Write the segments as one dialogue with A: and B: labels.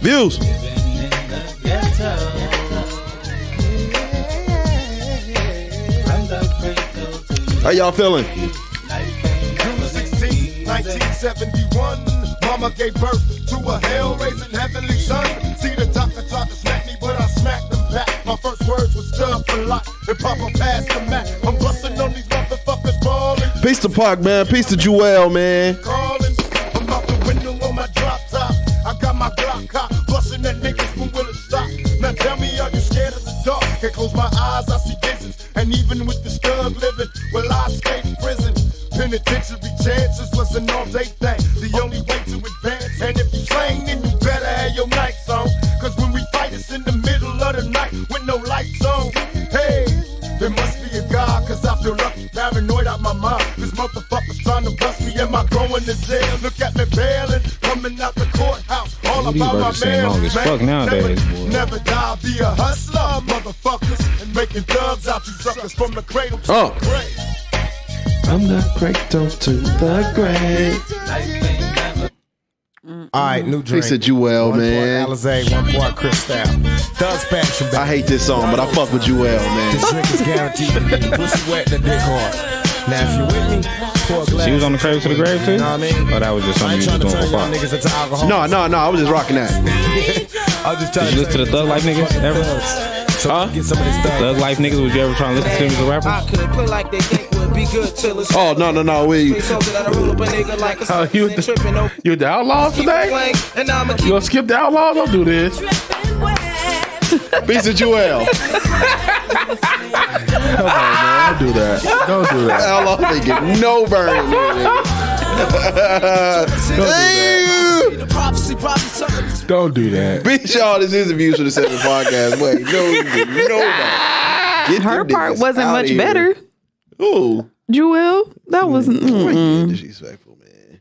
A: views. How y'all feeling?
B: 16, 1971. Mama gave birth to a hell raising heavenly son. See the doctor tried to smack me, but I smacked him back. My first words was stuff a lot. And Papa passed the Mac. I'm busting on these motherfuckers balling,
A: Peace to Park, man. Peace to Jewel, man.
B: calling. I'm out the window on my drop top. I got my Glock cock, busting at niggas who will it stop. Now tell me, are you scared of the dark? Can't close my eyes, I see visions. And even with this thug living, will I escape prison? Penitentiary chances was an all-day thing. The only way to advance. And if you slain, then you better have your nights on. Cause when we fight, it's in the middle of the night with no lights on. Hey, there must be a God, cause I feel lucky, paranoid out my mind. This motherfucker's trying to bust me. Am I going to jail? Look at me bailing, coming out the courthouse. All
C: These
B: about my
C: records sound
B: man.
C: long as
B: man.
C: fuck nowadays,
B: never,
C: boy.
B: never die, be a hustler, motherfuckers. And making thugs out you suckers from the cradle to
A: Oh.
B: the grave.
A: I'm not great, do to the grave.
D: All right, new drink.
A: Peace to Jewel,
D: one
A: man.
D: Part Alizé, one part Cristal. Thugs fashion, baby.
A: I hate this song, but I fuck with Jewel, man.
D: This drink is guaranteed to get the pussy wet and the dick hard. Now, if you with me, pour a glass.
C: She was on the crave to the grave too?
D: You know what I mean?
C: Or that was just
D: I ain't
C: something you
D: trying to
C: was doing
D: turn
C: for
D: y'all
C: fun?
D: niggas into alcohol.
A: No, no, no. I was just rocking that.
D: I'm just trying
C: Did you listen to the Thug Life niggas ever?
D: So
C: Huh?
D: get some of this thug.
C: Thug Life niggas, was you ever trying to listen to him as a rapper?
E: I could play like they think would be good till it's
A: Oh no, no, no. We
E: so good that I roll up a nigga like a
F: Oh, you,
E: and tripping over
F: you the outlaws today?
E: playing, and I'ma
F: You
E: keep
F: gonna skip the outlaws? Don't do this.
A: peace to Jewel.
F: Come on, man. Don't do that. Don't do that.
A: How long they get no burn?
E: the prophecy, probably something.
F: Don't do that.
A: Bitch, y'all, this is abuse of the seven podcast. Wait, no, you get no burn. Get them
G: Her part
A: niggas
G: wasn't
A: outta
G: much
A: here.
G: better.
A: Ooh,
G: Jewel, that wasn't.
A: Wait,
G: mm,
A: you disrespectful, man.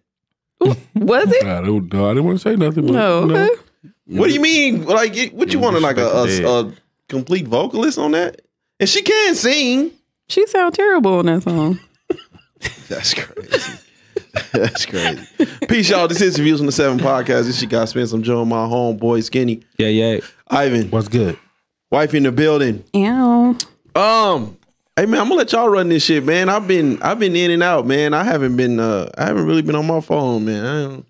G: Was it?
F: Nah, I don't, no, I didn't want to say nothing. But,
G: No.
F: no.
G: Okay.
A: What do you mean? Like, it- what you
F: You
A: want? Like a,
F: disrespected
A: a, a complete vocalist on that? And she can sing.
G: She sound terrible on that song.
A: That's crazy. That's crazy. Peace, y'all. This is Reviews on the Seven Podcast. This shit got Spence. I'm Joe, my homeboy, Skinny,
C: Yeah, yeah.
A: Ivan,
F: What's good?
A: wife in the building.
G: Ow.
A: Um, hey man, I'm gonna let y'all run this shit, man. I've been I've been in and out, man. I haven't been uh I haven't really been on my phone, man. I don't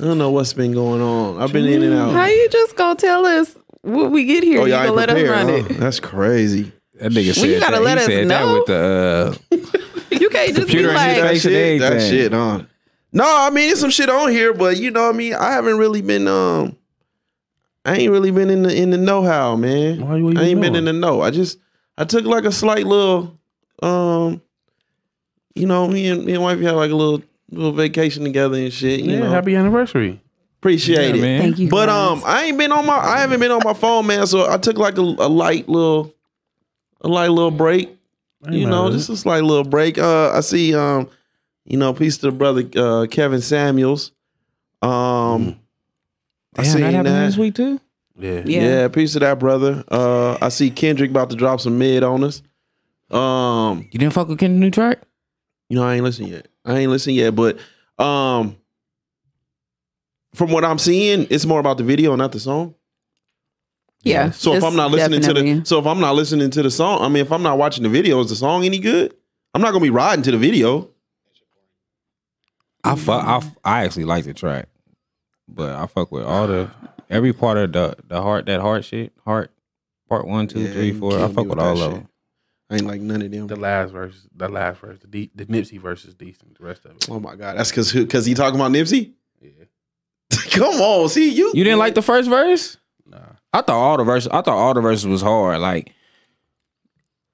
A: I don't know what's been going on. I've been in and out.
G: Mm,
A: Oh,
G: How you just gonna tell us what we get here? you
A: y'all
G: gonna
A: ain't
G: let us
A: prepared,
G: run
A: huh? That's crazy.
C: That nigga said
G: Well, you gotta
C: that.
G: let
C: he
G: us
C: said
G: know.
C: that with the. Uh,
G: it. You can't just be
C: Computer ain't
G: like,
C: that
A: That
C: Face and
A: shit, that
C: everything.
A: shit on. No, I mean it's some shit on here, but you know what I mean. I haven't really been um, I ain't really been in the in the know how, man.
F: Why you even
A: I ain't been
F: knowing?
A: in the know. I just I took like a slight little um, you know, me and me and wifey had like a little little vacation together and shit. You
F: Yeah,
A: know,
F: happy anniversary.
A: appreciate it.
C: man.
G: thank you.
A: But
G: guys.
A: um, I ain't been on my I haven't been on my phone, man. So I took like a, a light little, a light little break.
F: Ain't
A: You
F: mad
A: know,
F: at
A: just
F: it.
A: a slight little break. Uh, I see. Um, you know, peace to the brother uh, Kevin Samuels. Um, I
C: Damn,
A: seen
C: that
A: that.
C: happened this week too.
F: yeah.
A: Yeah.
G: Yeah.
A: peace to that brother. Uh, I see Kendrick about to drop some mid on us. Um,
C: You didn't fuck with Kendrick new track?
A: you know, I ain't listened yet. I ain't listened yet, but um, from what I'm seeing, it's more about the video, not the song.
G: yeah.
A: So if
G: it's
A: I'm not listening to
G: definitely-
A: the so if I'm not listening to the song, I mean if I'm not watching the video, is the song any good? I'm not gonna be riding to the video.
C: I fuck. I, f- I actually like the track, but I fuck with all the every part of the the heart that heart shit heart part one two
A: Yeah,
C: three
A: you
C: four. I
A: can't
C: fuck
A: do
C: with
A: that
C: all
A: shit.
C: of them.
A: I ain't like none of them.
F: The last verse, the last verse, the, de- the Nipsey verse is decent. The rest of it,
A: Oh my god, that's because because he talking about Nipsey. Come on, see you.
C: You didn't like the first verse?
F: nah.
C: I thought all the verses. I thought all the verses was hard. Like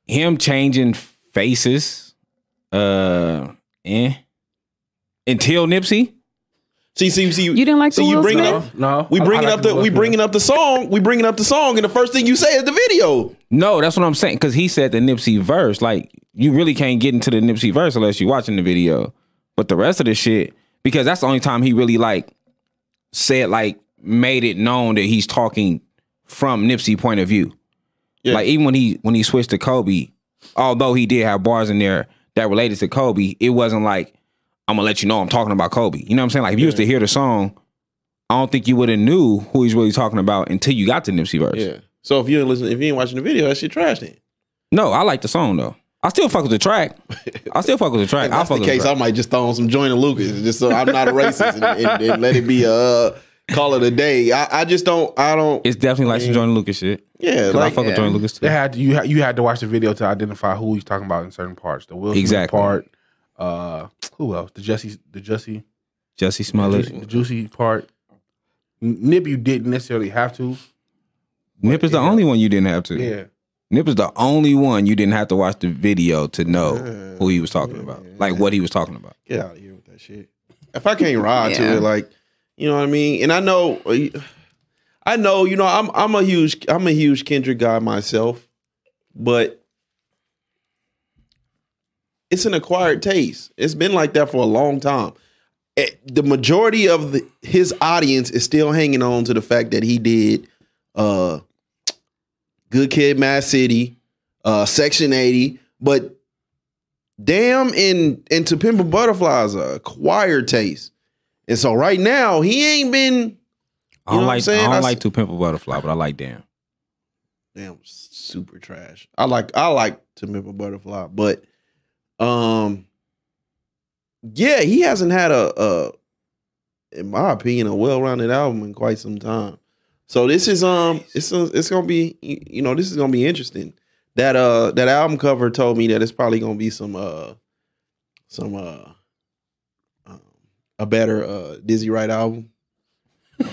C: him changing faces. Uh, eh. Until Nipsey.
A: see see see.
G: You didn't like
A: see
G: the
A: you
G: Will
A: bringing
G: Smith?
A: up.
F: No,
A: We
F: I- I
A: bringing
F: like
A: up the
F: Will
A: we
F: Smith.
A: bringing up the song. We bringing up the song, and the first thing you say is the video.
C: No, that's what I'm saying. Because he said the Nipsey verse. Like you really can't get into the Nipsey verse unless you're watching the video. But the rest of the shit, because that's the only time he really like said like made it known that he's talking from Nipsey point of view.
A: Yeah.
C: Like even when he when he switched to Kobe, although he did have bars in there that related to Kobe, it wasn't like I'm gonna let you know I'm talking about Kobe. You know what I'm saying? Like if you was to hear the song, I don't think you would have knew who he's really talking about until you got to Nipsey verse.
A: Yeah. So if you ain't listening, if you ain't watching the video, that shit trash then.
C: No, I like the song though. I still fuck with the track. I still fuck with the track.
A: If
C: I
A: that's
C: fuck
A: the
C: with the
A: case, I
C: track.
A: might just throw on some Joyner Lucas, just so I'm not a racist, and, and- and let it be a uh, call of the day. I, I just don't. I don't.
C: It's definitely like some Jordan Lucas shit.
A: yeah,
C: 'Cause I
A: like
C: fuck with Jordan Lucas too.
F: They had you had you had to watch the video to identify who he's talking about in certain parts. The Will Smith
C: Exactly.
F: part, uh, who else? The Jesse, the Jesse,
C: Jesse Smollett.
F: the Juicy part. N- Nip, you didn't necessarily have to.
C: Nip is the only one you didn't have to.
F: Yeah,
C: Nip is the only one you didn't have to watch the video to know who he was talking about, like what he was talking about.
A: get out of here with that shit. If I can't ride
G: Yeah.
A: to it, like you know what I mean. And I know, I know. You know, I'm I'm a huge I'm a huge Kendrick guy myself, but it's an acquired taste. It's been like that for a long time. Eh, The majority of the, his audience is still hanging on to the fact that he did uh, Good Kid, Mad City, uh, Section 80, but Damn and and To Pimp a Butterflies a acquired taste. And so right now, he ain't been
C: I
A: You
C: don't
A: know what I'm
C: like I
A: saying?
C: don't
A: I s-
C: like Two Pimple Butterfly, but I like Damn.
A: damn super trash. I like I like To Pimp a Butterfly, but um yeah, he hasn't had a, a in my opinion a well-rounded album in quite some time. So this is um it's it's going to be you you know, this is going to be interesting. That uh that album cover told me that it's probably going to be some uh some uh um, a better uh Dizzy Wright album. you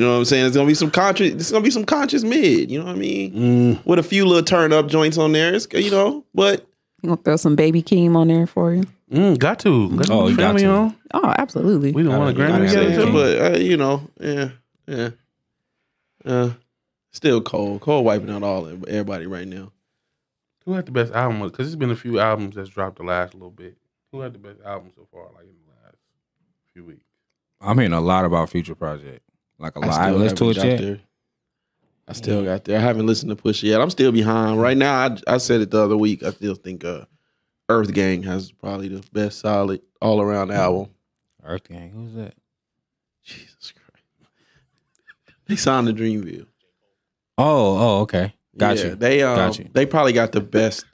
A: know what I'm saying? It's gonna be some conscious. It's gonna be some conscious mid. You know what I mean?
F: Mm,
A: With a few little turn up joints on there. It's you know, but
G: You gonna throw some baby Keem on there for you?
F: mm, got to. Got
C: Oh,
F: oh,
C: you got
F: family
C: to.
F: on.
G: Oh, absolutely.
F: We don't want a
C: gotta
F: Grammy
C: have
F: together.
C: that.
F: too?
A: but uh, you know, yeah, yeah, uh, still cold. Cold wiping out all everybody right now.
F: Who had the best album? Because there's been a few albums that's dropped the last little bit. Who had the best album so far? Like in the last few weeks.
C: I'm hearing a lot about Future Project, like a lot. I haven't listened to
A: haven't
C: it
A: got
C: yet.
A: there. I still got there. I haven't listened to Push yet. I'm still behind right now. I, I said it the other week. I still think uh, Earth Gang has probably the best solid all around
C: Hmm.
A: album.
C: Earth Gang, who's that?
A: Jesus Christ. They signed to Dreamville.
C: Oh, oh, okay, got
A: Yeah,
C: you.
A: They um,
C: Got you.
A: they probably got the best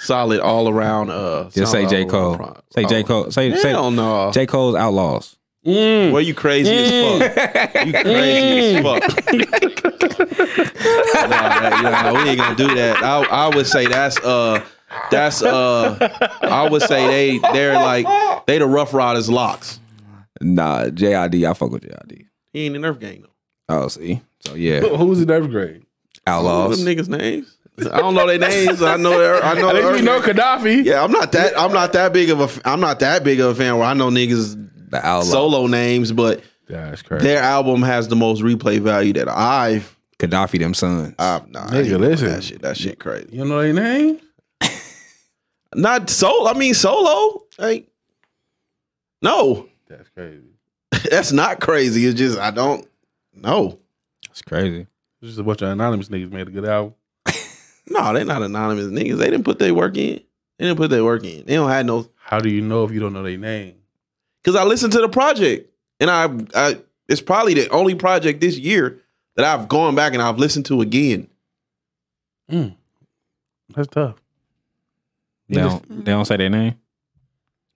A: solid all around uh
C: Just say
A: solid
C: J
A: all-around
C: Cole.
A: pro- oh.
C: say J
A: all-
C: Cole. Say
A: Hell
C: say
A: no.
C: J Mm. Cole's Outlaws.
F: Mm.
A: Well, you crazy as fuck. You crazy as fuck.
C: Mm.
A: nah, nah, nah, we ain't gonna do that. I, I would say that's uh that's uh I would say they they're like they the Rough Riders locks.
C: Nah, JID. I fuck with JID.
A: He ain't in Nerf Gang though.
C: Oh, see, so yeah,
F: Who was in every grade?
C: Outlaws.
A: Them niggas names. I don't know their names. I know their, I know
F: At
A: the
F: least
A: Earth
F: we know
A: Gang.
F: Gaddafi.
A: Yeah, I'm not that I'm not that big of a f- I'm not that big of a fan where I know niggas
C: The Outlaws.
A: solo names, but
F: That's crazy.
A: their album has the most replay value that I've
C: Gaddafi, them sons.
A: I'm not
F: Nigga, listen.
A: that shit that shit crazy.
F: You don't know their name?
A: Not solo. I mean solo. Like no,
F: That's crazy.
A: that's not crazy. It's just I don't know.
C: It's crazy.
F: It's just a bunch of anonymous niggas made a good album.
A: No, they're not anonymous niggas. They didn't put their work in. They didn't put their work in. They don't have no.
F: How do you know if you don't know their name?
A: Because I listened to the project, and I, I it's probably the only project this year that I've gone back and I've listened to again.
F: That's tough.
C: They don't, they don't say their name.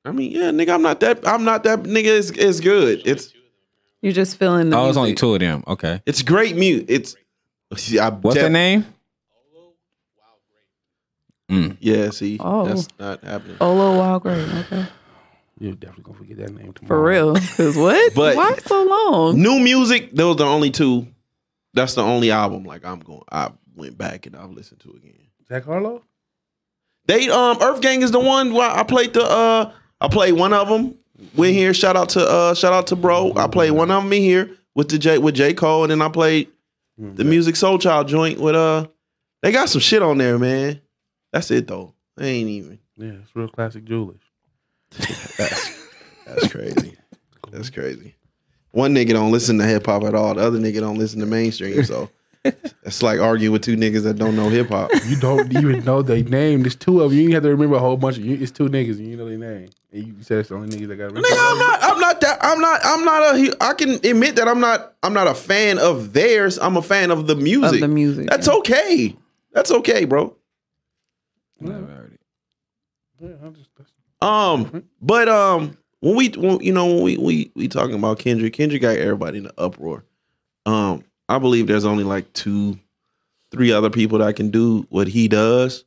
A: I mean, yeah, nigga, I'm not that. I'm not that nigga. It's it's good. It's
G: You're just feeling the.
C: Oh, it's only
G: music.
C: two of them. Okay.
A: it's great mute. It's. I
C: What's
A: def-
C: their name? Mm.
A: Yeah, see,
G: Oh.
A: that's not happening.
G: Olo Wild Grain. Okay.
F: You're definitely gonna forget that name tomorrow.
G: For real. Cause what?
A: But-
G: Why so long?
A: New music, those the only two. That's the only album like I'm going. I went back and I've listened to again.
F: Jack Harlow?
A: They um Earth Gang is the one where I played the uh I played one of them. Went here. Shout out to uh shout out to bro. I played one of them in here with the J with J Cole, and then I played
C: Mm-hmm.
A: the Music Soul Child joint with uh. They got some shit on there, man. That's it though. They ain't even.
F: Yeah, it's real classic Jewish.
A: That's crazy. That's crazy. One nigga don't listen to hip hop at all. The other nigga don't listen to mainstream. So It's like arguing with two niggas that don't know hip hop.
F: You don't even know they name. There's two of them. You have to remember a whole bunch of you. It's two niggas and you know their name. And you said it's the only niggas that got
A: Nigga, I'm not. I'm not that. I'm not. I'm not a. hu- I can admit that I'm not. I'm not a fan of theirs. I'm a fan of the music.
G: Of the music.
A: That's
G: yeah.
A: okay. That's okay, bro.
G: Mm-hmm.
A: Um, but um, when we, when, you know, when we we we talking about Kendrick, Kendrick got everybody in the uproar. Um, I believe there's only like two, three other people that can do what he does.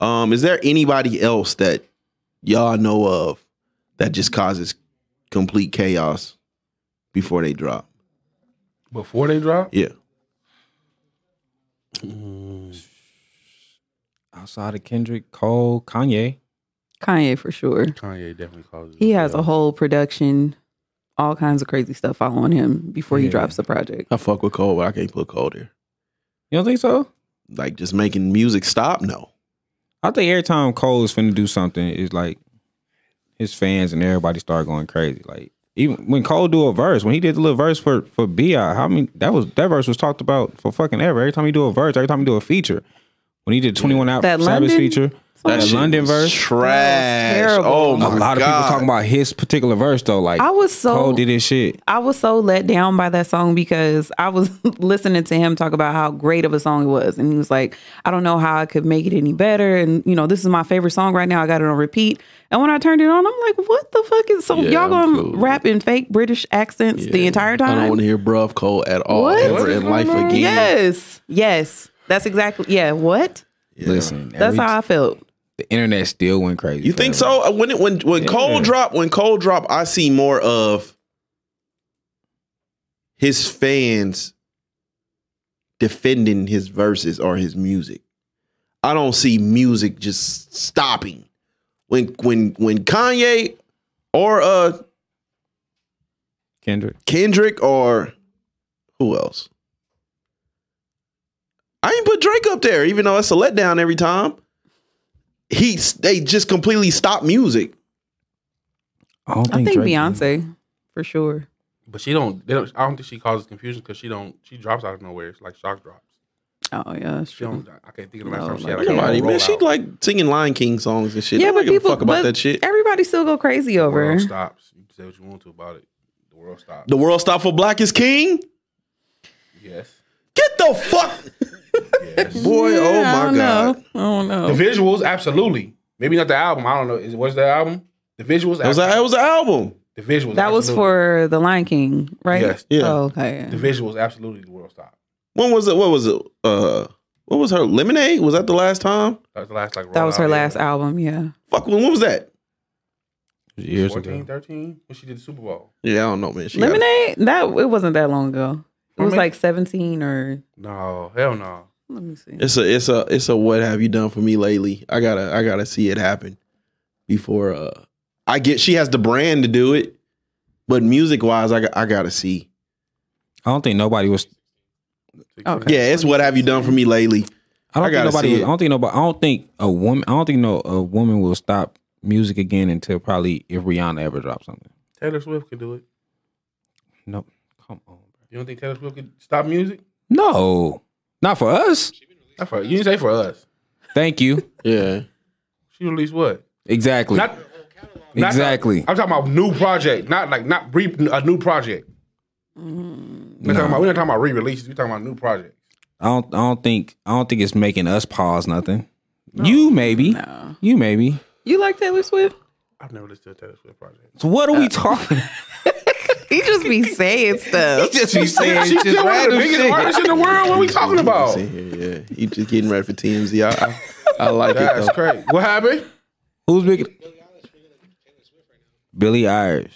A: Um, is there anybody else that y'all know of that just causes complete chaos before they drop?
F: Before they drop?
A: Yeah.
F: Mm,
C: Outside of Kendrick, Cole, Kanye.
G: Kanye for sure.
F: Kanye definitely causes
G: He has a
F: chaos.
G: whole production, all kinds of crazy stuff following him before he
C: Yeah.
G: drops the project.
A: I fuck with Cole, but I can't put Cole there.
C: You don't think so?
A: Like just making music stop? No.
C: I think every time Cole is finna do something, it's like his fans and everybody start going crazy. Like even when Cole do a verse, when he did the little verse for for Bi, how many that was that verse was talked about for fucking ever. Every time he do a verse, every time he do a feature, when he did twenty one out
G: That
C: Savage
G: London?
C: feature, that,
A: shit
C: London
A: was
C: verse.
A: Trash.
G: That was terrible.
A: Oh my
C: a lot of
A: God.
C: people talking about his particular verse though. Like
G: I was so
C: Cole did his shit.
G: I was so let down by that song because I was listening to him talk about how great of a song it was. And he was like, I don't know how I could make it any better. And, you know, this is my favorite song right now. I got it on repeat. And when I turned it on, I'm like, what the fuck is so
A: Yeah,
G: y'all gonna
A: absolutely.
G: rap in fake British accents the entire time?
A: I don't want to hear bruv Cole at all
G: What?
A: ever in life again.
G: Yes. Yes. That's exactly yeah. What?
C: Listen,
G: That's
C: every-
G: how I felt.
C: the internet still went crazy.
A: You think
C: for that.
A: so? Uh, When it, when when Cole drop when Cole drop, I see more of his fans defending his verses or his music. I don't see music just stopping when when when Kanye or uh
C: Kendrick?
A: Kendrick or who else? I ain't put Drake up there, even though it's a letdown every time. He they just completely stop music.
C: I don't
G: I think,
C: Drake did.
G: Beyonce for sure.
F: But she don't, they don't. I don't think she causes confusion because she don't. She drops out of nowhere. It's like shock drops.
G: Oh yeah, that's
F: She
G: true.
F: don't. I can't think of the last
G: No,
F: time she
G: like,
F: had like
G: Yeah,
A: Nobody,
F: a
A: man,
F: rollout.
A: she like singing Lion King songs and shit.
G: Yeah,
A: Yeah,
G: but
A: don't give a
G: people
A: fuck about
G: but
A: that shit.
G: Everybody still go crazy
F: The
G: over.
F: world
G: her.
F: stops. You can say what you want to about it. The world stops.
A: The world stop for Black is King.
F: Yes.
A: Get the fuck,
F: Yes.
A: boy! oh
G: I
A: my
G: don't
A: god,
G: know. I don't know.
F: the visuals, absolutely. Maybe not the album. I don't know. Is was the album? The visuals.
A: that was a, that was an album.
F: the visuals.
G: That was
F: absolutely.
G: for The Lion King, right?
F: Yes.
A: Yeah.
G: Oh, okay.
F: the visuals. Absolutely, the world stopped.
A: When was it? What was it? Uh, what was her Lemonade? Was that the last time?
F: That was the last like.
G: That was
F: rollout,
G: her
F: yeah.
G: last album. Yeah.
A: Fuck, when, when was that?
C: Years
F: 14,
C: ago.
F: 13, when she did the Super Bowl.
A: Yeah, I don't know, man. She got-
G: Lemonade. That it wasn't that long ago. It
F: I
G: was
F: mean-
G: like seventeen or.
F: No, hell no.
G: Let me see.
A: It's a it's a it's a what have you done for me lately? I gotta I gotta see it happen before uh I get she has the brand to do it, but music wise I got- I gotta see.
C: I don't think nobody was.
G: Okay.
A: Yeah, it's what have you done for me lately?
C: I don't
A: I
C: think
A: gotta
C: nobody.
A: see
C: Was,
A: it.
C: I don't think nobody. I don't think a woman. I don't think no a woman will stop music again until probably if Rihanna ever drops something.
F: Taylor Swift could do it.
C: Nope. Come on.
F: You don't think Taylor Swift could stop music?
C: No, not for us.
F: Not for you didn't say for us.
C: Thank you.
A: Yeah.
F: She released what?
C: Exactly.
F: Not, not
C: exactly.
F: I'm talking about new project, not like not re a new project. We're, talking about, we're not talking about re-releases. We're talking about new projects.
C: I don't. I don't think. I don't think it's making us pause nothing. You maybe. You maybe.
G: You like Taylor Swift?
F: I've never listened to a Taylor Swift project.
C: So what are we talking?
G: He just be saying stuff.
C: just be saying
F: She's still one of the biggest artists in the world. What are we talking about?
A: See here, yeah. You just getting ready for TMZ. I I, I like it
F: That's
A: though.
F: crazy. What happened?
C: Who's bigger? Billie Eilish.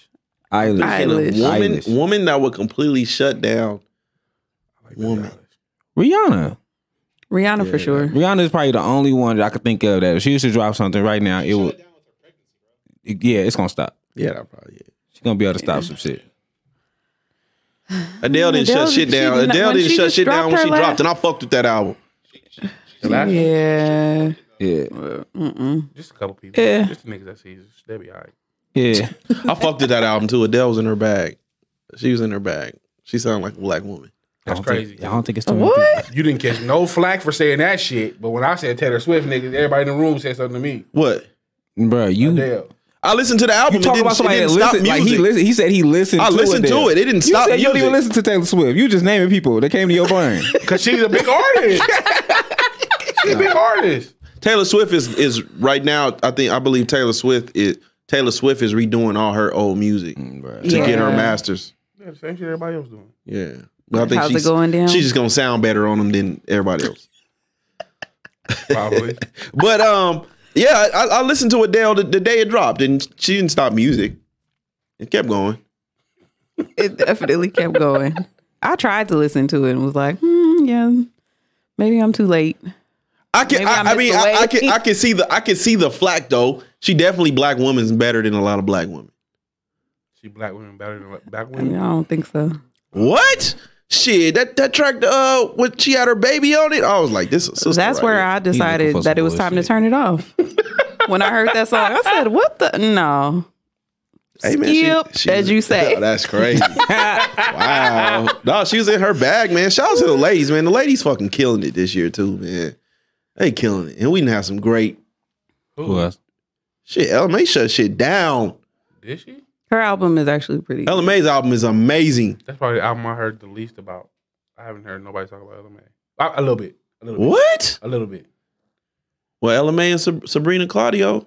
C: Eilish.
G: Eilish.
A: Woman
C: Eilish.
A: woman that would completely shut down woman.
C: Rihanna.
G: Rihanna for sure.
C: Mm-hmm. Rihanna is probably the only one that I could think of that if she was to drop something right now, it would. yeah, it's gonna stop.
A: Yeah, that probably yeah.
C: She's gonna be able to stop some shit.
A: Adele didn't
G: Adele-
A: shut shit
G: she
A: down.
G: did not-
A: Adele
G: when
A: didn't
G: she
A: shut
G: just
A: shit down
G: dropped
A: when
G: her
A: she
G: last-
A: dropped and I fucked with that album.
F: The last one?
G: Yeah.
C: Yeah,
G: Mm-mm.
F: Just a couple people.
G: Yeah.
F: Just the niggas that sees. They be all right.
C: yeah.
A: I fucked with that album too. Adele was in her bag. She was in her bag. She sounded like a black woman.
F: That's
C: I don't think-
F: crazy.
C: I don't think it's too many
G: What?
C: people.
F: You didn't catch no flack for saying that shit. But when I said Taylor Swift, niggas, everybody in the room said something to me.
A: What?
C: Bro, you
F: Damn.
A: I listened to the album.
C: You talking
A: it didn't,
C: about somebody
A: it
C: that
A: didn't stop
C: listened? Like he
A: music.
C: listened. He said he listened.
A: I
C: to
A: listened
C: it
A: to
C: then.
A: it. It didn't
C: you
A: stop
C: Said you don't even
A: music.
C: listen to Taylor Swift. You just naming people that came to your brain.
F: Cause she's a big artist. she's a big artist.
A: Taylor Swift is is right now. I think I believe Taylor Swift is Taylor Swift is redoing all her old music
C: Mm,
A: to
G: Yeah.
A: get her masters.
F: Yeah, the same shit everybody else doing.
A: Yeah, but I think
G: How's it
A: she's
G: going down?
A: She's just gonna sound better on them than everybody else.
F: Probably.
A: but um, yeah, I, I listened to Adele the, the day it dropped, and she didn't stop music. It kept going.
G: It definitely kept going. I tried to listen to it and was like, hmm, yeah, maybe I'm too late.
A: I can.
G: Maybe I
A: I, I,
G: missed
A: mean,
G: the
A: I, I
G: wave.
A: can. I can see the. I can see the flack though. She definitely black woman's better than a lot of black women.
F: she black women better than black
G: I,
F: women.
G: I don't think so.
A: What? Shit, that that track. Uh, what she had her baby on it. I was like, this. Is sister
G: That's
A: right
G: where
A: here.
G: I
C: for
G: decided that
C: some
G: it was time to
C: bullshit.
G: turn it off. when I heard that song, I said, "What the no?"
A: Hey, man,
G: Skip, as you say.
A: Oh, that's crazy. wow. No, she was in her bag, man. Shout out to the ladies, man. The ladies fucking killing it this year too, man. They killing it, and we didn't have some great
C: Who else?
A: shit. LMA shut shit down.
F: Did she?
G: Her album is actually pretty. good.
A: LMA's album is amazing.
F: That's probably the album I heard the least about. I haven't heard nobody talk about LMA. A, a little bit. A little bit.
A: What?
F: A little bit.
A: Well, LMA and Sab- Sabrina Claudio.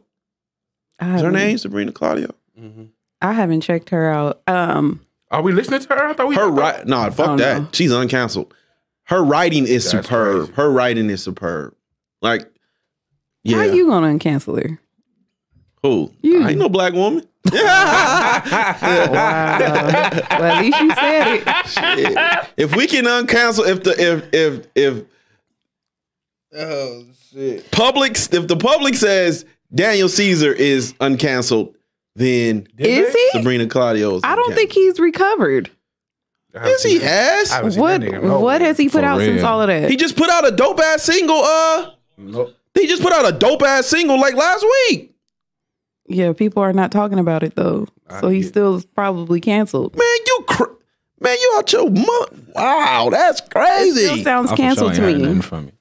G: I
A: Is her
G: haven't-
A: name Sabrina Claudio?
F: hmm
G: I haven't checked her out. Um,
F: Are we listening to her? I thought we
A: Her right? Nah,
G: Oh,
A: fuck
G: no.
A: that. She's uncanceled. Her writing is
F: That's
A: superb.
F: crazy.
A: Her writing is superb. Like,
G: how
A: yeah.
G: you gonna uncancel her?
A: Who?
G: You.
A: I ain't no black woman.
G: Wow. well, at least you said it.
A: if we can uncancel, if the if if if oh shit, public, if the public says Daniel Caesar is uncanceled, then
G: Is he?
A: Sabrina Claudio. Is
G: I don't
A: uncanceled.
G: think he's recovered.
A: Yes, he has.
G: What what has he put
C: For
G: out since
C: real.
G: all of that?
A: He just put out a dope ass single. Uh,
F: Nope.
A: he just put out a dope ass single like last week.
G: yeah, people are not talking about it though, so he's
F: yeah.
G: still probably canceled.
A: Man, you cr- man, you out your mom. Wow, that's
G: Still
A: crazy.
G: sounds canceled to me.
C: from it.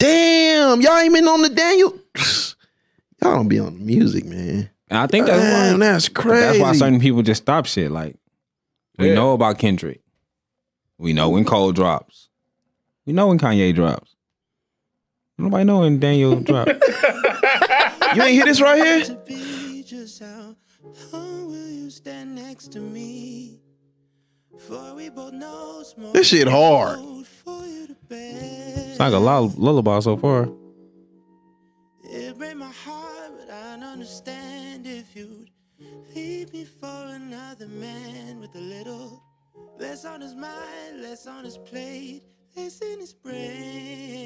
A: Damn, y'all ain't been on the Daniel. y'all don't be on the music, man.
C: And I think that's
A: Damn,
C: why.
A: that's crazy.
C: That's why certain people just stop shit. Like we
F: Yeah.
C: know about Kendrick. We know when Cole drops. We know when Kanye drops. Nobody know when Daniel drops.
A: you ain't hear this right here?
D: Be just how, how will you stand next to me? For we both know it's more
A: This shit hard.
D: food for you to bear.
C: It's like a lull- lullaby so far.
D: It break my heart, but I'd understand if you'd leave me for another man with a little less on his mind, less on his plate, less in his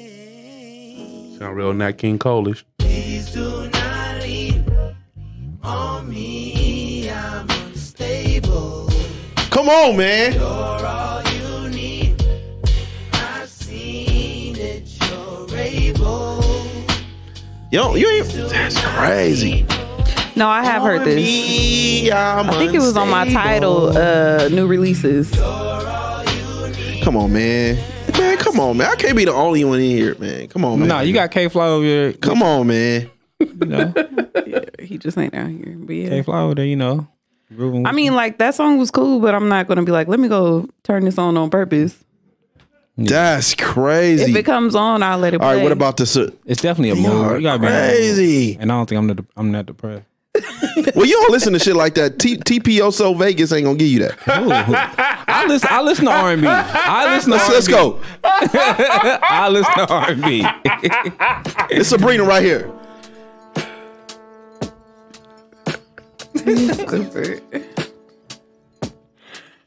D: brain.
F: Sound real Nat King Coleish.
D: Please do not lean on me. I'm unstable.
A: Come on, man.
D: You're all you need. I've seen that you're able.
A: Yo, you ain't. That's crazy.
G: No, I have heard this. I
A: I
G: think it was on my title, uh, new releases.
A: Come on, man. Man, come on, man. I can't be the only one in here, man. Come on, man.
C: Nah, you got K Fly over here.
A: Come on, man.
C: You know,
G: He just ain't out here. But yeah.
C: K Fly over there. You know, grooving.
G: I
C: with-
G: mean, like that song was cool, but I'm not gonna be like, let me go turn this on on purpose.
A: That's crazy.
G: If it comes on, I'll let it.
A: All
G: play.
A: right, what about this? uh,
C: it's definitely a
A: You
C: mood.
A: are
C: You gotta be in the mood.
A: crazy.
C: And I don't think I'm the, I'm not depressed.
A: Well, you don't listen to shit like that. T- TPO So Vegas ain't gonna give you that.
C: Ooh. I listen. I listen to R and B. I listen to
A: Let's,
C: R&B.
A: let's go.
C: I listen to R and B.
A: It's Sabrina right here.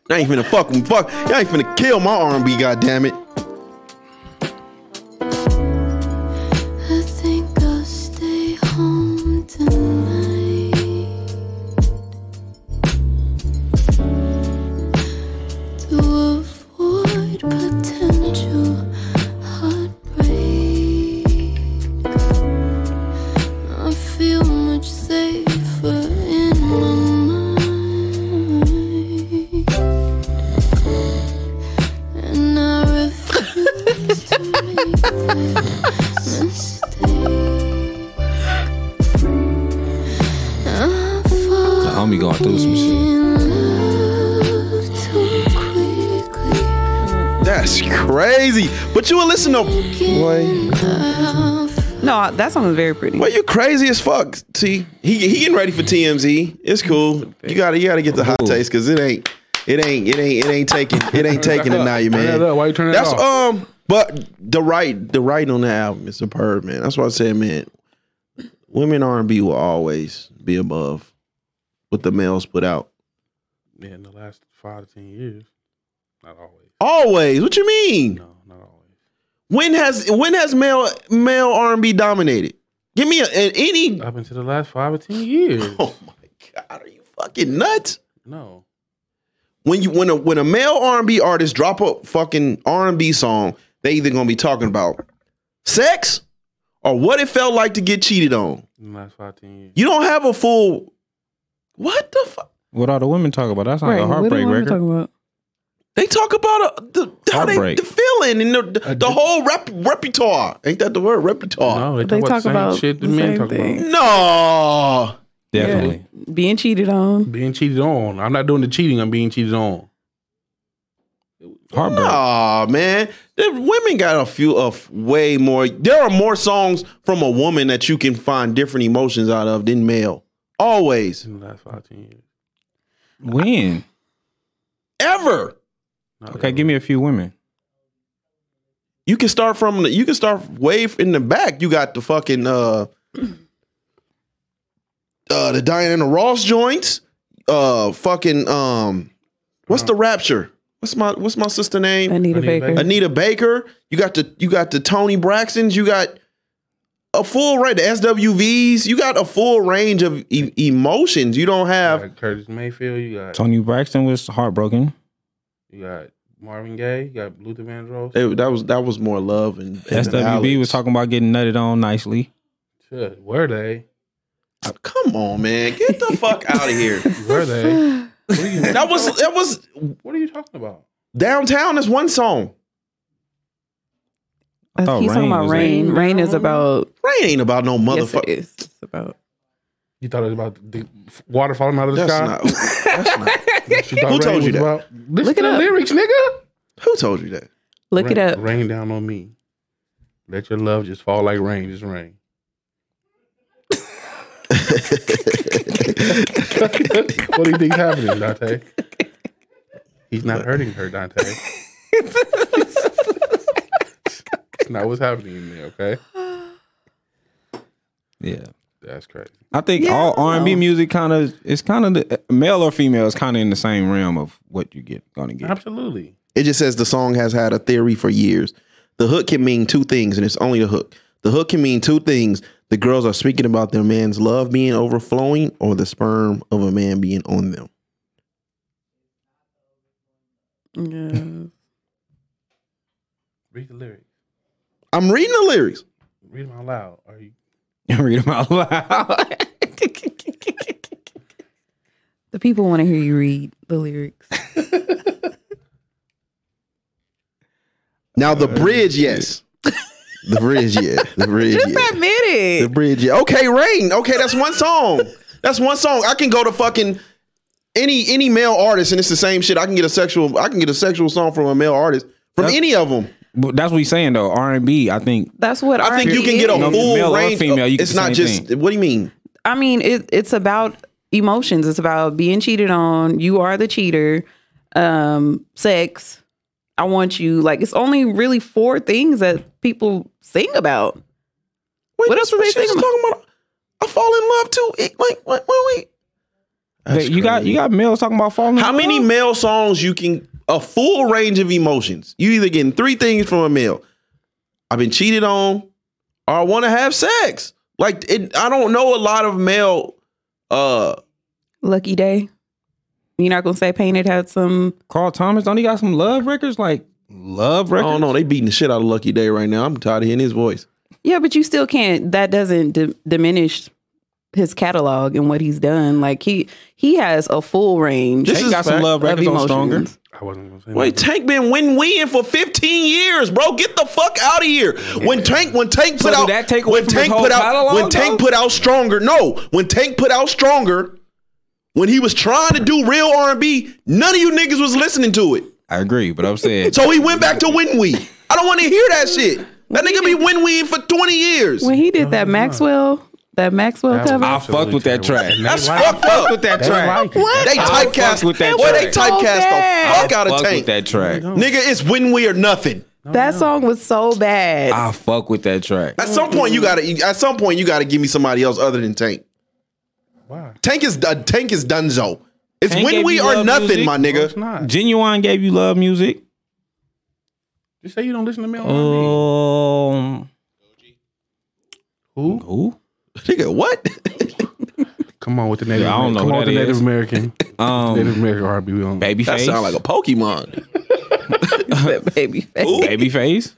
A: Y'all ain't finna fuck him. Fuck. Y'all ain't finna kill my R&B. God damn it.
H: I think I'll stay home tonight to avoid potential heartbreak. I feel much safer in my mind, and I
C: homie going through some shit.
A: That's crazy. But you would listen to boy.
G: No, that song is very pretty.
A: Boy, you crazy as fuck. See, he he getting ready for TMZ. It's cool. You gotta you gotta get the hot taste because it ain't it ain't it ain't it ain't taking it ain't taking it now, you
F: Turn
A: man.
F: that up. Why you turn that
A: That's
F: off?
A: um. But the right the writing on the album is superb, man. That's why I said, man, women R and B will always be above what the males put out.
F: Yeah, in the last five to ten years, not always.
A: Always. What you mean?
F: No, not always.
A: When has when has male male R and B dominated? Give me a, a- any.
F: Up until the last five or ten years.
A: Oh my god, are you fucking nuts?
F: No,
A: When you when a when a male R and B artist drop a fucking R and B song, they either gonna be talking about sex or what it felt like to get cheated on.
F: in the last five ten years.
A: You don't have a full. What the fuck?
C: What all the women talk about? That sounds like a
G: what
C: heartbreak
G: am I
C: record.
G: talking about?
A: They talk about a, the how they
C: Heartbreak.
A: the feeling and the, the,
F: Addic-
A: whole rep, repertoire. Ain't that the word repertoire?
F: No, they talk,
G: They
F: about, the
G: talk
F: same
G: about
F: shit the
G: the
F: men
G: same
F: talk
G: thing.
F: about.
A: No.
C: Definitely.
G: Being cheated on.
F: Being cheated on. I'm not doing the cheating. I'm being cheated on.
C: Heartbreak.
A: Aw, man, the women got a few of way more. There are more songs from a woman that you can find different emotions out of than male. Always,
F: In the last five ten years.
C: When?
A: ever.
F: Not
C: Okay,
F: ever.
C: give me a few women.
A: You can start from the, you can start way f- in the back. You got the fucking uh, uh the Diana Ross joints. Uh, fucking um, what's the Rapture? What's my what's my sister name?
G: Anita,
F: Anita
G: Baker.
F: Baker.
A: Anita Baker. You got the you got the Tony Braxtons. You got a full range. The SWVs. You got a full range of e- emotions. You don't
F: You
A: have.
F: got Curtis Mayfield. You got
C: Tony Braxton was heartbroken.
F: you got Marvin Gaye. You got Luther Vandross.
A: It- eh, that was that was more love and, and
C: SWB
A: ballads.
C: was talking about getting nutted on nicely.
F: Shit, were they?
A: Come on, man, get the fuck out of here.
F: Were they? What are you,
A: That was that was
F: what are you talking about?
A: downtown. Is one song.
C: I thought
G: He's
C: Oh, Rain
G: talking about
C: was
G: rain. Rain is about
A: Rain ain't about no
G: yes, it
A: motherfucker.
G: is. It's about
F: You thought it was about the water falling out of the
A: That's
F: sky?
A: not. That's not.
F: That's what
A: Who
F: thought
A: told
F: Rain
A: you
F: was
A: that?
F: about? Listen
G: Look
F: to
G: it
F: the
G: up.
F: lyrics, nigga.
A: Who told you that?
G: look it
F: Rain-
G: up.
F: Rain down on me. Let your love just fall like rain. Just rain. what do you think's happening, Dante? He's not hurting her, Dante. It's not what's happening in there, okay?
C: Yeah.
F: That's crazy.
C: I think all R and B music kind of it's kind of male or female is kind of in the same realm of what you get gonna get.
F: Absolutely.
A: It just says the song has had a theory for years. The hook can mean two things, and it's only a hook. The hook can mean two things. The girls are speaking about their man's love being overflowing or the sperm of a man being on them.
G: Yeah.
F: Read the lyrics.
A: I'm reading the lyrics.
F: Read them out loud. Are you
C: Read them out loud.
G: the people want to hear you read the lyrics.
A: Now, the bridge, yes. The bridge, yeah. The bridge, yeah.
G: Admit
A: The
G: it.
A: bridge, yeah. Okay, Rain. Okay, that's one song. That's one song. I can go to fucking any any male artist, and it's the same shit. I can get a sexual. I can get a sexual song from a male artist from any of them.
C: But that's what he's saying though. R and B, I think
G: That's what
A: I think you
G: R&B
A: can get a
G: is.
C: No,
A: full
C: male or
A: range. of-
C: female, you can
A: it's
C: do the
A: not
C: same
A: just. What do you mean?
G: I mean, it, it's about emotions. It's about being cheated on. You are the cheater. Um, sex. I want you. Like it's only really four things that people sing about.
A: Wait,
G: What
A: that's
G: else
A: what
G: was
A: they
G: they
A: she's
G: thinking
A: talking about. I fall in love too. It- like what? What we?
C: that you got you got males talking about falling. in
A: How many
C: love.
A: male songs you can? A full range of emotions. You either getting three things from a male. I've been cheated on, or I want to have sex. Like it, I don't know a lot of male. Uh,
G: Lucky day. You're not gonna say painted had some.
C: Carl Thomas don't he got some love records like love
A: I
C: records?
A: don't know. They beating the shit out of Lucky Day right now. I'm tired of hearing his voice.
G: Yeah, but you still can't. That doesn't di- diminish his catalog and what he's done. Like he he has a full range.
A: This
C: Tank
A: is
C: got
A: fact.
C: some love
G: of
C: records on Stronger.
G: emotions.
F: I wasn't gonna say
A: Wait,
F: nothing.
A: Tank been win win for 15 years, bro. Get the fuck out of here. When Tank when Tank
C: So
A: put
C: did
A: out
C: that take away
A: when
C: from his
A: Tank
C: whole
A: put out
C: catalog,
A: when Tank
C: though?
A: put out stronger. No, when Tank put out stronger, When he was trying to do real R&B, none of you niggas was listening to it.
C: I agree, but I'm saying
A: So he went back to Winweed. I don't want to hear that shit. That nigga be Winweed for 20 years.
G: When he did that Maxwell, that Maxwell
F: That was
G: cover,
C: I fucked with that track.
F: And they
A: That's
F: like it.
A: fucked up.
C: with that
F: They
C: track.
F: like it.
A: They
F: That's-
C: I
A: typecast.
C: fuck with that
A: Boy, they
C: track.
A: typecast the
G: bad.
A: fuck out of
C: Fuck with
A: Tank.
C: that track.
A: Nigga, it's Winweed or nothing.
G: that song was so bad.
C: I fuck with that track.
A: At some point, you gotta. At some point, you gotta give me somebody else other than Tank.
F: Why?
A: Tank is uh, Tank is Dunzo. It's
C: Tank
A: when
C: gave
A: we
C: you
A: are
C: love
A: nothing,
C: music?
A: my
F: No, it's
A: nigga.
F: not.
C: Genuine gave you love music.
F: You say you don't listen to me on R&B.
C: Um,
F: Who?
C: who?
A: Nigga, what?
F: Come on with the Native.
C: Yeah, I don't know
F: Come
C: who
F: on with
C: that
F: the Native
C: is.
F: American. Native
C: Um,
F: American R&B. We on.
C: babyface.
A: that sound like a Pokemon.
G: That baby face.
C: babyface.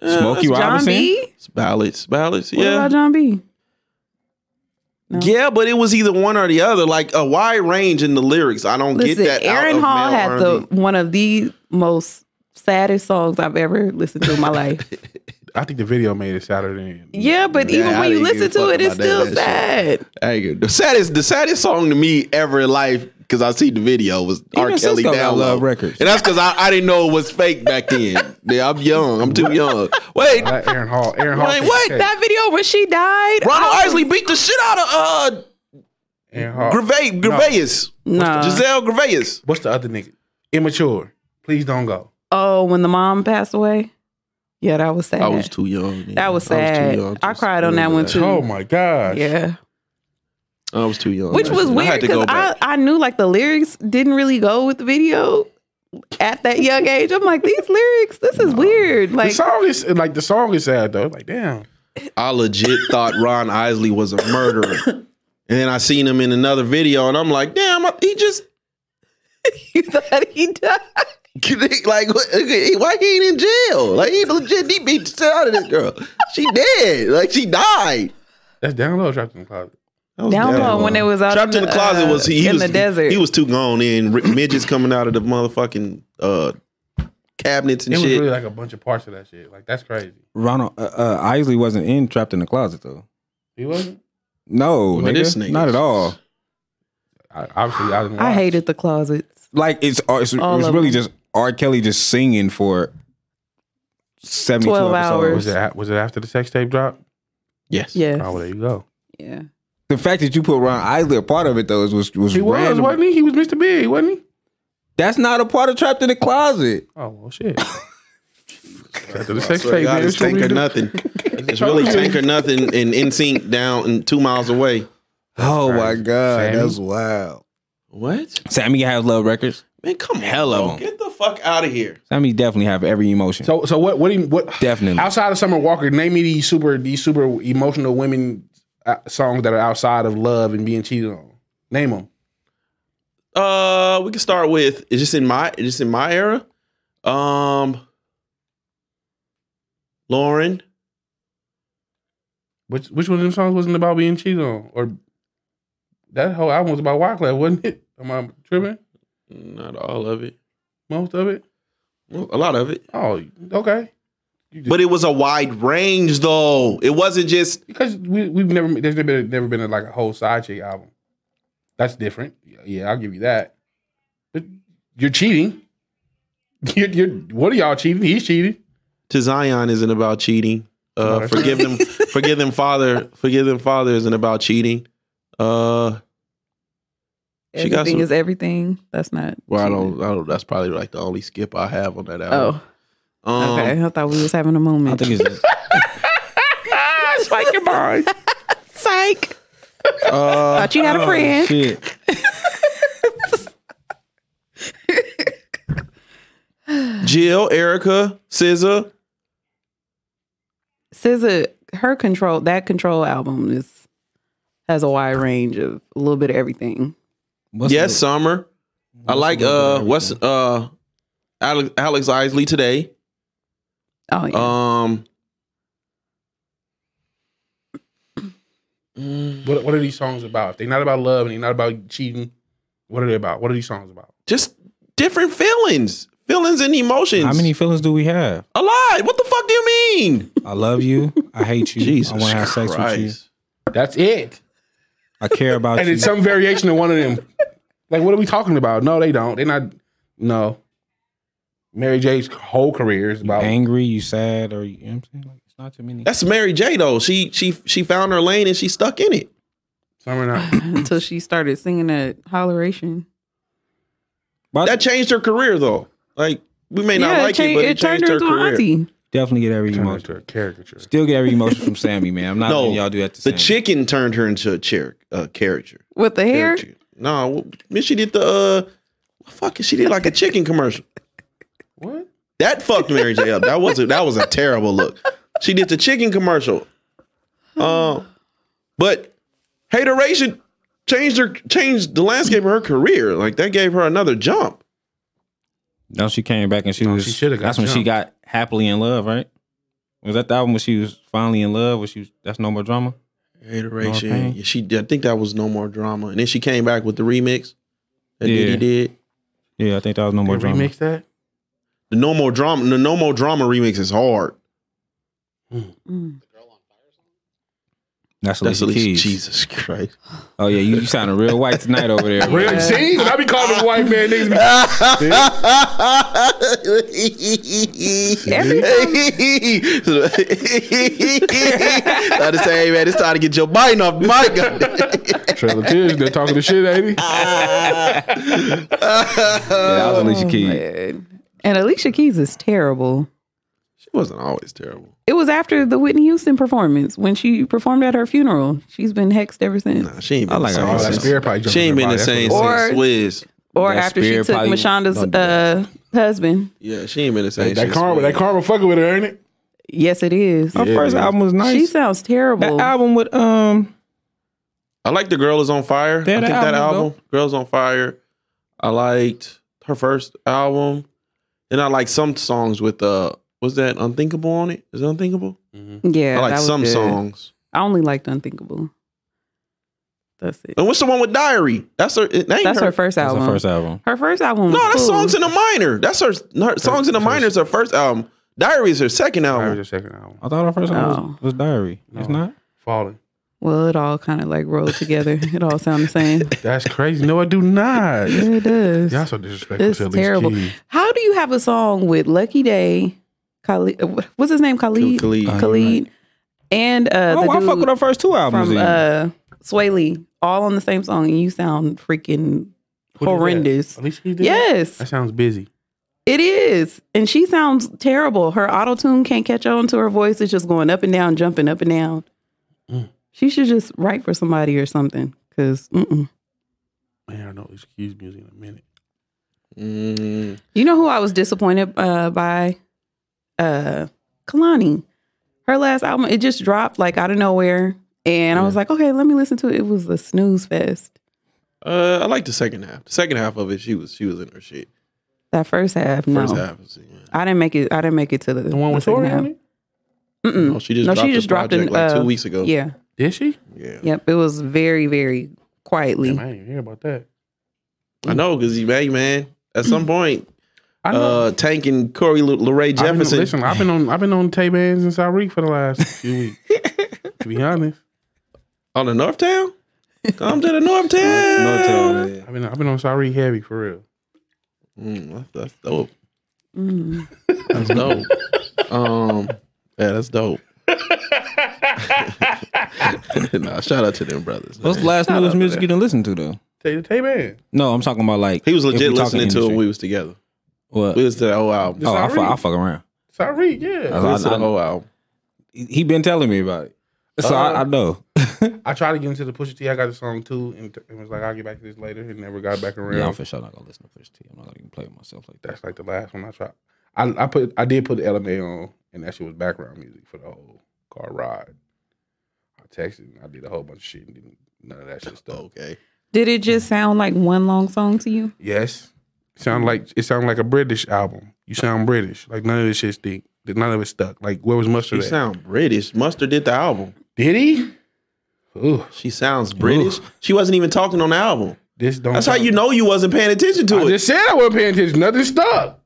C: Smokey
G: John
C: Robinson.
G: B.
A: It's ballots, ballots.
G: What
A: Yeah,
G: about John B? No.
A: yeah, but it was either one or the other. Like a wide range in the lyrics. I don't
G: Listen,
A: get that. out
G: Aaron
A: of
G: Hall
A: male
G: had
A: R&B.
G: the one of the most saddest songs I've ever listened to in my life.
F: I think the video made it Saturday.
G: yeah, but e-
A: Yeah,
G: even
A: I
G: when you
A: didn't give
G: listen
A: a
G: to
A: fuck
G: it, it's
A: about that
G: still
A: shit.
G: sad.
A: I ain't gonna- The saddest, the saddest song to me ever in life because I see the video was R.
C: Even
A: Kelly
C: Cisco got
A: down
C: Love
A: Low.
C: Records.
A: and that's because I, I didn't know it was fake back then. yeah, I'm young. I'm too young. Wait,
F: Not Aaron Hall. Aaron Hall.
A: Wait,
F: fixed
A: what?
F: that.
G: That video when she died.
A: Ronald
G: I was-
A: Isley beat the shit out of
F: Aaron
A: uh
C: Oh.
F: Hall.
A: Gervais,
F: No.
A: Gervais,
C: Uh-huh.
G: Nah.
A: Giselle Gervais.
F: What's the other nigga? Immature. Please don't go.
G: Oh, when the mom passed away. Yeah, that was sad.
A: I was too young. man.
G: That was
A: I too
G: sad.
A: young to
G: I cried on
A: remember
G: that one too.
F: Oh my gosh.
G: yeah,
A: I was too young.
G: which was
A: I had
G: weird
A: to
G: because
A: go
G: I,
A: back.
G: I knew like the lyrics didn't really go with the video at that young age. I'm like these lyrics, this is weird.
F: The
G: Like
F: song is like the song is sad though. Like damn.
A: I legit thought Ron Isley was a murderer. And then I seen him in another video, and I'm like, damn, I- he just
G: you thought he died.
A: like what- okay, why he ain't in jail? Like he legit, he beat the shit out of this girl. She dead. Like she died.
F: That's down low. Trapped in the closet.
A: That was
G: Down
A: damn
G: Low, when it was out
A: trapped
G: in
A: in the
G: the,
A: closet
G: uh,
A: was he, he
G: in
A: was,
G: the desert.
A: He was too gone in R- midgets coming out of the motherfucking uh, cabinets and
F: It was
A: shit.
F: really like a bunch of parts of that shit. Like that's crazy.
C: Ronald uh, uh, Isley wasn't in Trapped in the Closet though.
F: He wasn't.
C: No,
A: Well, this
C: nigga,
A: nigga-
C: not at all.
F: I, obviously, I didn't. Watch.
G: I hated the closets.
C: Like it's uh, it's,
G: All
C: it's
G: of
C: really
G: them.
C: just R. Kelly just singing for seventy-two
G: 12
C: episodes.
G: hours.
F: Was it? a- Was it after the sex tape drop?
A: Yes.
G: Yes.
F: Oh, well, there you go.
G: Yeah.
C: The fact that you put Ron Isley a part of it though is was was
F: He was,
C: random.
F: wasn't he? He was Mr. Big, wasn't he?
C: That's not a part of Trapped in the Closet.
F: Oh well, shit. after the
A: I
F: sex
A: swear to God,
F: tape, man,
A: it's
F: it's what
A: tank
F: we
A: or
F: do.
A: nothing. It's really tank or nothing and in sync down and two miles away.
C: oh
F: crazy.
C: my god,
F: Sammy?
C: that's wild.
A: What? Oh.
C: Sammy has love records.
A: Man, come on.
C: Hell of
A: bro.
C: them.
A: Get the fuck out of here.
C: Sammy definitely have every emotion.
F: So, so what? What? do you- What?
C: Definitely.
F: Outside of Summer Walker, name me these super these super emotional women uh, songs that are outside of love and being cheated on. Name them.
A: Uh, we can start with it's just in my it's just in my era. Um, Lauren,
F: Which which one of them songs wasn't about being cheated on? Or that whole album was about Wyclef, wasn't it? Am I tripping?
A: not all of it,
F: Most of it.
A: Well, a lot of it,
F: Oh, okay. You just-
A: but it was a wide range though. It wasn't just
F: because we we've never there's never been never been like a whole side chick album. That's different. Yeah, I'll give you that. But you're cheating. You're, you're what are y'all cheating? He's cheating.
A: to Zion isn't about cheating. Uh,
F: Right.
A: forgive them, forgive them, father, forgive them, father isn't about cheating. Uh, She got
G: Everything
A: some-
G: is everything. That's not.
A: well, I
G: cheating.
A: don't, I don't. That's probably like the only skip I have on that album.
G: Oh,
A: Oh, um,
G: okay. I thought we was having a
C: I
G: moment. Ah,
C: think it's just,
F: Spike your mind.
G: Psych.
A: uh,
G: Thought you had a friend.
C: Oh, shit.
A: Jill, Erica, SZA.
G: SZA, her control, that control album is has a wide range of a little bit of everything.
C: What's
A: yes,
C: the-
A: Summer. I like uh what's uh Alex, Alex Isley today.
G: Oh yeah,
A: Um
F: What what are these songs about? If they're not about love and they're not about cheating, what are they about? What are these songs about?
A: just different feelings. Feelings and emotions.
C: how many feelings do we have?
A: a lot. What the fuck do you mean?
C: I love you. I hate you.
A: Jesus
C: I want to have sex with you.
A: Christ.
F: That's it.
C: I care about
F: and
C: you.
F: it's some variation of one of them. Like, what are we talking about? No, they don't. They're not. No. Mary J's whole career is
C: you
F: about.
C: angry, you sad, or you, you know what I'm saying? Like, it's not too many.
A: That's Mary J though. She she she found her lane and she stuck in it.
F: Summer night.
A: Um,
G: until she started singing that holleration.
C: But
A: That changed her career though. Like we may not like it,
G: changed-
A: but it,
G: turned
A: changed her,
G: into an
A: career.
G: auntie.
C: definitely get every
F: Turn
C: emotion.
F: into a caricature.
C: Still get every emotion from Sammy, man. I'm not
A: No,
C: letting y'all do that to
A: The
C: Sammy.
A: chicken turned her into a chair, a character.
G: With the hair,
A: Character. No, well, then she did the uh, what fuck? is- She did like a chicken commercial.
F: What?
A: That fucked Mary J up. That was a, that was a terrible look. She did the chicken commercial. Um, but hateration changed her changed the landscape of her career. Like that gave her another jump.
C: No, she came back and she
F: No,
C: was.
F: she shoulda got
C: that's when she got
F: jumped.
C: happily in love, right? Was that the album when she was finally in love? When she was, that's no more drama.
A: Hateration.
C: Okay.
A: Yeah, she I think that was no more drama. And then she came back with the remix that
C: Yeah.
A: Diddy did.
C: Yeah, I think that was no more
F: They
C: drama.
F: remix that?
A: The no more drama. The no more drama remix is hard.
G: Mm.
C: That's
A: That's
C: Alicia
A: at least
C: Keys.
A: Jesus Christ.
C: Oh yeah, you, you sounding real white tonight over there. bro.
F: Real see? I be calling white man niggas. be-
G: Every
A: Not the same, man. It's time to get your mind off my gun.
F: Trailer Tears, they're talking the shit, ain't he? Oh,
C: Yeah, that was Alicia
G: Oh,
C: Keys.
G: man. And Alicia Keys is terrible.
A: she wasn't always terrible.
G: It was after the Whitney Houston performance when she performed at her funeral. She's been hexed ever since.
A: Nah, she ain't
C: I
A: been
C: like
A: the
C: her.
A: same.
F: Oh, that
A: since-
F: spirit probably jumped
A: She
F: in
A: ain't
F: her
A: been the
F: body. That's
A: same
F: what it
A: since
G: Or-
A: Swizz.
G: or
C: That
G: after she
C: spirit
G: took
C: probably-
G: Mashonda's
C: don't do
G: uh, husband.
A: Yeah, she ain't been the same.
F: is. That,
A: since
F: that karma,
A: Swizz.
F: that karma fucking with her, ain't it?
G: Yes, it is.
C: Her
A: Oh,
F: Yeah,
C: first
F: yeah.
C: album was nice.
G: She sounds terrible.
C: that album with um,
A: I like the girl is on fire.
C: Yeah,
A: I
C: that
A: think that
C: album
A: album, Girls on Fire. I liked her first album, and I like some songs with uh, was that Unthinkable on it? Is it Unthinkable?
G: yeah,
A: I
G: that
A: like
G: was
A: some
G: good.
A: songs.
G: I only liked Unthinkable. That's it.
A: And what's the one with Diary? That's her. It Oh, ain't
G: That's her,
A: her
G: first
C: that's
G: album.
C: her first album.
G: Her first album.
A: No,
G: was
A: that's
G: cool.
A: songs in the minor. That's her. her songs in the minor is her first album. Diary is her second
F: That was
A: album.
F: your second album.
C: I thought her first album was,
G: No.
C: was Diary. It's
F: No.
G: Uh,
C: not.
F: Falling.
G: Well, it all kind of like rolled together. it all sound the same.
F: That's crazy. No, I do not.
G: Yeah, it does.
F: Y'all so disrespectful
G: It's
F: to Alicia
G: terrible.
F: Keys.
G: How do you have a song with Lucky Day, Khalid? uh, What's his name? Khalid.
A: Khalid.
C: Uh,
G: Khalid. And uh,
C: Oh,
G: the
C: I
G: dude
C: fuck with her first two albums.
G: from
C: then.
G: uh, Sway Lee, all on the same song, and you sound
F: Who
G: freaking
F: did that?
G: horrendous.
F: Alicia Keys did that?
G: Yes,
F: That sounds busy.
G: it is. And she sounds terrible. Her auto tune can't catch on to her voice. It's just going up and down, jumping up and down. She should just write for somebody or something. Cause mm-mm.
F: Man, I don't know Alicia Keys music in a minute.
A: Mm,
G: you know who I was disappointed uh, by, uh, Kalani. Her last album it just dropped like out of nowhere, and I was like, okay, let me listen to it. It was a snooze fest.
A: uh, I like the second half. The second half of it, she was she was in her shit.
G: That first half, no.
A: First half, was, yeah.
G: I didn't make it. I didn't make it to the,
F: The one with
G: second
F: Tori on
G: half.
F: it?
G: Mm-mm.
A: no, she just
G: No,
A: dropped
G: she
A: the
G: just dropped
A: project
G: an,
A: like
G: uh,
A: two weeks ago.
G: Yeah.
F: Did she?
A: yeah.
G: Yep. It was very, very quietly.
F: Damn, I didn't even hear about that.
A: I know because he man, man. At some point,
F: I know.
A: uh, Tank and Corey L- Lorray
F: I've been-
A: Jefferson.
F: listen, I've been on I've been on Tay Bands and Tyreek for the last few weeks. to be honest,
A: on the North Town. Come to the North
C: North Town,
A: Town.
C: yeah.
F: I've been I've been on Tyreek heavy for real.
A: Mm, that's, that's dope.
G: Mm.
A: That's dope. um, yeah, that's dope. nah, shout out to them brothers.
C: What's
A: man.
C: the last
G: Shout out
C: newest
G: to
C: music
G: them.
C: you didn't listen to though?
F: Tay the Tay Band.
C: No, I'm talking about like
A: He was
C: if we
A: legit
C: talking
A: listening to it
C: industry.
A: when we was together.
C: What?
A: We was to the whole album.
C: Oh, I
F: Sorry.
C: fuck, I fuck around.
F: Tyreek, yeah.
C: Uh,
A: We was to
C: I-
A: the
C: I-
A: whole album.
C: He, he been telling me about it, so
A: Uh-huh.
C: I, I know.
F: I tried to get into the Pusha T. I got the song too, and it was like I'll get back to this later, and never got back around.
C: Yeah, I'm for sure not gonna listen to Push T. I'm not gonna even play with myself like that.
F: That's like the last one I tried. I, I put I did put the LMA on, and that shit was background music for the whole car ride. I texted, and I did a whole bunch of shit, and didn't, none of that shit stuck.
A: Okay.
G: Did it just sound like one long song to you?
F: Yes. Sound like it sound like a British album. You sound British. Like none of this shit stick. None of it stuck. Like where was
A: She
F: mustard at?
A: sound British. Mustard did the album.
F: Did he? Ooh,
A: She sounds British. She wasn't even talking on the album.
F: this don't.
A: That's how you know you wasn't paying attention to
F: I
A: it.
F: just said I wasn't paying attention. Nothing stuck.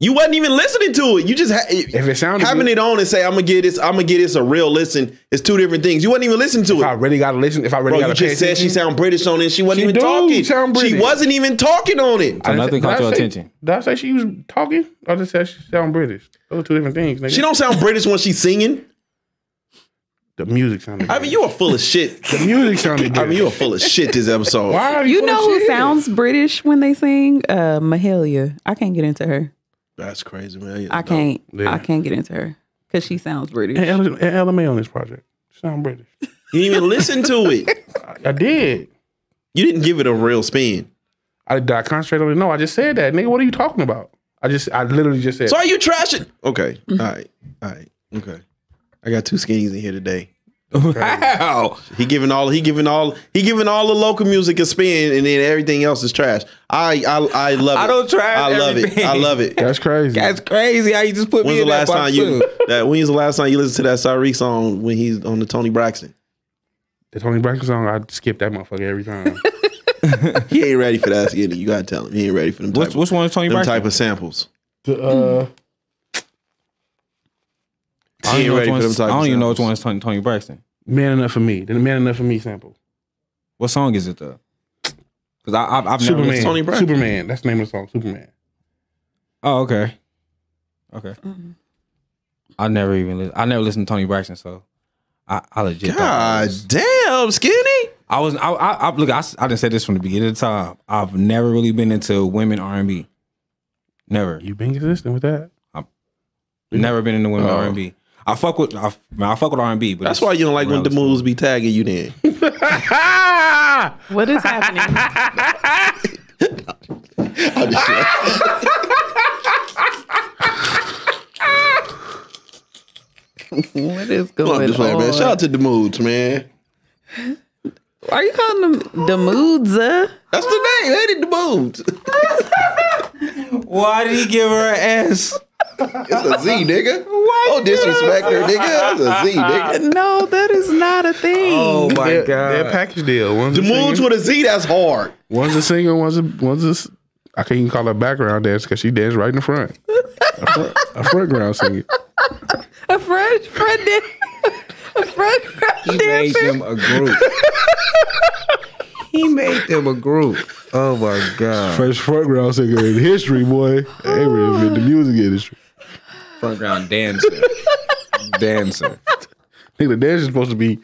A: You wasn't even listening to it. You just ha-
F: If it sounded
A: having
F: good-
A: it on and say I'm gonna get this. I'm gonna get this a real listen. It's two different things. You wasn't even listening to
F: If I
A: it.
F: really gotta listen, if I
A: Bro,
F: really
A: you
F: gotta pay
A: just said she
F: attention-
A: sound British on it. She wasn't
F: She
A: even
F: do
A: talking.
F: sound
A: she
F: British.
A: wasn't even talking on it.
F: I didn't
C: Nothing caught
F: say- did I
C: your
F: say-
C: attention.
F: Did I say she was talking? I just said she sound British. Those are two different things. Nigga.
A: She don't sound British when she's singing.
F: The music sounded.
A: I mean, you are full of shit.
F: the music sounded.
A: I mean, you are
F: British.
A: full of shit this episode.
F: Why are
G: You
F: full
G: know
F: of
G: who
F: shit?
G: sounds British when they sing? Uh, Mahalia. I can't get into her.
A: That's crazy, man.
G: I can't.
F: Yeah.
G: I can't get into her because she sounds
F: And
G: British.
F: L- and LMA on this project. She Sound British.
A: You didn't even listen to it.
F: I, I did.
A: You didn't give it a real spin.
F: I did. I concentrate on it. No, I just said that, nigga. What are you talking about? I just, I literally just said.
A: So are you trashing? Okay. All right. All right. Okay. I got two skins in here today.
C: Wow.
A: He giving all he giving all he giving all the local music a spin, and then everything else is trash. I I, I love it.
C: I don't trash
A: I love it.
C: everything.
A: I love it.
F: That's crazy.
C: That's crazy how you just put
A: When's
C: me
A: the
C: in
A: last
C: that
A: time
C: box
A: you
C: too.
A: that? When's the last time you listened to that Sari song when he's on the Tony Braxton?
F: the Tony Braxton song. I skip that motherfucker every time.
A: He ain't ready for that skinny. You gotta tell him he ain't ready for them type,
C: Which, which one is Tony
A: them
C: Braxton?
A: type of samples.
F: the, uh,
C: I don't
A: He ain't
C: even know
A: ready
C: which
A: for
C: one
A: them
C: is- I
A: type of
C: don't even know which
A: samples.
C: one is Tony, Tony Braxton.
F: man enough for me. The man enough for me sample.
C: What song is it though? Because I've, I've never
F: Superman.
C: listened-
A: Tony Braxton.
F: Superman. That's the name of the song. Superman.
C: Oh, okay. Okay. Mm-hmm. I never even li- I never listened to Tony Braxton, so I, I legit. thought it
A: God
C: was-
A: damn, skinny.
C: I was I, I, I look I, s- I done said this from the beginning of the time. I've never really been into women R and B. Never.
F: You've been consistent with that.
C: Never been into women
A: Oh.
C: R and B. I fuck with I, f- man, I fuck with R and B, but
A: That's
C: it's-
A: why you don't like when the
C: listen to
A: moves be tagging you. Then
G: What is happening? what is
A: I'm
G: going
A: just like, man,
G: on?
A: shout out to the moods, man.
G: Are you calling them the moods? uh?
A: That's the name. They did the moods. It's
C: Why did he give her an S?
A: a Z, nigga. Oh, disrespect her, nigga. That's a Z, nigga.
G: No, that is not a thing.
C: Oh my
F: Their-
C: god.
F: Their package deal. One's
A: The
F: a singer,
A: moods with a Z. That's hard.
F: one's a singer. One's a one's a. s- I can't even call her background dance because she danced right in the front. A front, a front ground singer.
G: A French friend dan- a French
C: he
G: friend
C: made
G: dancer.
C: them a group. he made them a group. Oh my god.
F: First front ground singer in history, boy. They reinvented the music industry.
C: Foreground dancer. dancer.
F: Nigga, the dance is supposed to be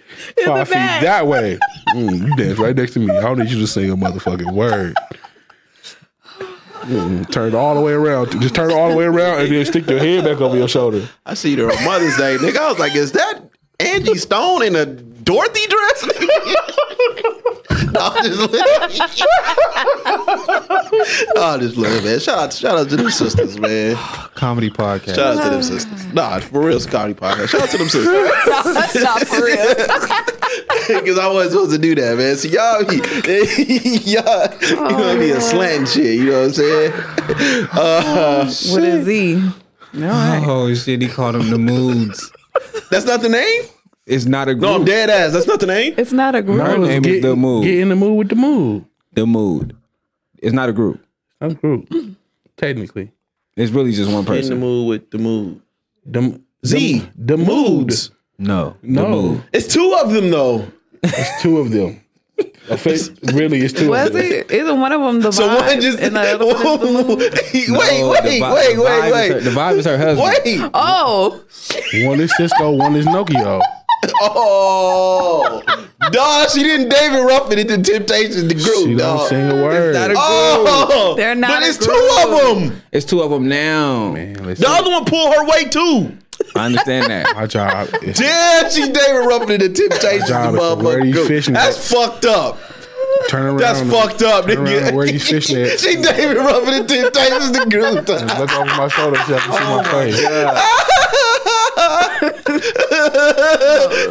F: five feet
G: back.
F: that way. Mm, you dance right next to me. I don't need you to sing a motherfucking word. Mm, turn all the way around. Just turn all the way around and then stick your head back over your shoulder.
A: I see her on Mother's Day, nigga. I was like, is that Angie Stone in a Dorothy dress? I just love- I just love it, man. Shout out, shout out to them sisters, man.
C: Comedy podcast.
A: Shout out to them sisters. Nah, for real, Scotty podcast. Shout out to them sisters.
G: That's not for real.
A: Because I wasn't supposed to do that, man. So y'all be, y'all, you know, be a slant shit. You know what I'm saying? Uh,
G: What is he? No,
C: Oh shit, he called them the moods.
A: that's not the name?
C: It's not a group.
A: No, I'm dead ass. That's not the name?
G: it's not a group.
C: Her name is the mood.
F: Get in the mood with the mood.
C: The mood. It's not a group.
F: That's a group. Technically.
C: It's really just one
A: In the
C: person.
A: mood with the mood.
F: The,
A: Z.
F: The, the mood.
A: Moods.
C: No,
F: No.
C: the mood.
A: It's two of them though.
F: It's two of them. A face, really, it's two of
G: Was
F: them.
G: it? Isn't one of them the
A: So one
G: vibe
A: just
G: and the other one is the mood?
A: wait,
C: No,
A: wait,
C: the
A: wait,
C: vi-
A: wait,
C: the vibe
A: wait,
C: is her- the
A: wait.
C: vibe is her husband.
A: Wait.
G: Oh,
F: One is Cisco, one is Nokia.
A: Oh. Dog, she didn't David Ruffin into Temptations the group,
F: She don't
A: dog.
F: sing a word.
C: not a-
A: Oh,
G: They're not
A: But
G: a
A: it's two
G: group.
A: of them.
C: It's two of them now.
F: Man, listen,
A: The other one pulled her weight too.
C: I understand that.
F: my job. is-
A: Damn, she David Ruffin into Temptations the
F: Job is to wear
A: motherfucking
F: these
A: group.
F: fishnet.
A: That's fucked up.
F: Turn around.
A: That's
F: and-
A: fucked up,
F: turn around
A: nigga.
F: and wear these fishnets.
A: she David Ruffin into Temptations the group. dog.
F: Look over my shoulder, Jeff, and see
A: Oh
F: my face.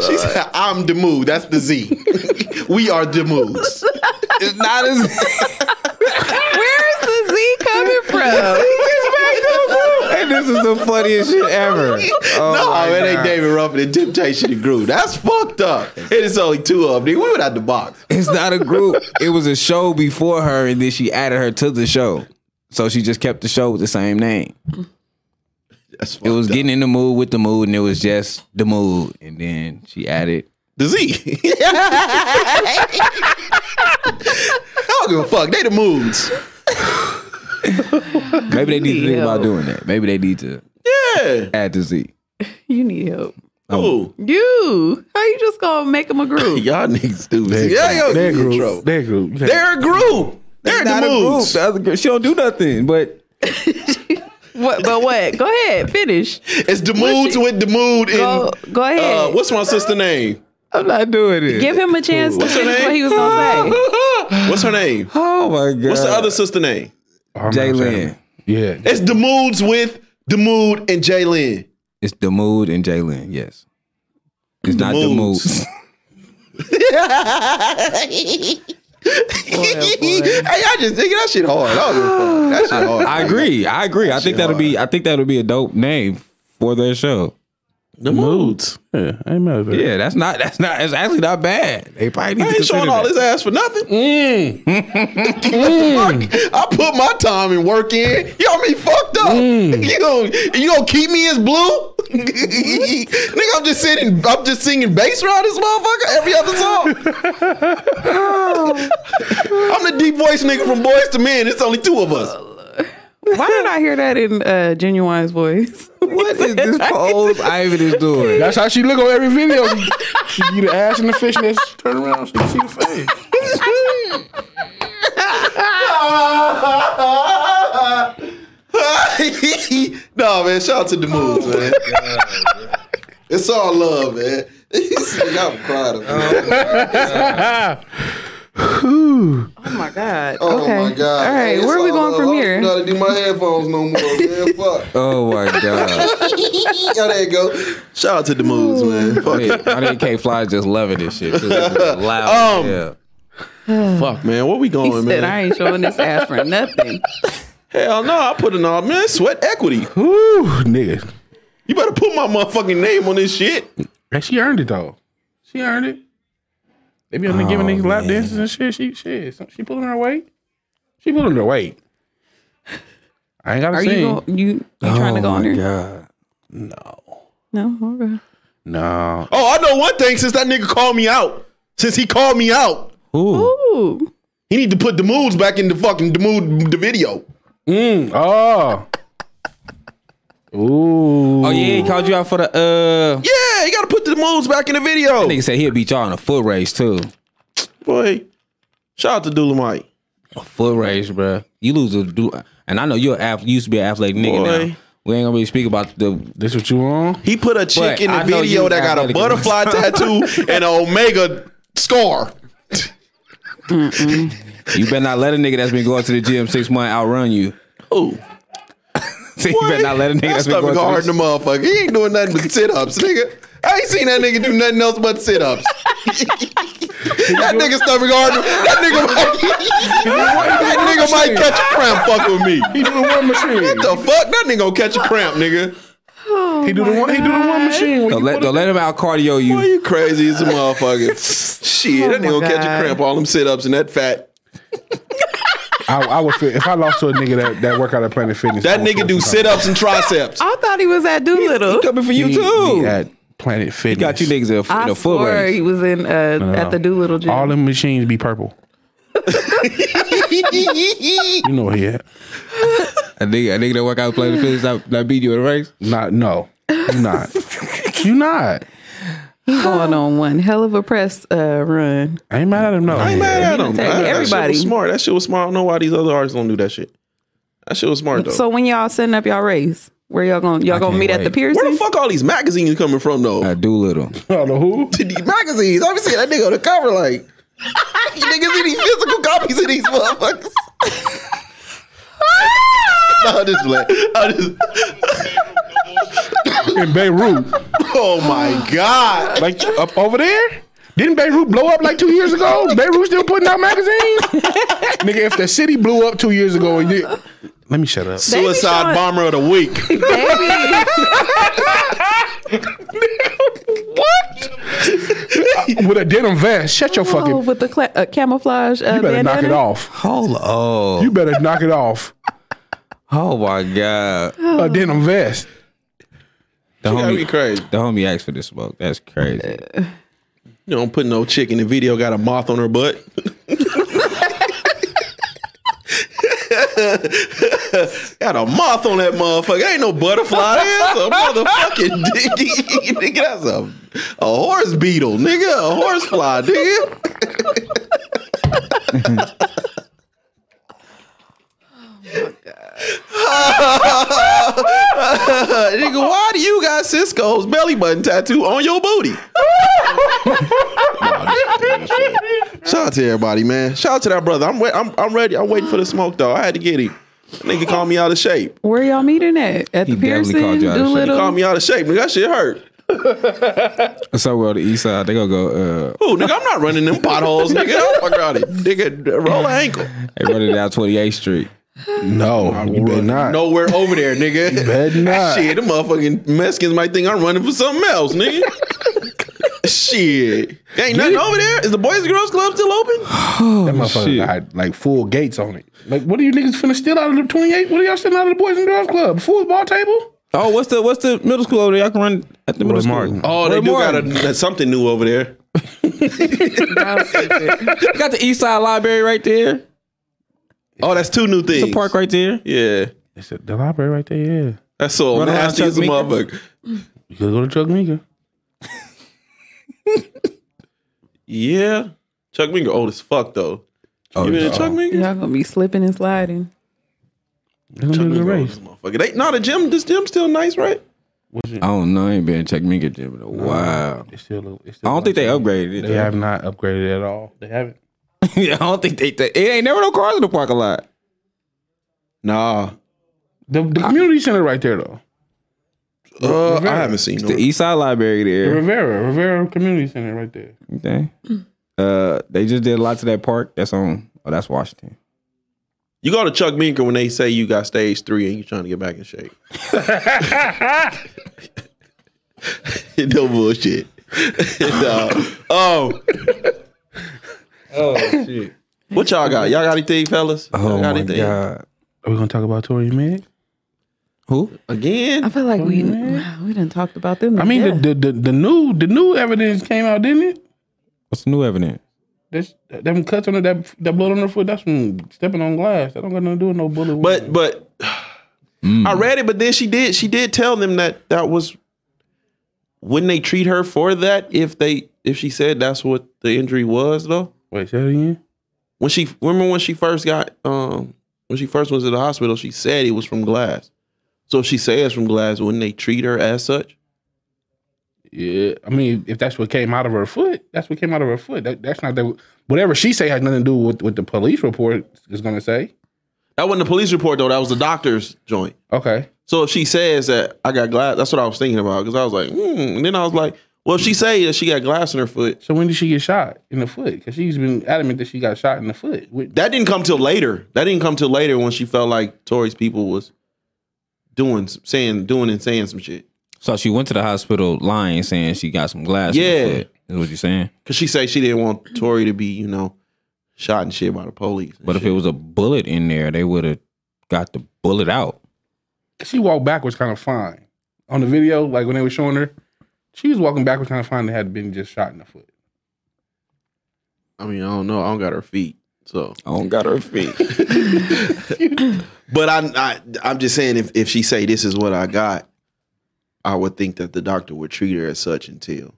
A: She said, I'm the mood. That's the Z. we are the moods.
C: It's not as.
G: where is the Z coming from?
C: and this is the funniest shit ever. Oh my
A: no, it ain't
C: God.
A: David Ruffin and Temptation and Groove. That's fucked up. It is only two of them. We went out the box.
C: It's not a group. It was a show before her, and then she added her to the show. So she just kept the show with the same name.
A: That's
C: It was
A: fucked up.
C: getting in the mood with the mood, and it was just the mood. And then she added,
A: the Z. I don't give a fuck. They the moods.
C: maybe they need to think
G: Leo.
C: about doing that. Maybe they need to
A: Yeah.
C: add the Z.
G: You need help.
C: Oh.
A: Ooh.
G: You. How you just gonna make him a group?
A: Y'all niggas stupid.
F: That
A: Yeah,
F: group-
A: yo, you
F: that group-
A: control.
F: That group. You can't-
A: They're a group. They're
C: Not
A: the
C: a group.
A: moods.
C: The other girl, she don't do nothing. But
G: what? But what? Go ahead. Finish.
A: It's the moods with the mood. And,
G: Go. Go
A: uh,
G: ahead.
A: what's my sister name?
C: I'm not doing it.
G: Give him a chance to
A: What's her
G: finish
A: name?
G: what he was gonna say.
A: What's her name?
C: oh my god.
A: What's the other sister name?
F: Oh, I'm not
C: Jalen?
F: saying- Yeah.
A: It's the moods with the mood and Jalen.
C: It's the mood and Jalen. Yes. It's not
A: Moods.
C: the mood.
A: hey, I just think that shit hard. I don't give a fuck. That shit hard.
C: I agree. I agree. I think that'll be. I think that'll be a dope name for their show.
A: The moods.
F: Yeah. I ain't mad at that.
C: Yeah, that's not. That's not. It's actually not bad. They probably need
A: I
C: to
A: ain't showing
C: consider
A: all
C: that.
A: his ass for nothing. Mm.
F: Mm.
A: I put my time and work in. Y'all me fucked up.
C: Mm.
A: You gonna you gonna keep me as blue? Nigga, I'm just sitting. I'm just singing bass around this motherfucker every other song. I'm the deep voice nigga from Boys to Men. It's only two of us.
G: Why did I hear that in uh, Genuine's voice?
C: What is this pose Ivan is doing?
F: That's how she look on every video. she get the ass and the fishnets. Turn around, she can see the face.
A: no man, shout out to the moves, man. it's all love, man. I'm proud of you.
G: Oh my god.
A: Oh
G: okay.
A: my god!
G: All right.
A: Hey,
G: Where are we
A: it's all love.
G: going from
A: I
G: here?
A: don't gotta do my headphones no more, man. Fuck.
C: Oh my god!
A: Oh, there you go. Shout out to the moves, man. Fuck,
C: Hey, I think K Fly is just loving this shit. 'cause it's just Loud.
A: Um,
C: yeah.
A: fuck, man. Where we
G: He
A: going,
G: said,
A: man?
G: "I ain't showing this ass for nothing."
A: Hell no! I put in all man sweat equity.
F: Ooh, nigga.
A: You better put my motherfucking name on this shit.
F: And she earned it though. She earned it. They be on there giving
G: Oh,
F: niggas lap dances and shit. She shit. So she pulling her weight. She pulling her weight. I ain't gotta
G: Are
F: sing.
G: you go, you, you trying to go on there?
C: Oh god!
G: No. All right.
F: no.
A: Oh, I know one thing. Since that nigga called me out, since he called me out,
C: Ooh.
G: Ooh.
A: he need to put the moods back in the fucking the mood the video.
F: Mm, oh. Ooh.
C: Oh yeah, he called you out for the. uh
A: Yeah, you gotta put the moods back in the video.
C: Nigga said he'll beat y'all in a foot race too.
A: Boy, shout out to Dolomite.
C: Foot race, bruh. You lose a do, and I know you're an ath- you used to be an athletic nigga.
A: Boy.
C: Now we ain't gonna really speak about the.
F: This what you on?
A: He put a chick
C: But
A: in the
C: I know
A: video
C: you
A: that got a
C: athletic.
A: butterfly tattoo and an omega scar.
C: You better not let a nigga that's been going to the gym six months outrun you.
A: Ooh.
C: See, you better not let a nigga
A: That
C: that's been
A: stomach
C: going
A: hard
C: to
A: in the
C: the
A: motherfucker. He ain't doing nothing but sit ups, nigga. I ain't seen that nigga do nothing else but sit ups. that nigga stomach hard. That nigga might, that nigga might catch a cramp fucking with me.
F: He do the one machine.
A: The fuck? That nigga gonna catch a cramp, nigga.
F: he do the one. He do the one machine.
C: Don't let, don't let him out cardio
A: Boy,
C: you.
A: you crazy as a motherfucker. Shit, that
G: Oh my
A: nigga gonna catch a
G: God.
A: cramp. All them sit ups and that fat.
F: I, I would feel if I lost to a nigga that that work out at Planet Fitness.
A: That nigga do sit ups and triceps.
G: I thought he was at Doolittle.
C: Coming for you
F: He,
C: too.
F: he at Planet Fitness.
C: Got you niggas in a,
G: I
C: in a foot
G: swore
C: race.
G: he was in uh, at the Doolittle gym.
F: All them machines be purple. You know what he at?
C: A nigga, a nigga that work out playing the fitness, not, not beat you in a race.
F: Not no. You not. you not.
G: going on one hell of a press uh, run.
F: I ain't mad at him. No.
A: I ain't mad at him.
G: take
A: That- That shit
G: everybody.
A: was smart. That shit was smart. I don't know why these other artists don't do that shit. That shit was smart though.
G: So when y'all setting up y'all race, where y'all going? Y'all gonna
C: can't
G: meet at the
C: wait.
G: Pearson?
A: Where the fuck all these magazines coming from though?
C: I do little.
F: Oh, the who?
A: these magazines. I'm seeing that nigga on the cover like you niggas see these physical copies of these motherfuckers. no, just like, I just,
F: In Beirut.
A: oh my god!
F: Like up over there? Didn't Beirut blow up like two years ago? Beirut still putting out magazines? Nigga, if the city blew up two years ago and you Let me shut up.
A: Suicide
G: showing-
A: bomber of the week.
F: With a denim vest. Shut your
G: Oh,
F: fucking
G: with the cla- uh, camouflage uh,
F: You better knock
G: bandana.
F: it off.
C: Hold up.
F: You better knock it off.
C: Oh my god, the
G: Oh.
F: a denim vest.
A: That'd be
C: homie,
A: crazy.
C: the homie asked for the smoke. That's crazy.
A: You don't put no chick in the video. Got a moth on her butt. got a moth on that motherfucker. Ain't no butterfly. That's a motherfucking diggy. nigga, that's a a horse beetle, nigga. A horsefly, nigga. nigga, why do you got Cisco's belly button tattoo on your booty? Shout out to everybody, man. Shout out to that brother. I'm wait, I'm, I'm ready. I'm waiting for the smoke though. I had to get him. That Nigga called me out of shape.
G: Where y'all meeting at? At
C: He
G: the
C: definitely
G: Pearson?
C: called you out of shape.
A: He called
G: Doolittle?
A: me out of shape. Nigga, that shit hurt.
C: So well, the east side they gonna go. Uh,
A: Ooh, nigga, I'm not running them potholes, nigga. Oh my god, nigga, roll an ankle.
C: they running down Twenty Eighth Street.
F: No, you better not.
A: Nowhere over there, nigga.
F: bet not.
A: Shit, the motherfucking Mexicans might think I'm running for something else, nigga. Shit, ain't nothing over there. Is the Boys and Girls Club still open?
F: that motherfucker got like full gates on it. Like, what are you niggas finna steal out of the twenty eight? What are y'all stealing out of the Boys and Girls Club? Football table?
C: Oh, what's the what's the middle school over there? I can run at the middle
F: Roy
C: school.
F: Martin.
A: Oh,
C: Roy
A: they do got
C: Martin.
A: a, something new over there.
C: got the East Side Library right there.
A: Oh, that's two new things.
C: It's a park right there.
A: Yeah,
F: It's a, the library right there. Yeah,
A: that's so
C: Run around
A: nasty
C: Chuck
A: as a
C: Meeker.
A: motherfucker.
F: you gotta go to Chuck Meeker.
A: Yeah. Chuck Mingo old as fuck though. you been to Chuck Mingo?
G: Y'all gonna be slipping and sliding.
F: They're gonna do the race.
A: Motherfucker. They not a gym. This gym still nice, right?
C: I don't know. I ain't been to check Minka Gym in a while.
F: It's still, it's
C: I
F: still
C: don't think they upgraded it.
F: They have not upgraded at all. They haven't.
C: yeah, I don't think they, they. It ain't never no cars in the parking lot.
A: Nah.
F: The, the community center right there though.
A: Uh, I
F: Rivera.
A: haven't seen
C: The
A: no.
C: East Side Library
F: The
C: there.
F: Rivera, Rivera Community Center right there.
C: Okay. Uh, they just did a lot to that park. That's on. Oh, that's Washington.
A: You go to Chuck Mingo when they say you got stage three and you trying to get back in shape. no bullshit. no. Oh.
C: Oh shit.
A: What y'all got? Y'all got anything, fellas? Y'all
C: Oh
A: got
C: my god.
F: Are we gonna talk about Tory Meg?
C: Who?
G: I
A: Again?
G: feel like we we done talked about them.
F: I mean,
G: yeah.
F: the, the the the new the new evidence came out, didn't it?
C: What's the new evidence?
F: That's them cuts on her, that that blood on her foot. That's from stepping on glass. That don't got nothing to do with no bullet.
A: But but I read it, but then she did she did tell them that that was wouldn't they treat her for that if they if she said that's what the injury was though?
F: wait, say that again.
A: When she remember when she first got um when she first was at the hospital, she said it was from glass. So if she says from glass, wouldn't they treat her as such?
F: Yeah, I mean, if that's what came out of her foot, that's what came out of her foot. That, that's not that. Whatever she say has nothing to do with what the police report is going to say.
A: That wasn't the police report though. That was the doctor's joint.
F: Okay,
A: So if she says that I got glass, that's what I was thinking about because I was like, hmm. And then I was like, well, if she say that she got glass in her foot,
F: so when did she get shot in the foot? Because she's been adamant that she got shot in the foot. With,
A: that didn't come till later. That didn't come till later when she felt like Tori's people was doing saying doing and saying some shit.
C: So she went to the hospital lying, saying she got some glass.
A: Yeah.
C: Yeah, is what you're saying.
A: Cause she said she didn't want Tori to be, you know, shot and shit by the police. and
C: But if
A: shit.
C: it was a bullet in there, they would have got the bullet out.
F: she walked backwards kind of fine on the video, like when they were showing her. She was walking backwards kind of fine. They had been just shot in the foot.
A: I mean, I don't know. I don't got her feet. So
C: I don't got her feet.
A: But I, I I'm just saying if, if she say this is what I got, I would think that the doctor would treat her as such until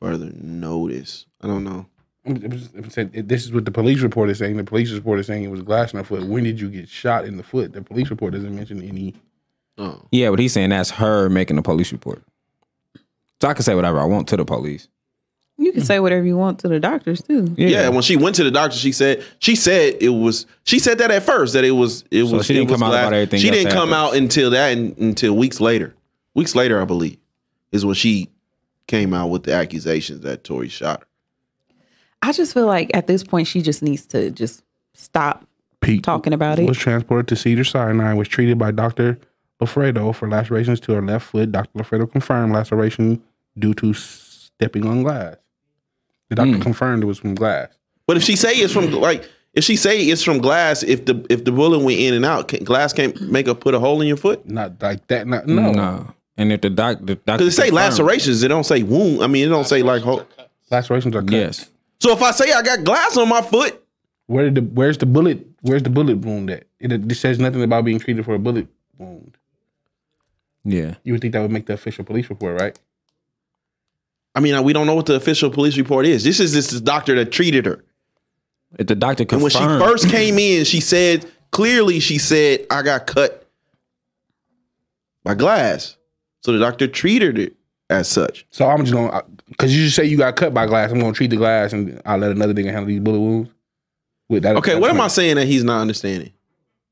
A: further notice. I don't know.
F: I'm- I'm just- I'm saying, This is what the police report is saying. The police report is saying it was glass in her foot. When did you get shot in the foot? The police report doesn't mention any.
A: Oh.
C: Yeah, but he's saying that's her making the police report. So I can say whatever I want to the police.
G: you can say whatever you want to the doctors too.
A: Yeah. when she went to the doctor, she said she said it was she said that at first that it was it
C: So
A: was
C: she
A: it
C: didn't
A: was
C: come out
A: glass.
C: about everything
A: She
C: else
A: didn't come out
C: afterwards.
A: until that and until weeks later. Weeks later, I believe, is when she came out with the accusations that Tori shot her.
G: I just feel like at this point she just needs to just stop
F: Pete
G: talking about
F: was
G: it.
F: transported to Cedar Sinai, was treated by Dr. Lafredo for lacerations to her left foot. Dr. Lafredo confirmed laceration due to Hmm. stepping on glass. The doctor confirmed it was from glass.
A: But if she say it's from like If she say it's from glass, if the if the bullet went in and out, can, glass can't make her put a hole in your foot
F: Not like that. Not, no.
C: Nah. And if the doc, the doctor
A: because it say
C: confirmed-
A: lacerations. It don't say wound. I mean, it don't say like hole.
F: Lacerations are cut.
C: Yes.
A: So if I say I got glass on my foot,
F: Where did the where's the bullet where's the bullet wound at? It, it says nothing about being treated for a bullet wound.
C: Yeah.
F: You would think that would make the official police report, right?
A: I mean we don't know what the official police report is. This is this is doctor that treated her.
C: If the doctor
A: And when
C: confirmed,
A: she first came in, she said clearly she said I got cut by glass. So the doctor treated it as such.
F: So I'm just gonna because you just say you got cut by glass. I'm gonna treat the glass and I let another nigga handle these bullet wounds. With that,
A: Okay, what am I saying that he's not understanding?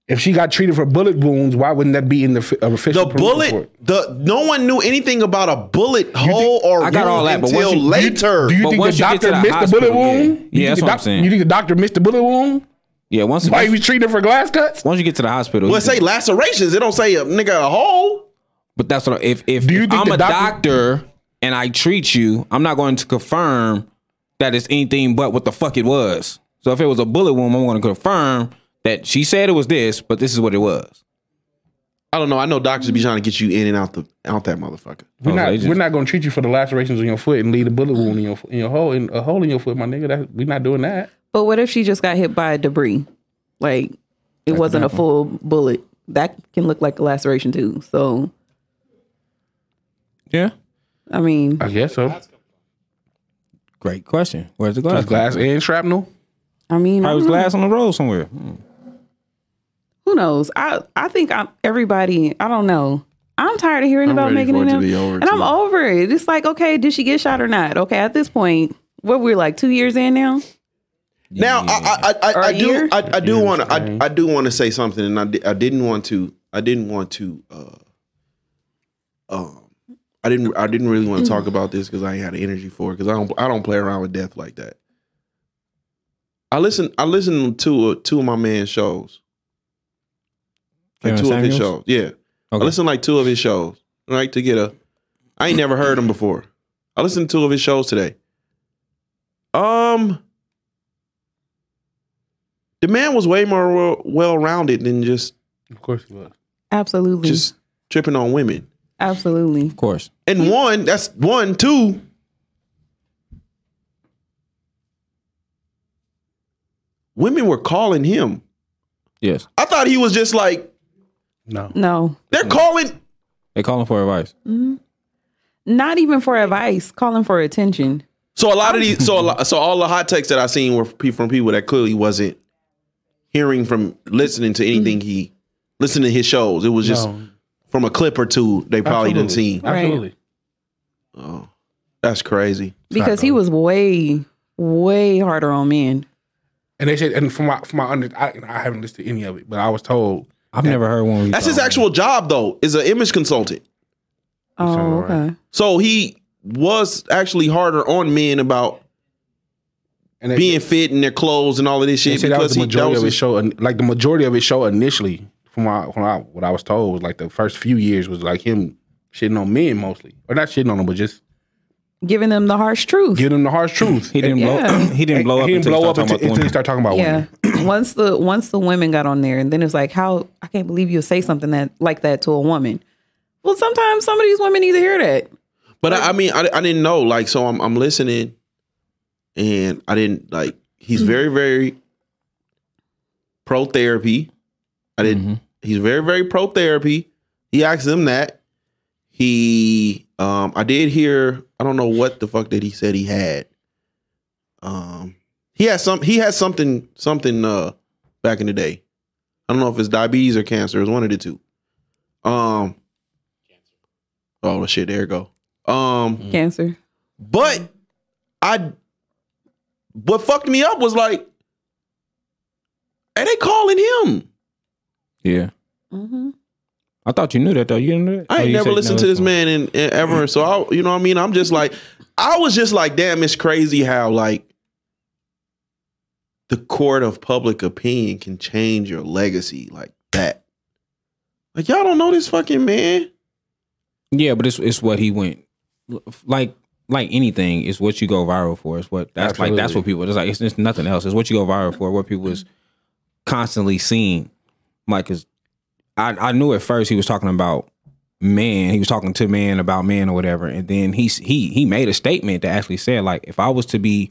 F: If she got treated for bullet wounds, why wouldn't that be in the fi- uh, official
A: The
F: police
A: bullet,
F: report?
A: the no one knew anything about a bullet hole or
C: I got all
A: wound
C: that, but
A: until
C: once you-
A: later.
F: Do you
C: But
F: think
C: once
F: the
C: you get to
F: doctor
C: the
F: missed the bullet
C: hospital, yeah. Yeah,
F: wound? You
C: that's
F: think
C: what
F: the
C: I'm
F: doc-
C: saying.
F: You think the doctor missed the bullet wound?
C: yeah, once
F: Why
C: once,
F: he was treated for glass cuts?
C: once you get to the hospital,
A: well,
C: you
A: it say lacerations. It don't say a nigga a hole.
C: But that's what I- if if,
F: Do you
C: if
F: think
C: I'm
F: the
C: a
F: doctor-
C: doctor, and I treat you, I'm not going to confirm that it's anything but what the fuck it was. So if it was a bullet wound, I'm going to confirm that she said it was this, but this is what it was.
A: I don't know. I know doctors be trying to get you in and out the out that motherfucker.
F: We're
C: Oh,
F: not.
C: they just-
F: we're not going to treat you for the lacerations on your foot and leave the bullet wound in your in your hole in a hole in your foot, my nigga. That, we're not doing that.
G: But what if she just got hit by debris? Like it wasn't a full bullet. That can look like a laceration too. So
C: Yeah.
G: I mean,
F: I guess so.
C: Great question. Where's the glass?
F: That's glass and shrapnel.
G: I mean, I
C: I was
G: don't know.
C: glass on the road somewhere.
G: who knows? I I think I'm everybody. I don't know. I'm tired of hearing about
A: ready
G: making
A: for
G: it,
A: it to
G: up,
A: be over,
G: and I'm
A: too.
G: over it. It's like, okay, did she get shot or not? Okay, at this point, what we're like two years in now.
A: Now I I I, I, I
G: Or a
A: do
G: year?
A: I, I do
F: Yeah,
A: want to I,
F: same.
A: I do want to say something, and I, di- I didn't want to I didn't want to uh um I didn't I didn't really want to talk about this because I ain't had the energy for it because I don't I don't play around with death like that. I listen I listen to uh two of my man's shows, like
C: Kevin
A: two of his
C: Samuels?
A: shows. Yeah, I
C: Okay.
A: listen to, like two of his shows, right? To get a I ain't never heard him before. I listened to two of his shows today. Um, the man was way more well rounded than just
F: Of course it was.
C: Mm-hmm.
G: Absolutely,
A: just tripping on women.
G: absolutely.
C: Of course.
A: And one, that's one, two. Women were calling him.
C: Yes.
A: I thought he was just like
F: No.
G: No,
F: Hmm.
A: they're calling.
C: They calling for advice.
G: not even for advice. Calling for attention.
A: So a lot of these, so a lot, so all the hot takes that I seen were pe- from people that clearly wasn't hearing from listening to anything he listening to his shows. It was just
F: No.
A: from a clip or two they probably didn't
F: Absolutely.
A: see.
F: Absolutely.
A: Oh, that's crazy.
G: because he was way way harder on men
F: And they said, and from my from my under, I, I haven't listened to any of it, but I was told
C: I've never heard one. of these
A: That's his
F: Um,
C: songs.
A: actual job though, is an image consultant.
G: oh
F: alright.
G: okay
A: So he was actually harder on men about
F: and they,
A: being fit and their clothes and all of this
F: they
A: shit
F: said that
A: because
F: was the
A: he that
F: majority
A: was
F: of his
A: his-
F: show, and, like the majority of his show initially. From my, from I, what I was told was like the first few years was like him shitting on men mostly, or not shitting on them, but just
G: giving them the harsh truth
F: give them the harsh truth.
C: He didn't
G: Yeah.
C: blow. he didn't blow up.
F: He didn't
C: until
F: blow up
C: started
F: until,
C: talking
F: until he
C: about
F: started talking about
G: yeah
F: women.
G: once the once the women got on there and then it's like how i can't believe you'll say something that like that to a woman well sometimes some of these women need to hear that
A: But I, I mean, I, I didn't know. Like, so I'm I'm listening, and I didn't like. He's very very pro therapy. I didn't. He's very very pro therapy. He asked them that. He, um, I did hear. I don't know what the fuck that he said he had. Um, he had some. He had something something uh back in the day. I don't know if it's diabetes or cancer. It's one of the two. Um. Oh shit! There it go. Um.
G: cancer
A: But I what fucked me up was like, hey, they calling him.
C: women. Yeah.
G: mm-hmm.
C: I thought you knew that though. You didn't know that.
A: I
C: Oh,
A: ain't
C: you
A: never
C: said you
A: listened
C: know
A: to this
C: one.
A: man in, in- ever. So I, you know what I mean? I'm just like, I was just like, damn, it's crazy how like the court of public opinion can change your legacy like that. Like y'all don't know this fucking man.
C: Yeah, but it's it's what he went like like anything is what you go viral for. It's what that's like that's
F: Absolutely.
C: what people. It's like it's, it's nothing else. It's what you go viral for. What people is constantly seeing. Like, cause I I knew at first he was talking about man. He was talking to man about man or whatever, and then he s- he he made a statement that actually said like if I was to be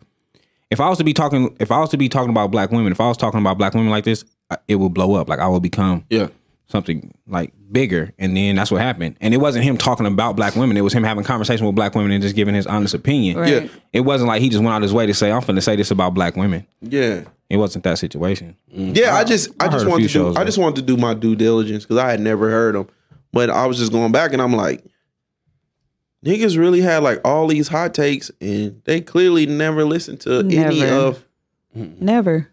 C: if I was to be talking if I was to be talking about black women if I was talking about black women like this I- it would blow up like I would become
A: Yeah.
C: something like bigger and then that's what happened and it wasn't him talking about black women it was him having conversation with black women and just giving his honest opinion
G: Right. Yeah.
C: it wasn't like he just went out his way to say i'm finna say this about black women
A: Yeah.
C: it wasn't that situation
A: Yeah, I just I,
C: I heard
A: just
C: a
A: wanted
C: few
A: to do,
C: shows,
A: I just wanted to do my due diligence because I had never heard him, but I was just going back and I'm like, niggas really had like all these hot takes and they clearly never listened to any
G: Never.
A: of.
G: Never.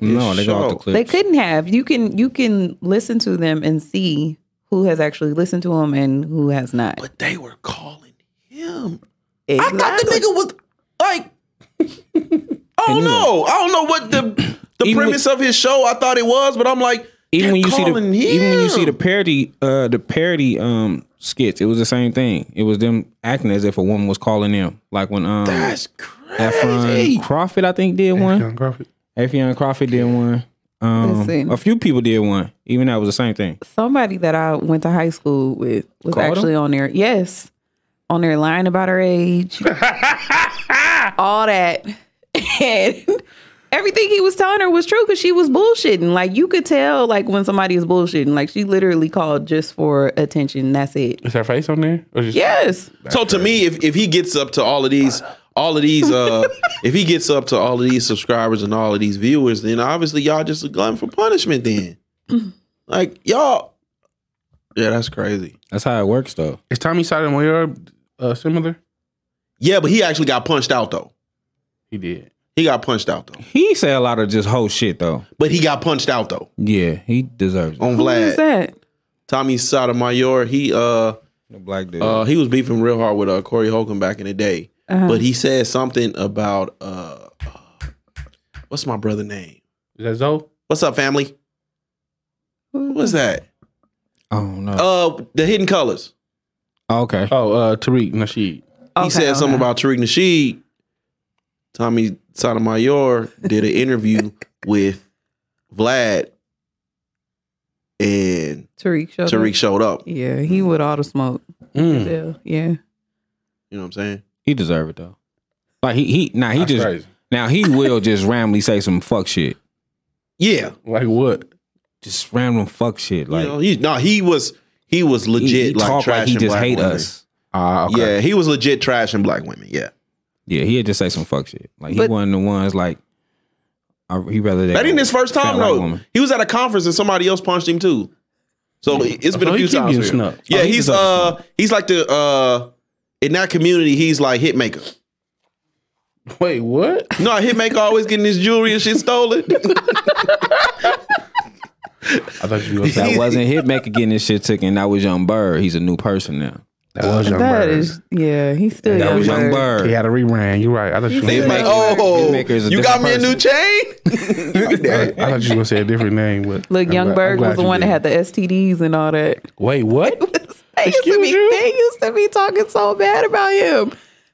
C: no they go off the
A: show.
C: cliff
G: They couldn't have. You can you can listen to them and see who has actually listened to them and who has not.
A: But they were calling him.
G: Exactly.
A: I thought the nigga was like, I don't
C: knew
A: know, I don't know what the the
C: Even when-
A: premise of his show I thought it was, but I'm like,
C: even when you see the
A: him.
C: even when you see the parody uh the parody um skits it was the same thing it was them acting as if a woman was calling them like when um
A: that's
C: Efron
A: crazy.
C: Crawford I think did one
F: Young Crawford.
C: Efron Crawford did one um
G: Listen.
C: a few people did one even that was the same thing
G: Somebody that I went to high school with was
C: Called
G: actually on there. Yes. On there lying about her age. all that. And everything he was telling her was true because she was bullshitting. Like you could tell like when somebody is bullshitting. Like she literally called just for attention. That's it.
F: Is her face on there? Or just,
G: Yes.
A: So to me, if if he gets up to all of these, all of these, uh, if he gets up to all of these subscribers and all of these viewers, then obviously y'all just a glutton for punishment. Then,
G: Mm-hmm.
A: like y'all, yeah, that's crazy.
C: that's how it works though
F: Is Tommy Sotomayor uh, similar?
A: Yeah, but he actually got punched out though.
F: He did.
A: He got punched out though.
C: He say a lot of just whole shit though.
A: But he got punched out though
C: Yeah, he deserves it.
A: on
G: Who is
A: Vlad.
G: that?
A: Tommy Sotomayor. He uh
C: The black dude.
A: uh he was beefing real hard with uh, Corey Holcomb back in the day.
G: Uh-huh.
A: But he said something about uh, uh what's my brother name?
F: Is that Zoe?
A: What's up, family? Who was that?
C: oh no.
A: Uh, the Hidden Colors.
C: okay.
F: Oh, uh, Tariq Nasheed.
A: He said something about Tariq Nasheed. Tommy Sotomayor did an interview with Vlad, and
G: Tariq showed up.
A: Tariq showed up. You
G: Yeah, he would all the smoke.
F: Mm.
G: Yeah. Yeah.
A: know what I'm saying?
C: He deserve it though. Like he he now he
F: That's
C: just
F: crazy.
C: now he will just randomly say some fuck shit.
A: Yeah,
F: Like what?
C: Just random fuck shit. Like
A: you know, he no, he was he was
C: he-
A: legit
C: he,
A: like
C: talk
A: trash
C: like he just hate us.
F: Ah,
A: Yeah, he was legit trash and black women. Yeah,
C: Yeah, he'd just say some fuck shit. Like he
G: But-
C: wasn't the ones like I, he rather
A: that ain't his first
C: fat
A: time
C: white
A: though.
C: woman.
A: He was at a conference and somebody else punched him too. So it's been
F: So
A: a few
F: he keep
A: times.
F: getting
A: here.
F: snubbed.
A: Yeah,
C: Oh, he
A: he's
C: deserves
A: uh he's like the uh in that community he's like hit maker.
F: Wait, what?
A: No, hit maker always getting his jewelry and shit stolen.
F: I thought you were that
C: That wasn't Hitmaker getting his shit taken. That was Young Bird. He's a new person now.
F: That was Young
G: That
F: Bird.
G: is. Yeah, he's still
C: That
G: young.
C: was Young
G: bird.
C: Bird.
F: He had a rebrand. You're right. I thought you were
A: He's
F: gonna-
A: like,
C: Hitmaker-
A: oh,
C: Hitmaker is a
A: you got me a
C: different
A: new chain.
F: I I thought you were gonna say a different name. But
G: Look,
F: I'm
G: Young
F: glad- I'm
G: Bird
F: glad
G: was the
F: you
G: one that
F: did.
G: had the STDs and all that.
F: Wait, what?
G: They used, to
F: Excuse
G: be,
F: you?
G: they used to be talking so bad about him.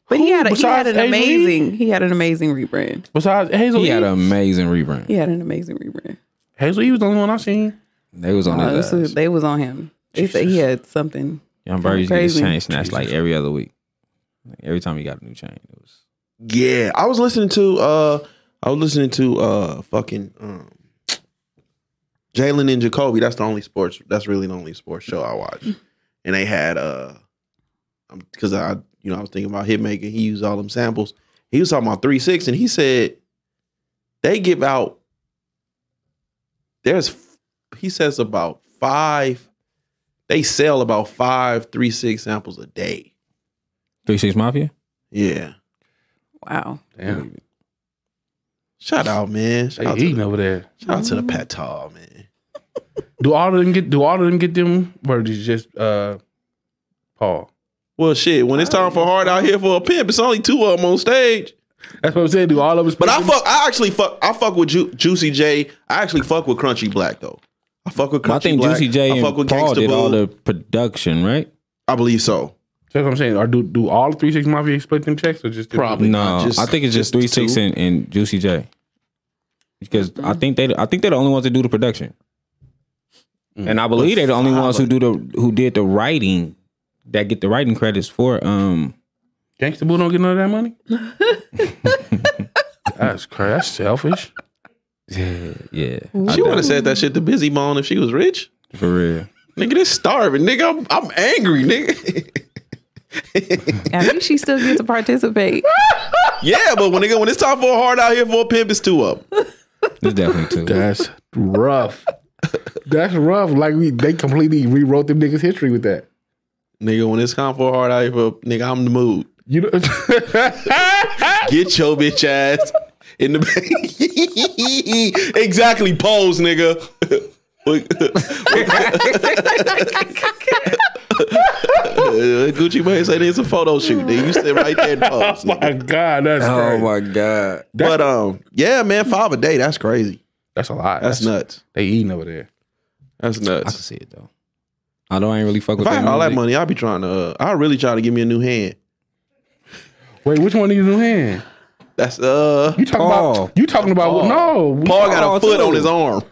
G: But he
F: Who
G: had a, he had
F: besides
G: an
F: Adrian?
G: amazing he had an amazing rebrand.
F: Besides Hazel,
C: He
F: E?
C: had an amazing rebrand.
G: He had an amazing rebrand.
F: Hazel, E was the only one I seen.
C: They was on
G: Uh,
C: his
G: this was-
C: ass.
G: they was on him. They said he had something.
C: Young Bird used to get his
G: Crazy.
C: chain snatched like every other week. Like, every time he got a new chain, it was
A: yeah, I was listening to uh I was listening to uh fucking um Jalen and Jacoby. That's the only sports that's really the only sports show I watch. And they had uh because I you know I was thinking about Hitmaker, he used all them samples. He was talking about three six and he said they give out there's he says about five they sell about five three six samples a day.
C: Three Six Mafia.
A: Yeah.
G: Wow.
F: Damn,
A: Shout out, man. Shout
F: they
A: out to
F: eating
A: the,
F: over there.
A: shout out to the Patal, man.
F: Do all of them get? Do all of them get them? Or is it just uh, Paul?
A: Well, shit. When it's time for hard out here for a pimp, it's only two of them on stage.
F: That's what I'm saying. Do all of us?
A: But I
F: pick
A: fuck. I actually fuck. I fuck with Ju- Juicy J. I actually fuck with Crunchy Black though. I fuck with Crunchy
C: I think
A: Black.
C: Juicy J
A: I fuck
C: and
A: with
C: Paul
A: Gangsta
C: did all
A: Boo.
C: the production, right?
A: I believe so.
F: So that's what I'm saying. Or do do all three six mafia split them checks or just
A: Probably.
C: No,
A: Just-
C: I think it's
A: just
C: just, three six
A: two?
C: and, and Juicy J. Because I think they I think they're the only ones that do the production.
A: Mm.
C: And I believe they're the only ones who do the who did the writing that get the writing credits for um
F: Gangsta Boo don't get none of that money. that's crazy. That's selfish.
C: yeah
A: She would have said that shit to Busy Bone if she was rich.
C: for real.
A: Nigga, this starving. Nigga, I'm, I'm angry, nigga.
G: I think she still gets to participate.
A: yeah, but when nigga, when it's time for a hard out here for a pimp, it's two up.
C: It's definitely two.
F: That's rough. That's rough. Like we, they completely rewrote them niggas' history with that.
A: Nigga, when it's time for a hard out here for a nigga, I'm the mood.
F: You know,
A: Get your bitch ass in the Exactly, pose, nigga. Uh, Gucci Mane said it's a photo shoot. Nigga. You sit right there and pose. nigga.
F: my God, that's
A: Oh
F: crazy.
C: god.
A: But um, yeah, man, five a day. That's crazy.
F: That's a lot.
A: That's, nuts.
F: They eating over there.
A: That's
C: I can
A: nuts.
C: see it though. Although I ain't really fuck
A: If
C: with
A: I had
C: that
A: all that
C: music.
A: money, I'd be trying to. Uh, I really trying to give me a new hand.
F: Wait, which one of these new hand?
A: That's uh,
F: You talking
C: Paul.
F: about? You talking about? No,
A: Paul got
C: Paul,
A: a foot
C: too.
A: on his arm.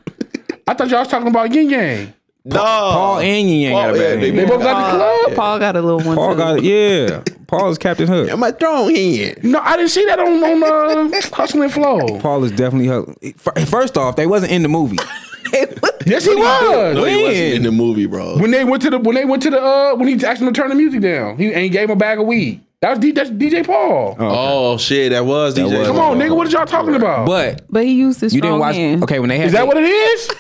F: I thought y'all was talking about Yin Yang.
A: No,
C: Paul and Yin Yang got a
A: Uh, Paul, yeah,
C: bad
A: they
F: They
C: hand.
F: both got the club.
G: Paul got a little one.
C: Paul
G: too.
C: got it. Yeah. Paul is Captain Hook.
A: my throne hand.
F: No, I didn't see that on on uh, Hustle and Flow.
C: Paul is definitely Hook. First off, they wasn't in the movie.
F: Yes, he
A: No,
F: was.
A: he wasn't
C: When?
A: in the movie, bro.
F: When they went to the when they went to the uh when he asked him to turn the music down, he and he gave him a bag of weed. That was D, that's DJ Paul.
A: Oh shit, that was DJ.
C: was.
F: Come on, nigga, what is y'all talking about?
C: But
G: But he used his
C: you
G: strong
C: didn't watch
G: hand.
C: okay when they had
F: is that
C: the-
F: what it is?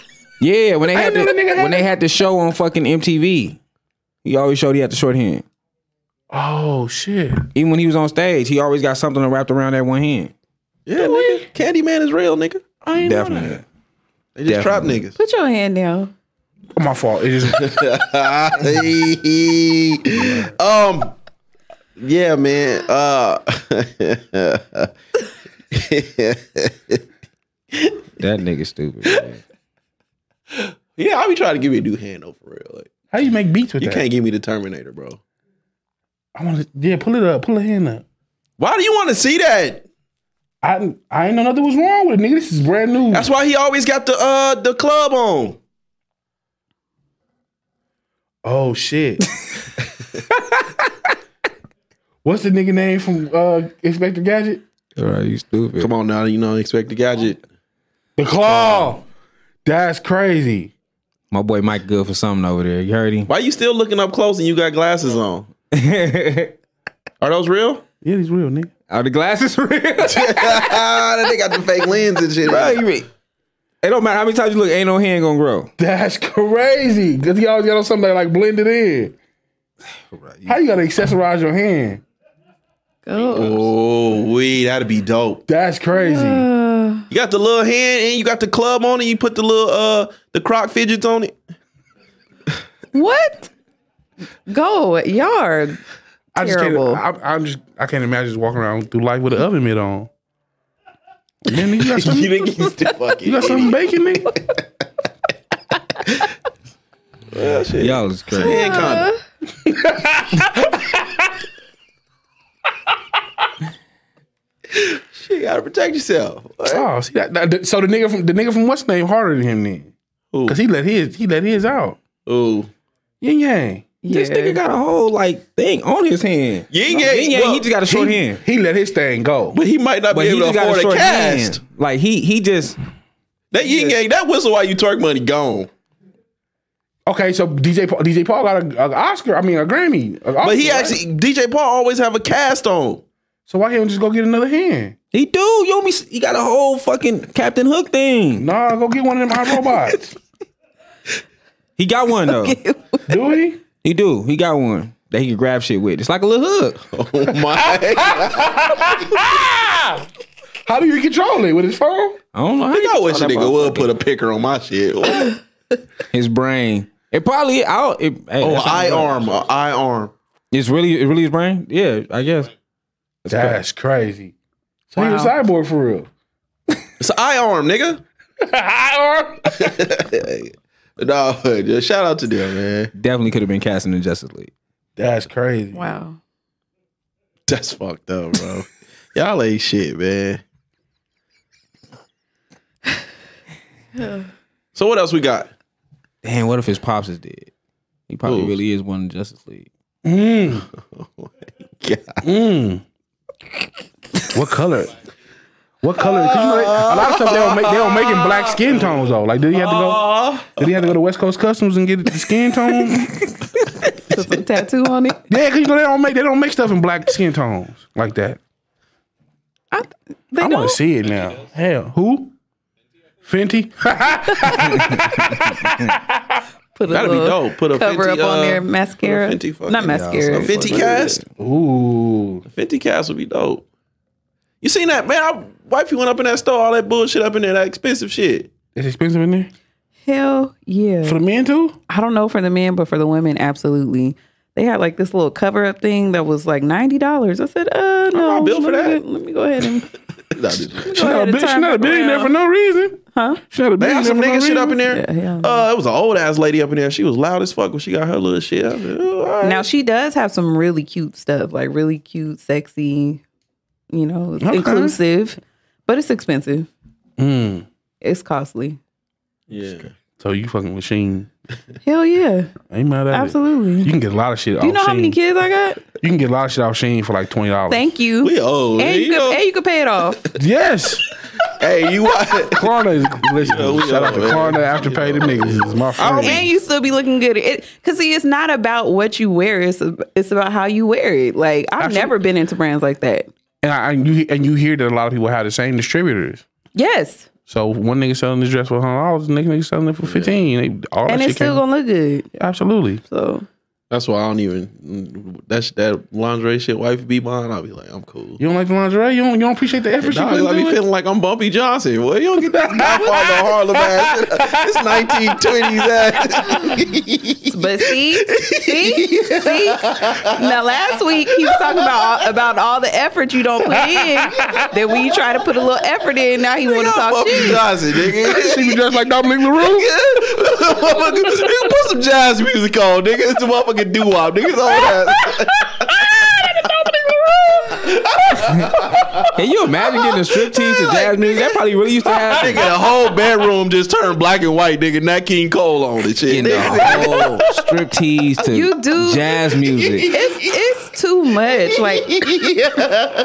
C: Yeah, when they
F: I
C: had the,
F: didn't know that nigga had
C: when
F: it.
C: they had the show on fucking MTV, he always showed he had the short hand.
F: Oh shit!
C: Even when he was on stage, he always got something wrapped around that one hand.
A: Yeah, nigga. Candyman is real, nigga.
C: Definitely.
A: They just trap niggas.
G: Put your hand down.
F: Oh, My fault. It is.
A: um, yeah, man. Uh,
C: That nigga stupid. man.
A: yeah, I be trying to give you a new hand though, for real. Like,
F: How you make beats with
A: you
F: that?
A: can't give me the Terminator, bro.
F: I want to. Yeah, pull it up. Pull a hand up.
A: Why do you want to see that?
F: I didn't- I didn't know nothing was wrong with it, nigga. This is brand new.
A: That's why he always got the uh the club on.
F: oh shit. What's the nigga name from uh, Inspector Gadget?
C: All right, you stupid.
A: Come on now, you know, expect the gadget.
F: The Claw. That's crazy.
C: My boy Mike good for something over there. You heard him?
A: Why you still looking up close and you got glasses on?
C: Are
A: Are those real?
F: Yeah, he's real, nigga.
C: the glasses real?
A: that they got the fake lens and shit.
C: Bro, you mean- it don't matter how many times you look, ain't no hand gonna grow.
F: That's crazy. Cause he always got on something that like blended in. How you gotta accessorize your hand?
G: Go.
A: Oh, we that'd be dope.
F: That's crazy.
A: You got the little hand and you got the club on it. You put the little uh the croc fidgets on it.
G: What? Go yard.
F: I just can't.
G: terrible.
F: I, I'm just. I can't imagine just walking around through life with an oven mitt on. Man, you got some.
A: You think he's the
F: You
A: fucking
F: got something baking, nigga?
C: Y'all is crazy.
A: hand condom? Shit, you gotta protect yourself.
F: Oh, see that, that- So the nigga from the nigga from what's name harder than him then,
A: Ooh,
F: cause he let his he let his out.
A: ooh.
F: Yin yang.
G: Yeah.
C: This nigga got a whole like thing on his hand.
A: Yin
C: Yin Yang,
A: well,
C: he just got a short
F: He,
C: hand.
F: he let his thing go.
A: but he might not
C: But
A: be
C: he
A: able
C: just
A: to
C: got a
A: afford a
C: short
A: cast.
C: hand. Like he he just
A: That yin yang, that whistle while you twerk money gone.
F: Okay, so DJ Paul, DJ Paul got an Oscar. I mean a Grammy. a Oscar,
A: But he
F: right?
A: actually DJ Paul always have a cast on.
F: So why can't he just go get another hand?
C: He do. You don't be, he got a whole fucking Captain Hook thing.
F: Nah, go get one of them hot robots.
C: He got one though.
F: Do he?
C: He do. He got one that he can grab shit with. It's like a little hook.
A: Oh my
F: Ah! How do you control it with his phone?
C: I don't know.
A: I
C: How
A: wish a
C: they
A: nigga would put a picker on my shit. Oh,
C: his brain. It probably. I don't, it, hey,
A: an
C: that's how
A: Oh, eye
C: it
A: arm,
C: works.
A: an eye arm.
C: It's really. It really his brain. Yeah, I guess.
F: That's crazy. So he was
G: Wow.
F: cyborg for real.
A: It's an eye arm, nigga.
F: Uh-huh.
A: No, just shout out to them, man.
C: Definitely could have been cast in the Justice League.
F: That's crazy.
G: Wow.
A: That's fucked up, bro. Y'all ain't shit, man. so what else we got?
C: Damn, what if his pops is dead? He probably
A: Who?
C: really is one of the Justice League.
F: Mm.
A: God.
F: Mm. what color? What color? 'Cause you know, they- a lot of stuff they don't make. They don't make it black skin tones though. Like, did he have to
G: Uh-huh.
F: go? Did he have to go to West Coast Customs and get the skin tone? yeah,
G: Put some tattoo on it.
F: because you know they don't make they don't make stuff in black skin tones like that.
G: I, they
F: I want
G: don't.
F: to see it now. Hell, who? Fenty.
G: Put a
A: That'd be
G: little
A: dope. Put a
G: cover
A: 50,
G: up on
A: uh,
G: there. Mascara.
A: put a 50 fucking-
G: Not mascara.
A: A 50
G: but-
A: cast?
F: Ooh,
A: 50 cast would be dope. You seen that, man? I, wifey went up in that store, all that bullshit up in there, that expensive shit.
F: it's expensive in there
G: Hell yeah.
F: for the men too.
G: I don't know for the men, but for the women, absolutely. They had like this little cover up thing that was like ninety dollars. I said, uh no.
A: I bill for
G: let me
A: that.
G: go- Let me go ahead and
A: Nah, dude.
F: She not, a, bi- she not a billionaire for no reason.
G: Huh?
F: She not a
A: They had
F: billionaire
A: some
F: for no
A: nigga shit
F: reason.
A: up in there.
G: Yeah, hell no.
A: Uh, it was an old ass lady up in there. She was loud as fuck when she got her little shit. I was like, "Oh, all right."
G: Now she does have some really cute stuff, like really cute, sexy, you know, it's
F: Okay.
G: inclusive, but it's expensive.
F: Mm.
G: It's costly.
A: yeah.
F: So you fucking with Sheen.
G: Hell yeah,
F: Ain't mad at it.
G: absolutely.
F: You can get a lot of shit.
G: Do you
F: off
G: know how many
F: Shein.
G: kids I got?
F: You can get a lot of shit off Sheen for like twenty dollars.
G: Thank you.
A: We old.
G: and, you
A: you
G: could,
A: know,
G: and you could pay it off.
F: Yes,
A: hey, you what?
F: Klarna is listen.
A: Yeah, we
F: shout out to
A: know, man.
F: Klarna Afterpay. Them niggas is my friend.
G: and you still be looking good. It because see, it's not about what you wear. It's it's about how you wear it. Like I've never been into brands like that.
F: and, I, and you and you hear that a lot of people have the same distributors.
G: Yes,
F: So one nigga selling this dress for hundred dollars, the next nigga selling it for fifteen. They, all
G: and
F: that
G: it's
F: shit came-
G: still gonna look good.
F: absolutely.
G: So
A: That's why I don't even. That's that lingerie shit. Wife be mine. I'll be like, I'm cool.
F: You don't like the lingerie? You don't you don't appreciate the effort
A: Dog,
F: you
A: I
F: put
A: be
F: into it?
A: feeling like I'm Bumpy Johnson. Well, you don't get that that far the Harlem ass. It's 1920s ass.
G: But see, see, see. Now last week he was talking about about all the effort you don't put in. Then when you try to put a little effort in, now he want to
A: I'm
G: talk
A: Bumpy
G: shit.
A: Johnson, nigga.
F: She be dressed like Dominic LaRue.
A: Motherfucker, nigga, put some jazz music on, nigga. It's the motherfucking doo wop, nigga. It's all that.
C: Can you imagine getting a strip tease to jazz music? That probably really used to
A: Nigga,
C: happen.
A: the whole bedroom just turned black and white, nigga. Nat King Cole on it, shit.
C: Getting the whole strip tease to
G: You do-
C: jazz music.
G: It's it's too much. Like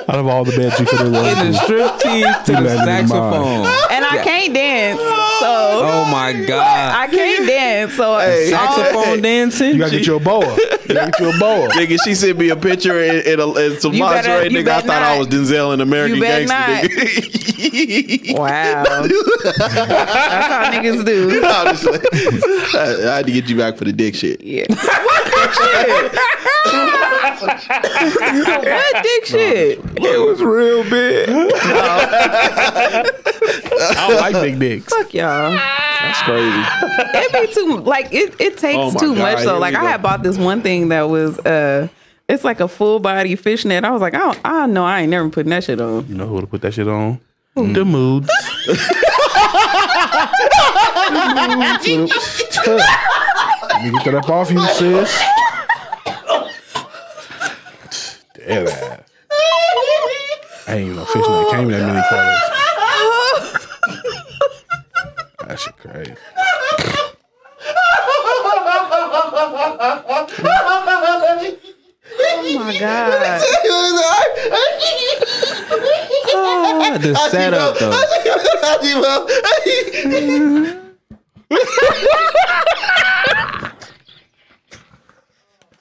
F: Out of all the beds you could have
C: Getting the strip tease to the
F: Imagine mine.
C: saxophone.
G: and I can't dance, so
C: Oh my
G: I
C: god.
G: can't dance. So
C: Saxophone dancing?
F: You gotta get your boa. You gotta get your boa.
A: Nigga, she sent me a picture and, and, a, and some
G: You better-
A: lingerie,
G: you
A: nigga. I
G: better
A: thought I
G: not.
A: was Denzel in American
G: You better
A: Gangster, nigga.
G: wow, that's how niggas do.
A: Honestly, I, I had to get you back for the dick shit.
G: Yeah. What dick shit? what dick shit?
C: It was real big.
F: I don't like big dicks.
G: Fuck y'all.
A: That's crazy.
G: it be too like it, it takes
A: Oh my
G: too
A: God,
G: much
A: here
G: though. Like
A: we
G: I
A: go.
G: had bought this one thing that was uh it's like a full body fishnet. I was like, I don't, I don't know, I ain't never putting that shit on.
F: You know who to put that shit on? The moods. the moods. Let me get that up off you, sis. Dead ass. I ain't even no fish that came in that many colors.
G: Oh
F: That shit crazy.
G: Oh my god!
C: The setup though.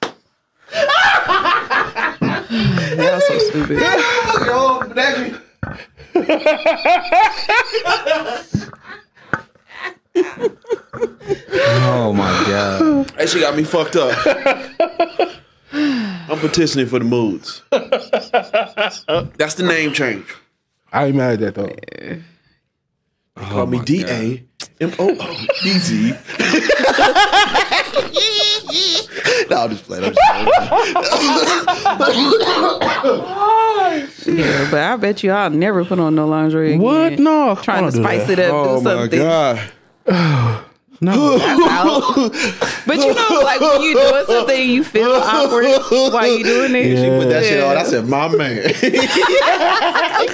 G: Y'all so stupid.
C: Oh my god.
A: That shit got me fucked up. I'm petitioning for the moods. That's the name change.
F: I ain't mad at that though. Oh,
A: Call me D A M O O D Z. No, I'm just playing. I'm just playing.
G: Yeah, but I bet you I'll never put on no lingerie. Again.
F: What? No.
A: Oh
G: Trying to spice it up, do something.
A: God.
F: No.
G: But you know, like when you doing something, you feel awkward while you doing it.
A: She put that shit on. I said, my man.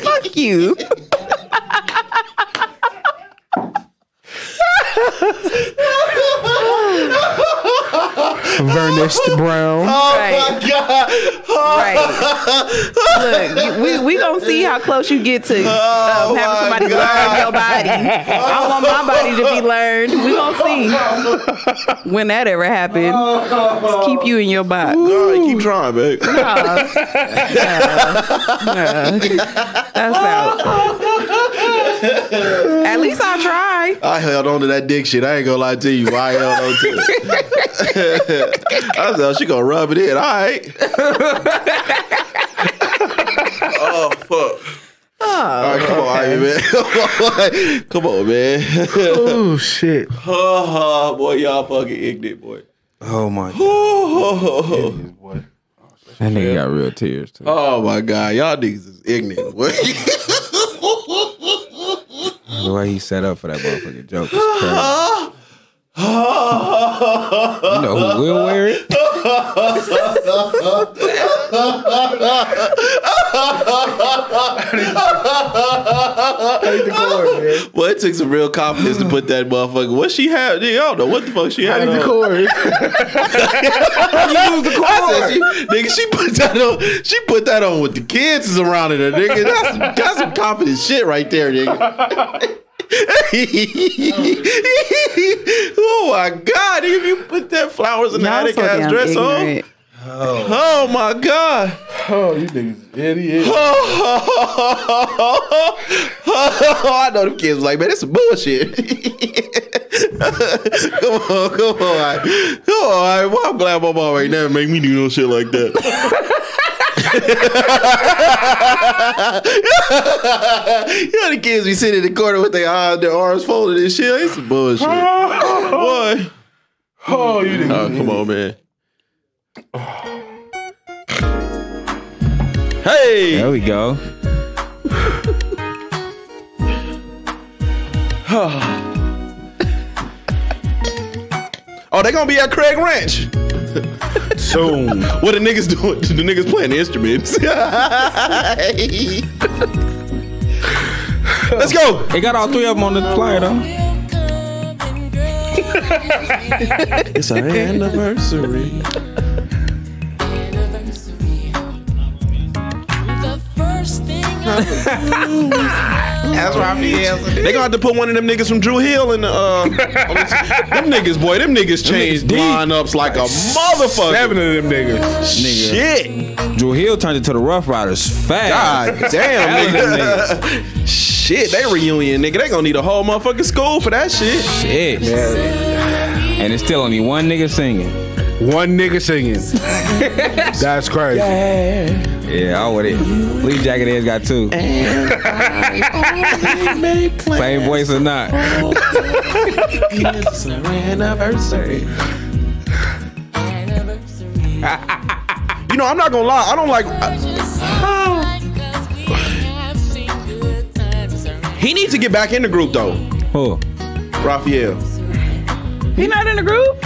G: Fuck you.
I: Vernest Brown.
A: Oh
G: Right. Right. Look, you- we we gonna see how close you get to
A: Oh
G: um, having somebody learn your body. I want my body to be learned. We gonna see when that ever happened. Just keep you in your box.
A: All right, keep trying, babe.
G: That's out. At least I try.
A: I held on to that dick shit. I ain't gonna lie to you. I held on to it. I said, oh, she gonna rub it in. All right. oh, fuck. All right, come on, Ivy, man. come on, man.
I: Oh shit.
A: oh, boy, y'all fucking ignorant, boy.
C: Oh my god.
A: Oh,
C: That nigga got real tears too.
A: oh my God. Y'all niggas is ignorant, boy.
C: The way he set up for that motherfucking joke is crazy.
A: Oh,
C: You know who will wear it?
A: well, it took some real confidence to put that motherfucker. What she had? Nigga, I don't know what the fuck she had. on. I said she, nigga, she put that on. She put that on with the kids is around her, nigga. That's some, that's some confident shit right there, nigga. oh my god! If you put that flowers in the
G: Y'all
A: attic
G: so
A: ass
G: damn
A: dress
G: ignorant.
A: on, oh my god!
F: Oh, you niggas idiot.
A: I know them kids like, man, that's some bullshit. come on, come on, all right. come on. all right. Well, I'm glad my mom ain't never make me do no shit like that. you know the kids be sitting in the corner with their eyes, their arms folded and shit. It's some bullshit. Boy,
F: Oh, you niggas.
A: oh, come on, man. Hey.
C: There we go.
A: Oh, they gonna be at Craig Ranch.
I: Soon.
A: What the niggas doing? The niggas playing the instruments. Let's go.
C: They got all three of them on the flyer though.
A: It's our anniversary. That's why I'm They gonna have to put one of them niggas from Drew Hill in the. Uh, on the- them niggas, boy, them niggas changed
C: deep.
A: lineups like a motherfucker.
F: Seven of them niggas.
C: Nigga.
A: Shit,
C: Drew Hill turned into the Rough Riders fast.
A: god damn,
C: Hell,
A: nigga. Shit, they reunion, nigga. They gonna need a whole motherfucking school for that shit.
C: Shit. And it's still only one nigga singing.
I: One nigga singing. That's crazy.
C: Yeah, I would it. Lee Jacket Edge got two. Same voice or not.
A: You know, I'm not gonna lie. I don't like. He needs to get back in the group though,
C: Who?
A: Raphael.
G: He not in the group.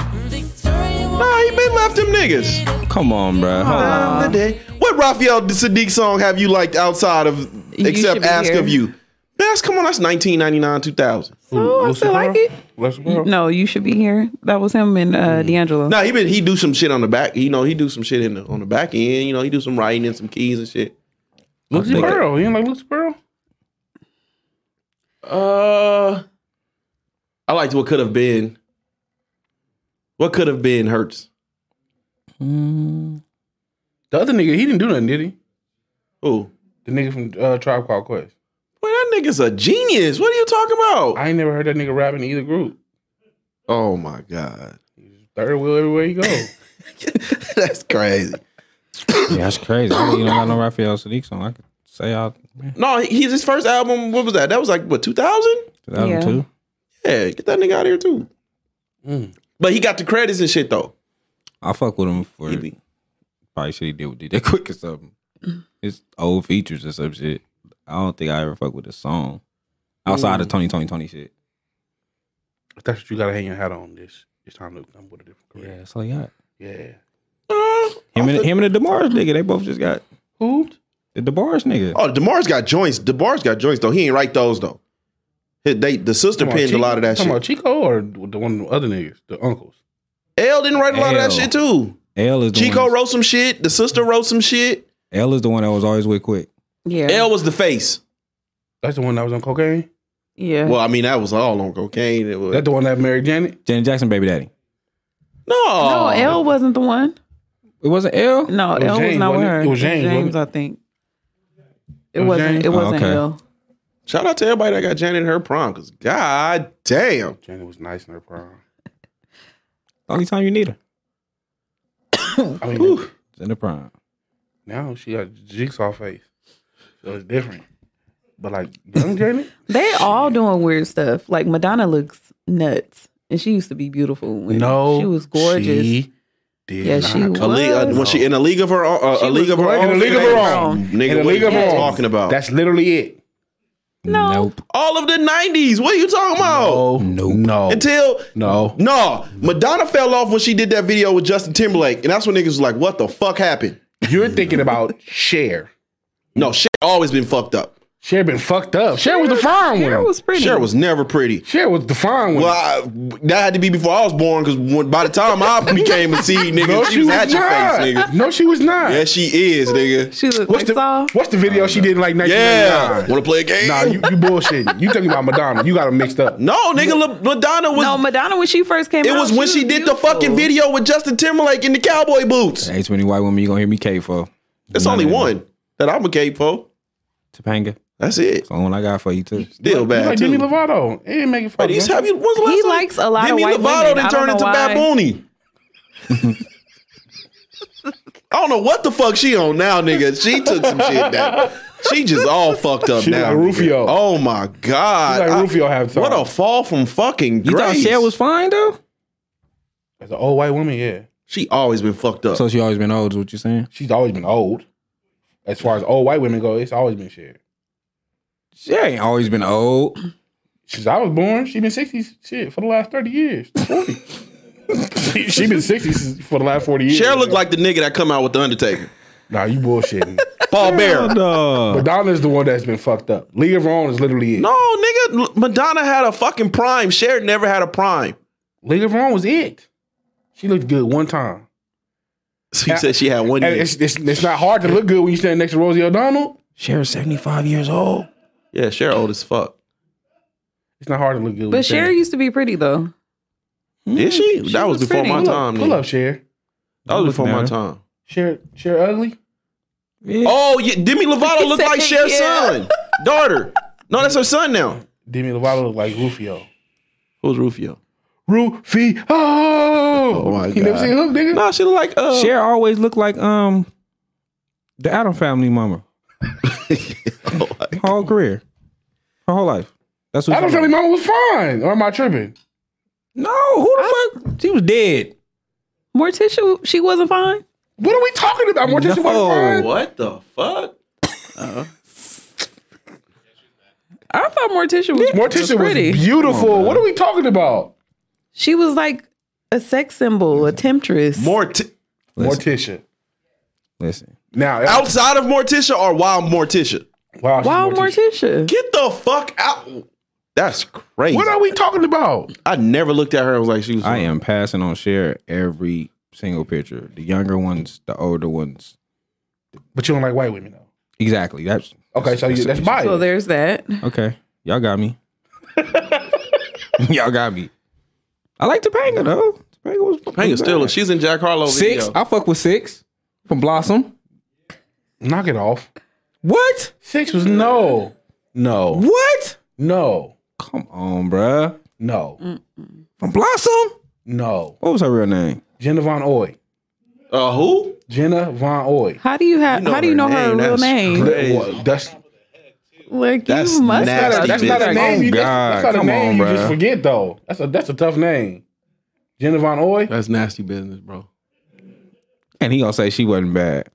A: Nah, he been left them niggas.
C: Come on, bro. Hold on.
A: Time of the day. What Raphael Sadiq song have you liked outside of
G: You Should
A: except
G: Be
A: Ask
G: Here.
A: of You? That's come on. That's 1999, 2000.
G: Oh, I
F: Lucy
G: still like
F: Pearl?
G: it.
F: Let's go.
G: No, you should be here. That was him and
F: Mm.
G: uh, D'Angelo.
A: Nah, he been he do some shit on the back. You know, he do some shit in the, on the back end. You know, he do some writing and some keys and shit.
F: Lucy
C: Nigga.
F: Pearl. You ain't like Lucy Pearl?
A: Uh, I liked what could have been. What could have been hurts.
F: The other nigga, he didn't do nothing, did he?
A: Ooh.
F: The nigga from uh, Tribe Called Quest.
A: Boy, that nigga's a genius. What are you talking about?
F: I ain't never heard that nigga rap in either group.
A: oh my god,
F: Third wheel everywhere you go.
A: that's crazy.
C: Yeah, that's crazy. I don't even got no Raphael Sadiq song. I could say out
A: No, he's his first album. What was that? That was like what two thousand?
C: that
G: Yeah.
C: one too.
A: Yeah, get that nigga out of here too.
F: Mm.
A: But he got the credits and shit though.
C: I fuck with him for
A: He be-
C: probably shit he did with DJ Quick or something. His old features or some shit. Mm. I don't think I ever fuck with the song outside of Tony Tony Tony shit.
F: But that's what you gotta hang your hat on. This it's time to come with a different
C: Yeah,
F: career.
C: that's all he got.
F: Yeah.
C: Him and, him and the DeMars nigga, they both just got
F: Who?
C: the DeMars nigga.
A: Oh, Demar's got joints. Demar's got joints though. He ain't write those though. His- They the sister
F: Talking about
A: penned a
F: Chico-
A: lot of that shit.
F: Talking about Chico or the one of the other niggas, the uncles.
A: L didn't write a lot of that
C: L.
A: shit too.
C: L is the
A: Chico
C: one,
A: wrote some shit. The sister wrote some shit.
C: L is the one that was always with quick.
G: Yeah.
A: L was the face.
F: That's the one that was on cocaine.
G: yeah.
A: Well, I mean that was all on cocaine. It was,
F: That the one that married Janet.
C: Janet Jackson, baby daddy.
A: no,
G: no, L wasn't the one.
C: It wasn't L.
G: No,
F: was
G: L was
F: James,
G: not with
F: wasn't oh. it?
G: her.
F: It was James, wasn't it?
G: I think. It,
F: was
G: wasn't.
F: James?
G: It
F: Oh,
G: wasn't
C: okay.
G: L.
A: Shout out to everybody that got Janet in her prom. Cause god damn,
F: Janet was nice in her prom.
C: Only time you need her.
F: I mean,
C: It's in the prime.
F: now she got jigsaw face, so it's different. But like young Janet,
G: They all doing weird stuff. Like Madonna looks nuts, and she used to be beautiful. When
F: no,
G: she was gorgeous.
F: She did
G: Yeah,
F: not
G: she
F: come-
A: a league, uh,
G: was.
A: when she in a league of her own, uh,
G: She
A: a league
G: was
A: of her
G: gorgeous.
A: own,
F: In a league of her own.
A: nigga,
F: In a
A: what
F: league
A: you
F: of her own.
A: talking about?
F: That's literally it.
G: No.
C: Nope.
A: all of the '90s. What are you talking about?
F: Oh, no, no,
A: Until
F: no.
A: no, Madonna fell off when she did that video with Justin Timberlake, and that's when niggas was like, "What the fuck happened?"
F: You're thinking about Cher. Mm.
A: No, Cher always been fucked up.
F: Cher been fucked up. Cher was the fine
G: Cher
F: one.
G: was pretty.
A: Cher was never pretty.
F: Cher was the fine one.
A: Well, I, that had to be before I was born because by the time I became a seed, nigga,
F: no,
A: she was at your face,
F: not.
A: nigga.
F: No, she was not.
A: Yeah, she is, nigga.
G: She looked
F: what's
G: like Saw.
F: the What's the video she did in like
A: Yeah,
F: 1999?
A: want to play a game?
F: Nah, you, you bullshitting. You talking about Madonna? You got them mixed up.
A: no, nigga, La- Madonna was.
G: No, Madonna when she first came
A: it
G: out.
A: was when she did the
G: beautiful.
A: fucking video with Justin Timberlake in the cowboy boots.
C: Hey, too many white women you gonna hear me K for.
A: That's
C: None
A: only
C: of them.
A: one that I'm a cape for.
C: Topanga.
A: That's it.
C: It's the only one I got for you too.
A: Still
F: You
A: bad
F: like
A: too.
F: Demi Lovato. It ain't making fun.
A: Wait, he's have you? When's the last
G: He
A: time-
G: likes a lot of
A: Demi
G: white
A: Lovato
G: women.
A: then
G: I don't
A: turned
G: know
A: into
G: why.
A: Babooney. I don't know what the fuck she on now, nigga. She took some shit that she just all fucked up
F: She
A: now.
F: like
A: nigga.
F: Rufio.
A: Oh my god.
F: She like
A: I-
F: Rufio half time.
A: What a fall from fucking
C: You thought
A: grace.
C: Cher was fine though?
F: As an old white woman, yeah,
A: She always been fucked up.
C: So she always been old, is what you saying?
F: she's always been old. As far as old white women go, it's always been shit.
C: She ain't always been old.
F: Since I was born, she been sixties shit for the last thirty years, forty. she, she been sixties for the last forty years.
A: Cher looked like the nigga that come out with the Undertaker.
F: nah, you bullshitting.
A: Paul Bear. No,
C: No.
F: Madonna's the one that's been fucked up. League of Her Own is literally it.
A: nigga. L- Madonna had a fucking prime. Cher never had a prime.
F: League of Her Own was it. She looked good one time.
A: She said she had one
F: And
A: year.
F: it's, it's, it's not hard to look good when you stand next to Rosie O'Donnell.
C: Cher's 75 years old.
A: Yeah, Cher old as fuck.
F: It's not hard to look good. when you
G: But
F: stand
G: Cher
F: next-
G: used to be pretty though.
A: Did she? that was,
G: was
A: before
G: pretty.
A: my
F: pull up,
A: time.
F: Pull
A: nigga.
F: up, Cher.
A: That was before
C: Looking
A: my
C: at her.
A: time.
F: Cher, Cher ugly.
C: Yeah.
A: Oh, yeah, Demi Lovato looked like
G: said,
A: Cher's
G: yeah.
A: son, daughter. No, that's her son now.
F: Demi Lovato looked like Rufio.
A: Who's Rufio?
F: Rufio. Oh
A: my
F: You never
A: God.
F: seen Hook, nigga?
A: No, she look like uh,
C: Cher always looked like um the Adam family mama. Her whole career. Her whole life. That's what
F: I
C: she
F: don't
C: was.
F: feel mama was fine. Or am I tripping?
C: No, who the fuck? She was dead.
G: Morticia, she wasn't fine.
F: What are we talking about? Morticia
C: No.
F: wasn't fine.
A: What the fuck?
G: I thought Morticia was
F: Morticia was
G: pretty.
F: beautiful. what are we talking about?
G: she was like a sex symbol, a temptress.
A: Mort
C: Listen,
F: Morticia.
C: listen.
F: Now,
A: outside of Morticia or wild Morticia?
F: wow, she's
G: wow,
F: Morticia.
G: Morticia.
A: Get the fuck out. That's crazy.
F: What are we talking about?
A: I never looked at her and was like, she was.
C: I am passing on Cher every single picture. The younger ones, the older ones.
F: But you don't like white women, though.
C: Exactly. That's
F: Okay, so you, that's bias.
G: So there's that.
C: Okay. Y'all got me. Y'all got me. I like Topanga though. Topanga was
A: Hang on, still, she's in Jack Harlow
C: six.
A: video.
C: I fuck with six from Blossom.
F: Knock it off.
C: What?
F: Six was no, no,
C: What?
F: no,
C: Come on, bruh.
G: Mm.
F: no,
C: From Blossom.
F: no.
C: What was her real name?
F: Jenna Von Oy.
A: Uh, who?
F: Jenna Von Oy.
G: How do you have? how do you know her, real
A: That's
G: name?
A: crazy.
F: Well, that's
G: Like
A: That's
G: you must
A: nasty.
G: have.
F: that's not a
A: bitch.
F: name.
C: Oh,
F: You,
C: God.
F: that's, that's not
C: Come
F: a name
C: on,
F: you
C: bruh.
F: just forget though. That's a that's a tough name. Jenna Von Oy.
A: That's nasty business, bro.
C: And he gonna say she wasn't bad.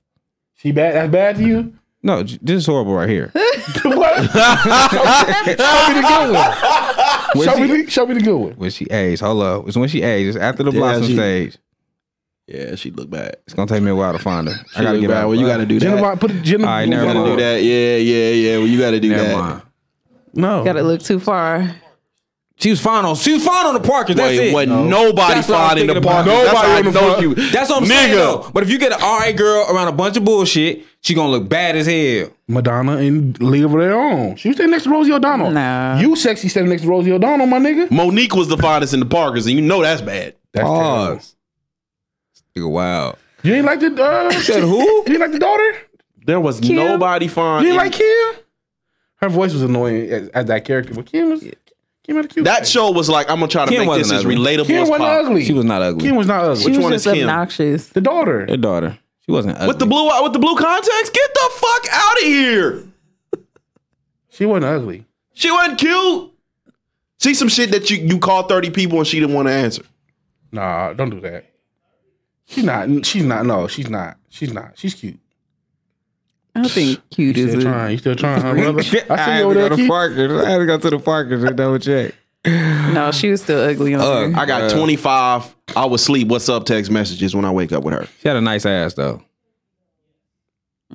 F: She bad. That's bad to you.
C: No, j- this is horrible right here.
F: what? show, me, show me the good one. Show me the, show me the good one.
C: When she aged, hold up. It's when she aged. It's after the
A: Yeah,
C: blossom
A: she-
C: stage.
A: Yeah, she look bad.
C: It's gonna take me a while to find her.
A: She look bad.
C: out.
A: Well, you got to do
F: Jenna,
A: that.
F: Bond- put a Jenna.
C: All right,
A: You
C: never
A: got to
C: mind.
A: do that. Yeah, yeah, yeah. Well, you got to do
C: Never
A: that.
C: mind.
F: No.
G: Gotta look too far.
C: She was fine on. She was fine on the Parkers. That's
A: Wait,
C: it.
A: wasn't nobody
C: That's what I was
A: finding the
C: thinking about.
A: park.
F: Nobody
A: Nobody
F: on the
A: That's how I know
F: front.
A: you.
C: That's what I'm
A: Nigga.
C: saying. Though. But if you get an all right girl around a bunch of bullshit, she gonna look bad as hell.
F: Madonna and League of Their Own. She was standing next to Rosie O'Donnell.
G: Nah.
F: You sexy standing next to Rosie O'Donnell, my nigga.
A: Monique was the finest in the Parkers, and you know that's bad.
F: That's terrible.
C: Nigga, wow.
F: You ain't like the uh,
C: Said who? Uh,
F: You ain't like the daughter?
A: There was
G: Kim?
A: nobody fine.
F: You ain't
A: in-
F: like Kim? Her voice was annoying as, as that character, but Kim was Kim had a cute.
A: that
F: face.
A: show was like, I'm gonna try to
C: Kim
A: make this
C: wasn't
A: as
C: ugly.
A: relatable
F: Kim
A: as
F: wasn't
A: possible.
F: ugly.
C: She was not ugly.
F: Kim was not ugly.
G: She was
A: one
G: just
A: is Kim?
G: obnoxious.
F: the daughter.
C: Her daughter. She wasn't ugly.
A: With the blue with the blue contacts, get the fuck out of here.
F: She wasn't ugly.
A: She wasn't cute. See some shit that you you call 30 people and she didn't want to answer.
F: Nah, don't do that. She's not. She's not. No, she's not. She's not. She's cute.
G: I don't think cute
F: You
G: is
F: still
G: it.
F: trying? You still trying, huh, brother? I see
C: I had to
F: you over
C: go
F: there.
C: to
F: Keith.
C: Parkers. I had to go to the Parkers and double check.
G: No, she was still ugly on
C: Ugh,
G: there.
A: I got
C: Yeah.
A: 25 I was sleep what's up text messages when I wake up with her.
C: She had a nice ass though.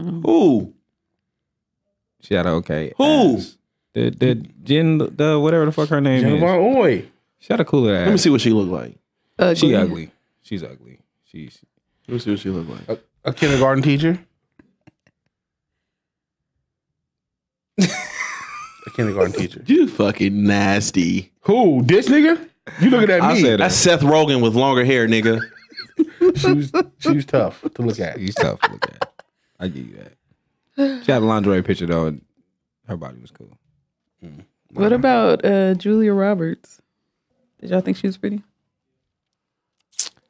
A: Ooh.
C: She had a okay.
A: Who?
C: ass. The the Jen the whatever the fuck her name
F: Jennifer
C: is.
F: Oy.
C: She had a cooler ass.
A: Let me see what she looked like.
G: ugly.
C: She ugly. She's ugly. She's
A: Let me see what she looked like.
F: A, a kindergarten teacher. a kindergarten teacher.
A: You fucking nasty.
F: Who? This nigga? You looking at me?
C: I said
A: That's
C: that.
A: Seth Rogen with longer hair, nigga.
F: She was, she was tough to look at.
C: He's tough. to Look at. I give you that. She had a lingerie picture though. And her body was cool.
G: What about uh, Julia Roberts? Did y'all think she was pretty?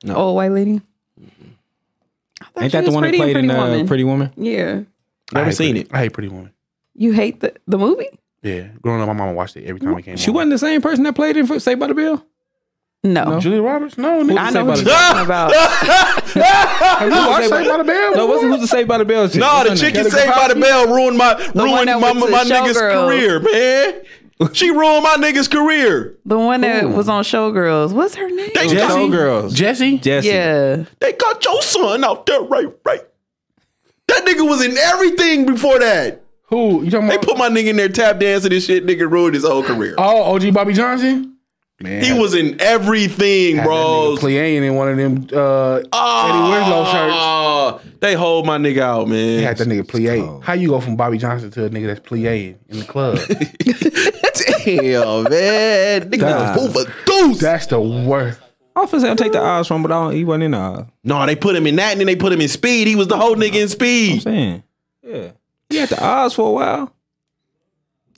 A: No.
G: Old white lady. I thought
C: Ain't
G: she
C: that the
G: was
C: one that
G: pretty in
C: played in
G: Pretty
C: uh,
G: Woman.
C: Pretty Woman?
G: Yeah.
A: Never
F: I hate
A: seen
F: Pretty- I hate Pretty Woman.
G: You hate the, the movie?
F: Yeah, growing up, my mama watched it every time it came.
C: She
F: on.
C: wasn't the same person that played in F- Saved by the Bell.
G: No.
F: Julia Roberts. No, nigga.
G: I
C: Say
G: know
C: about
G: what you're
C: it.
G: talking about.
F: Have you watched Saved by the Bell?
C: No, what's, who's the Saved by the Bell? chick?
A: No,
C: What's
A: the
C: her
A: chick
C: name?
A: you saved by the bell ruined my
G: one
A: ruined
G: that
A: my,
G: went to
A: my nigga's
G: Showgirls.
A: career, man. She ruined my nigga's career.
G: The one that was on Showgirls. What's her name?
A: They
C: Jess
A: got,
C: Girls.
F: Jesse.
C: Jesse.
G: Yeah.
A: they got your son out there, right? Right. That nigga was in everything before that.
F: Who you talking
A: They
F: about?
A: put my nigga in there tap dancing and shit. Nigga ruined his whole career.
F: oh, OG Bobby Johnson. Man,
A: He was in everything, bro.
F: Playing in one of them uh, Eddie Winslow shirts.
A: Oh, they hold my nigga out, man.
F: He had that nigga plie. How you go from Bobby Johnson to a nigga that's plieing in the club?
A: Damn, man. Nigga
C: Nah.
A: was over goose.
F: that's the worst.
C: I was gonna take the odds from, but I don't, he wasn't in the odds.
A: No, they put him in that and then they put him in speed. He was the whole nigga in
C: I'm
A: speed.
C: saying. Yeah. He had the odds for a while.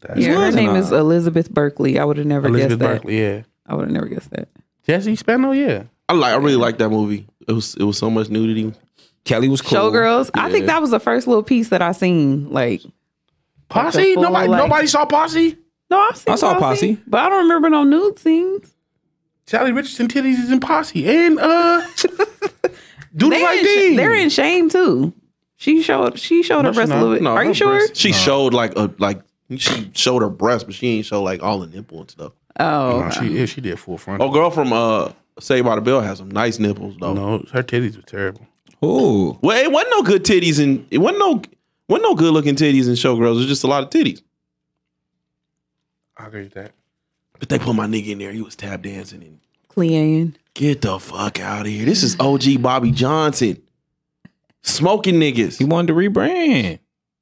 F: That's
G: Yeah, her
C: was
G: name
C: not.
G: is Elizabeth Berkley. I would have never
F: Elizabeth
G: guessed that.
F: Berkley. Yeah,
G: I would have never guessed that.
F: Jesse Spano. Yeah,
A: I like I really like that movie. It was it was so much nudity.
C: Kelly was cool.
G: Showgirls. I think that was the first little piece that I seen. Like,
F: Posse.
G: full,
F: Nobody.
G: like-
F: Nobody saw Posse.
G: no, I've seen
C: I saw Posse.
G: but I don't remember no nude scenes.
F: Sally Richardson titties is in Posse and uh, do the
G: They're,
F: right
G: in, sh-
F: thing.
G: they're in shame too. She showed she showed her breast a
F: not.
G: little bit.
A: No,
G: Are
A: her
G: you sure?
A: breasts- She showed like a like she showed her breast, but she ain't show like all the nipple and stuff.
G: Oh,
F: No, she yeah, she did full front.
A: Oh, girl from uh Saved by the Bell has some nice nipples though.
F: No, her titties were terrible.
C: Ooh.
A: Well, it wasn't no good titties and it wasn't no wasn't no good looking titties in Showgirls. It was just a lot of titties.
F: I agree with that.
A: But they put my nigga in there. He was tap dancing and
G: Clean.
A: get the fuck out of here. This is OG Bobby Johnson smoking
C: He
A: niggas.
C: wanted to rebrand.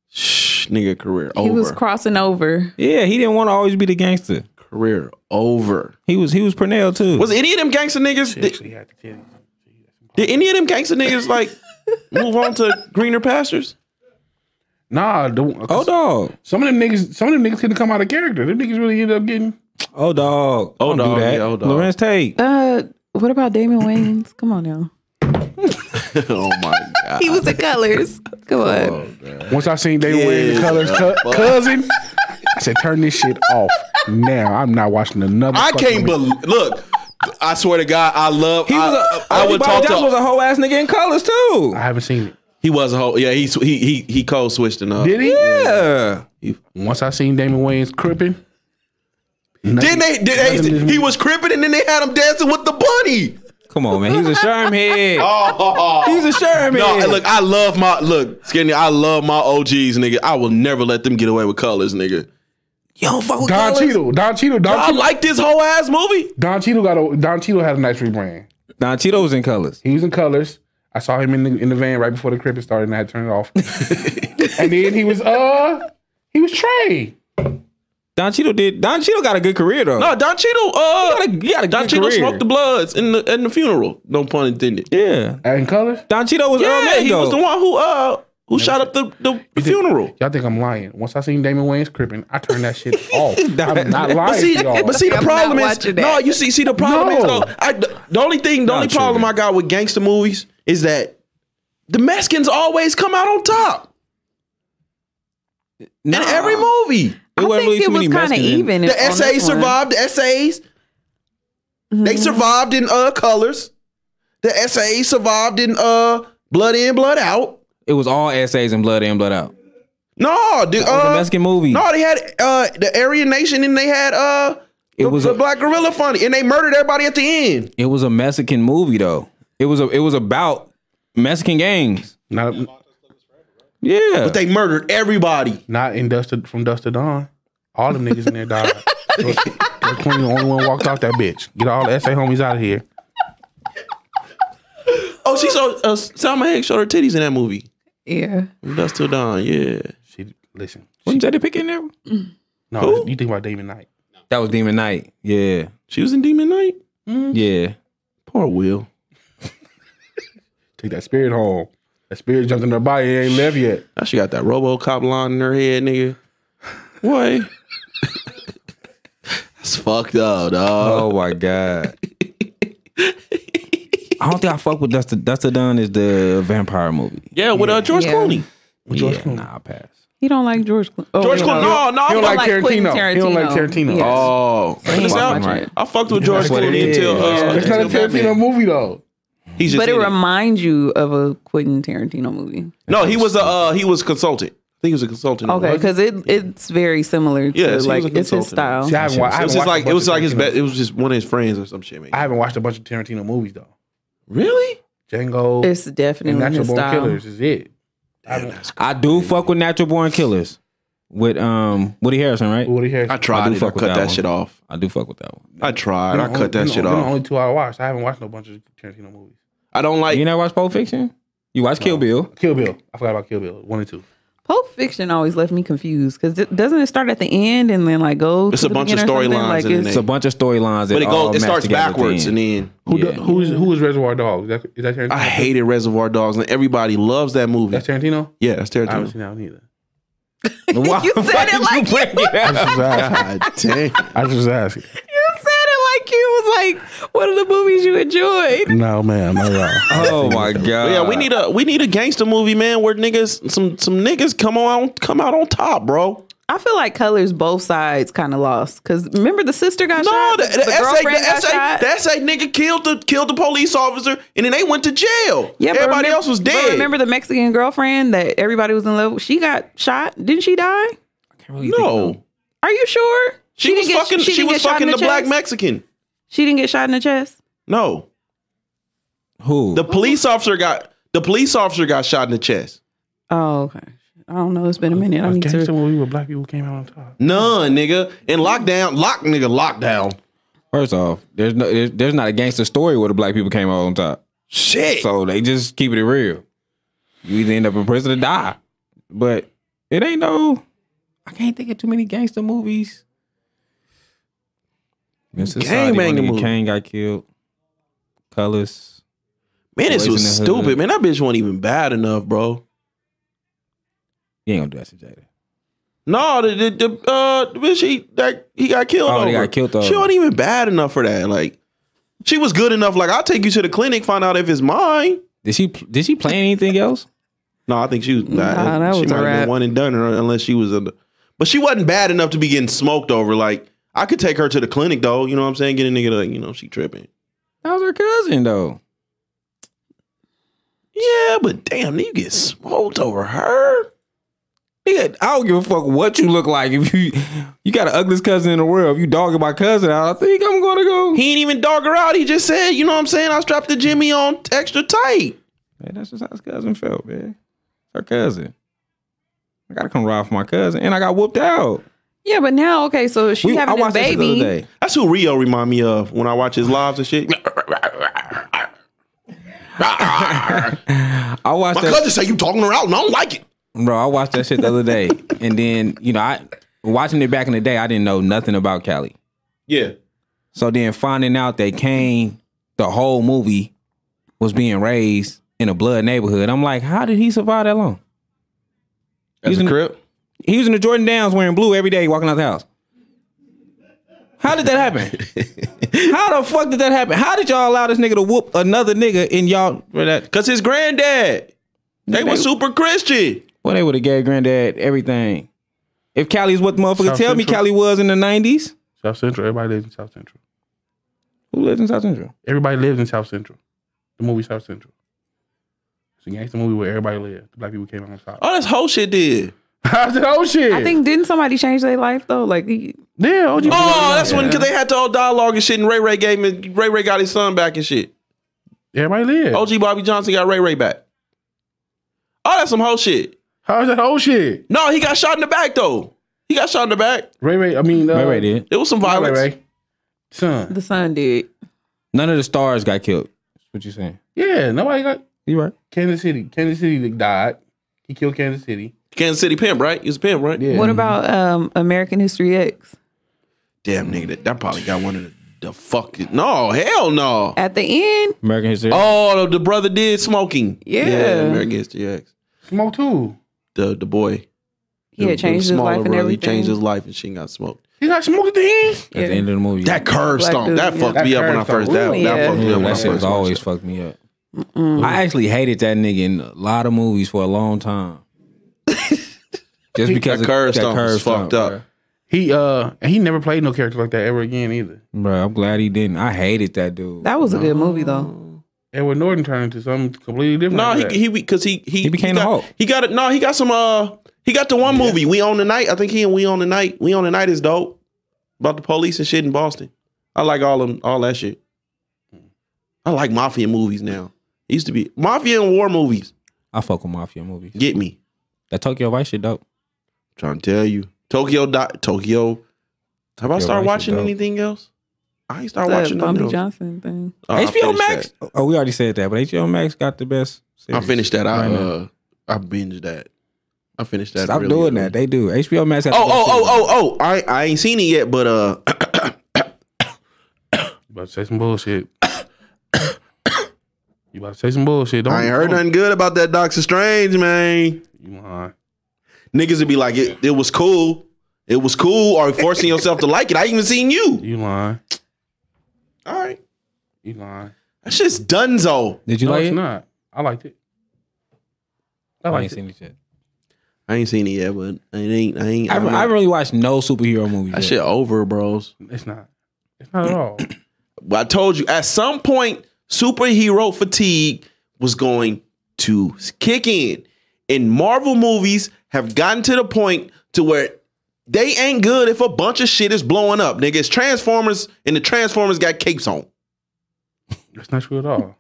A: Shh, nigga career
G: He
A: over.
G: was crossing over.
C: Yeah, he didn't want to always be the gangster.
A: career over.
C: He was he was Purnell too.
A: Was any of them gangster niggas?
F: She
A: Did,
F: actually had the titties.
A: did any of them gangster niggas like move on to greener pastures?
F: Nah, don't.
C: Oh dog.
F: Some of them niggas, some of them niggas couldn't come out of character. Them niggas really ended up getting.
C: Oh dog.
A: Oh,
C: Don't
A: dog,
C: Do that.
A: yeah, oh, dog.
C: Lorenz Tate.
G: Uh, what about Damon Wayans? Come on now.
A: oh my god!
G: He was the colors. Come on.
F: Once I seen they were wearing the colors, cu- cousin, I said, "Turn this shit off now." I'm not watching another.
A: I
F: fucking
A: can't
F: movie.
A: believe. Look, I swear to God, I love.
C: He
A: I,
C: was a uh,
A: I would talk to.
C: was a whole ass nigga in colors too.
F: I haven't seen it.
A: he was a whole. Yeah, he sw- he he he code switched and up.
F: Did he?
C: Yeah.
F: Once I seen Damon Wayans cripping,
A: Then they, then
F: Nothing is-
A: they he was cripping, and then they had him dancing with the bunny.
C: Come on, man. He's a sherm head.
A: Oh,
C: He's a sherm
A: No,
C: head.
A: look, I love my look, skinny. I love my OGs, nigga. I will never let them get away with colors, nigga. You don't fuck with
F: Don
A: colors.
F: Cheadle, Don Cheadle, Don
A: I
F: Cheadle,
A: like this whole ass movie.
F: Don Cheadle got a Don Cheadle had a nice rebrand.
C: Nah, Cheeto was in colors.
F: He was in colors. I saw him in the in the van right before the crib started, and I had to turn it off. and then he was uh he was Trey.
C: Don Cheeto did. Don Cheeto got a good career though.
A: No, Don Cheadle. Uh,
C: got a- he got a
A: Don
C: good
A: Cheadle
C: career.
A: smoked the bloods in the in the funeral. No pun intended.
C: Yeah.
F: Uh, In colors,
C: Don Cheeto was Earl
A: Yeah,
C: Mango.
A: he was the one who uh who shot up the the, the funeral.
F: y'all think I'm lying? Once I seen Damon Wayans cripping, I turned that shit off. I'm not lying,
A: But see,
F: y'all.
A: but see, the
G: I'm
A: problem
G: not
A: is
G: watching that.
A: no. You see, see, the problem is
F: No.
A: though. I, the, the only thing, the only
C: true,
A: problem
C: man.
A: I got with gangster movies is that the Mexicans always come out on top
C: Nah.
A: in every movie.
C: It
G: I
C: wasn't
G: think
C: really
G: it
C: too
G: was
C: many
G: kind of
C: Mexicans in-
G: even.
A: The
G: on
A: SA
G: this one.
A: survived. The SAs they survived in uh colors. The SAs survived in uh blood in, blood out.
C: It was all essays and blood in, blood out.
A: No, the
C: It was a
A: uh,
C: Oh, Mexican movie.
A: no, they had uh the Aryan Nation and they had uh
C: it
A: the,
C: was
A: the
C: a,
A: Black Gorilla Funny and they murdered everybody at the end.
C: it was a Mexican movie though. It was a it was about Mexican gangs.
F: not
C: Yeah.
A: But they murdered everybody.
F: not in dust to, from dust to dawn. All them niggas in there died. George George Clooney the only one walked out that bitch. Get all the SA homies out of here.
A: Oh, she saw uh, Salma Hayek showed her titties in that movie.
G: Yeah.
A: From Dust Till Dawn. Yeah,
F: She listen.
C: wasn't Jada Pickett in there?
F: No, you think about Damon Knight.
C: That was Demon Knight. Yeah.
A: she was in Demon Knight.
C: Yeah.
A: Poor Will.
F: Take that spirit home. That spirit jumped in her body. It ain't left yet.
A: Now she got that RoboCop line in her head, nigga. What? That's fucked up, dog.
C: Oh my god. I don't think I fuck with Dusty. Dusty Dunn is the vampire movie.
A: Yeah, with uh, George
G: Yeah.
A: Clooney.
C: yeah, nah, I pass.
G: He don't like George Clooney. Oh,
A: George
G: he
A: Clooney.
G: don't
A: No, no. I
F: He don't
A: fuck-
F: like
G: like Quentin
F: Tarantino. He don't like
G: Tarantino.
F: Tarantino.
G: Yes.
A: Oh,
G: He don't
A: I,
G: watch it.
A: I fucked with George
C: That's what it
A: Clooney
C: is.
A: until
C: That's
A: uh,
C: what it
F: It's not a
A: until
F: Tarantino
A: Batman.
F: movie though.
A: He's just
G: But it
A: in it.
G: reminds you of a Quentin Tarantino movie.
A: no. He was a uh, he was consultant. I think he was a consultant.
G: Okay, because it it's very similar to
A: Yeah, he was
G: like
A: a
G: it's his
A: consultant.
G: style.
F: See, I haven't, wa- I
A: it
F: haven't
A: was
F: watched
A: just
F: a
A: like it
F: bunch
A: was
F: of
A: like his
F: Tarantino-
A: best. It was just one of his friends or some shit. Man.
F: I haven't watched a bunch of Tarantino movies though.
A: really?
F: Django,
G: It's
F: and
G: definitely
F: Natural
G: his
F: Born
G: style.
F: Killers is it. I haven't-
C: I do fuck with Natural Born Killers with um Woody Harrison, right?
F: Woody Harrelson.
A: I tried.
C: I do
A: it. I cut
C: fuck with
A: that,
C: that one.
A: shit off.
C: I do fuck with that one.
A: I tried. I
F: Only-
A: cut that
F: only-
A: shit
F: only-
A: off.
F: Only two I watched. I haven't watched no bunch of Tarantino movies.
A: I don't like.
C: You never watch Pulp Fiction? You watch Kill Bill?
F: Kill Bill. I forgot about Kill Bill. One and two.
G: Pulp Fiction always left me confused because doesn't it start at the end and then like go?
A: It's
G: to
A: a
G: the
A: bunch of
G: beginning or something?
A: storylines
G: Like,
A: in the
G: it's-
C: It's a bunch of storylines, that
A: but it
C: all
A: goes. It
C: match
A: starts
C: together at the
A: backwards
C: end.
A: and then
F: Who
C: Yeah.
F: do- who is who is Reservoir Dogs? Is that, is that Tarantino?
A: I hated Reservoir Dogs and everybody loves that movie.
F: That's Tarantino.
A: yeah, that's
F: I haven't
A: terrible.
F: seen that one either.
C: Why-
G: You said
C: why
G: it
C: did
G: like
C: bring it up?
A: God damn.
F: I just asking.
G: you said it like it was like one of the movies you enjoyed.
F: No, ma'am, not at all.
C: Oh my god!
A: Yeah, we need a we need a gangster movie, man, where niggas some some niggas come on come out on top, bro.
G: I feel like colors both sides kind of lost because remember the sister got
A: No,
G: shot.
A: the, the, SA, the,
G: girlfriend got
A: SA,
G: shot?
A: the SA nigga killed the killed the police officer and then they went to jail.
G: Yeah, but
A: everybody
G: remem-
A: else was
G: but
A: dead.
G: remember the Mexican girlfriend that everybody was in love with? She got shot. Didn't she die?
A: no,
G: Are you sure?
A: she, was
G: didn't get-
A: fucking she,
G: didn't
A: was
G: get shot
A: fucking
G: in
A: the, black
G: chest?
A: Mexican.
G: She didn't get shot in the chest.
A: No,
C: Who?
A: the police officer got the police officer got shot in the chest.
G: Oh, okay. I don't know. It's
A: Oh,
G: been a minute. I need
F: Gangster
G: to.
F: movie where black people came out on top.
A: None, nigga. And lockdown, lock nigga, lockdown.
C: First off, there's no there's, there's not a gangster story where the black people came out on top.
A: Shit.
C: So they just keep it real. You either end up in prison or die. But it ain't no. I can't think of too many gangster movies. Gang
A: Gangbanging
C: banging
A: movie.
C: Kane got killed. Colors.
A: man, this
C: Boys
A: was
C: in the Hood.
A: stupid. Man, that bitch wasn't even bad enough, bro.
C: You ain't gonna do that to Jada.
A: No, the the, the uh the bitch he that he got killed.
C: Oh,
A: over.
C: they got killed over.
A: She wasn't even bad enough for that. Like she was good enough. Like I'll take you to the clinic, find out if it's mine.
C: Did she did she play anything else?
A: No, I think she was. Nah,
G: Nah, that
A: she
G: was a
A: might have
G: wrap.
A: been one and done, or- unless she was a. But she wasn't bad enough to be getting smoked over. Like I could take her to the clinic though. You know what I'm saying? Get a nigga like you know she tripping.
C: That was her cousin though.
A: Yeah, but damn, you get smoked over her.
C: Nigga, I don't give a fuck what you look like. If you you got the ugliest cousin in the world, if you dogging my cousin out, I think I'm gonna go.
A: He ain't even dog her out. He just said, you know what I'm saying? I strapped the Jimmy on extra tight.
C: Man, that's just how his cousin felt, man. Her cousin. I gotta come ride for my cousin, and I got whooped out.
G: Yeah, but now okay, so she
C: We- I
G: having this
C: watched that shit the
G: baby.
C: other day.
A: That's who Rio remind me of when I watch his lives and shit.
C: I watched
A: My
C: that.
A: cousin say you talking her out and I don't like it.
C: Bro, I watched that shit the other day, and then you know, I watching it back in the day, I didn't know nothing about Cali.
A: Yeah.
C: So then finding out that Kane, the whole movie, was being raised in a blood neighborhood, I'm like, how did he survive that long? He's in the crib. He was in the Jordan Downs wearing blue every day, walking out the house. How did that happen? how the fuck did that happen? How did y'all allow this nigga to whoop another nigga in y'all?
A: For that. Cause his granddad. They were super Christian.
C: Well, they would have gave granddad everything. If Cali's what the motherfucker
F: South
C: tell me
F: Central.
C: Cali was in the '90s,
F: South Central. Everybody lives in South Central.
C: who lives in South Central?
F: Everybody lives in South Central. The movie South Central. It's a gangster movie where everybody lived. The black people came out on top.
A: All this whole shit did.
F: I said, oh shit.
G: I think didn't somebody change their life though? Like he-
F: Yeah, OG.
A: Oh, that's when cause they had the whole dialogue and shit, and Ray Ray gave him Ray Ray got his son back and shit.
F: Everybody lived.
A: OG Bobby Johnson got Ray Ray back. Oh, that's some whole shit.
F: How's that whole shit?
A: No, he got shot in the back though. He got shot in the back.
F: Ray Ray, I mean, uh,
C: Ray Ray did.
A: It was some
F: Ray
A: violence.
F: Ray. Son.
G: the son did.
C: None of the stars got killed. That's what you saying?
F: Yeah, nobody got
C: You right?
F: Kansas City. Kansas City died. He killed Kansas City.
A: Kansas City pimp, right? He was a pimp, right?
F: Yeah.
G: What about um American History X?
A: Damn nigga, that, that probably got one of the, the fucking no, hell no.
G: At the end,
C: American history.
A: Oh, the brother did smoking.
G: Yeah.
A: American History X.
F: Smoke too.
A: The the boy. The-
G: he had
A: the
G: changed his
A: smaller
G: life and
A: brother,
G: everything.
A: He changed his life and she got smoked.
F: He got smoked at the end.
C: At the end of the movie,
A: That curve
G: Black
A: stomp.
G: dude,
A: That
G: yeah.
A: fucked
F: That
A: me up when
F: curve
A: I first
F: stomp.
A: that,
G: Ooh,
A: that
G: yeah.
A: fucked me
C: Ooh,
A: up when I
C: that shit
A: first
C: was
A: always
C: always fucked me up. I actually hated that nigga in a lot of movies for a long time. Just
A: that
C: because of-
A: curve
C: that
A: stomp was
C: stomp,
A: fucked up.
F: He uh, and he never played no character like that ever again either.
C: Bro. Bro, I'm glad he didn't. I hated that dude.
G: that was a good movie though.
F: Edward Norton turned into something completely different.
A: No,
F: after that.
A: he he because he he
C: He became the
A: got,
C: Hulk.
A: He got it. No, he got some. Uh, he got the one movie. We on the night. I think he and We on the night. We on the night is dope about the police and shit in Boston. I like all them all that shit. I like mafia movies now. It used to be mafia and war movies.
C: I fuck with mafia movies.
A: Get me.
C: That Tokyo Vice shit dope.
A: trying to tell you, Tokyo. Dot, Tokyo. Have I
C: Tokyo
A: started
C: Vice
A: watching
C: is dope.
A: anything else? I ain't
G: That
A: started watching nothing
G: Bumpy
A: else.
G: Johnson thing.
A: Oh, I
C: HBO
A: finished
C: Max.
A: that.
C: Oh, we already said that, but HBO Max got the best.
A: I
C: series
A: finished that. I
C: right now.
A: uh, I binged that. I finished that.
C: Stop
A: really
C: doing
A: early.
C: that. They do. HBO Max. Got
A: Oh,
C: the best
A: oh,
C: series.
A: oh, oh, oh. I, I ain't seen it yet, but uh
F: about to say some bullshit. you about to say some bullshit? Don't
A: I ain't heard
C: Oh.
F: don't-
A: nothing good about that Doctor Strange, man.
F: You lying.
A: Niggas would be like, it, it was cool. It was cool, or forcing yourself to like it. I ain't even seen you.
F: You lying.
A: All right.
F: You lying.
A: That shit's dunzo.
C: Did you
F: no,
C: like
F: it's
C: it?
F: not. I liked it. I
C: I
F: liked
C: ain't
F: it.
C: seen it yet.
A: I ain't seen it yet, but it ain't I ain't
C: I,
A: I, am
C: I really watched no superhero movies.
A: that
C: yet.
A: shit over, bros.
F: It's not. It's not at all.
A: But I told you, at some point, superhero fatigue was going to kick in. And Marvel movies have gotten to the point to where they ain't good if a bunch of shit is blowing up. Nigga, it's Transformers and the Transformers got capes on.
F: That's not true at all.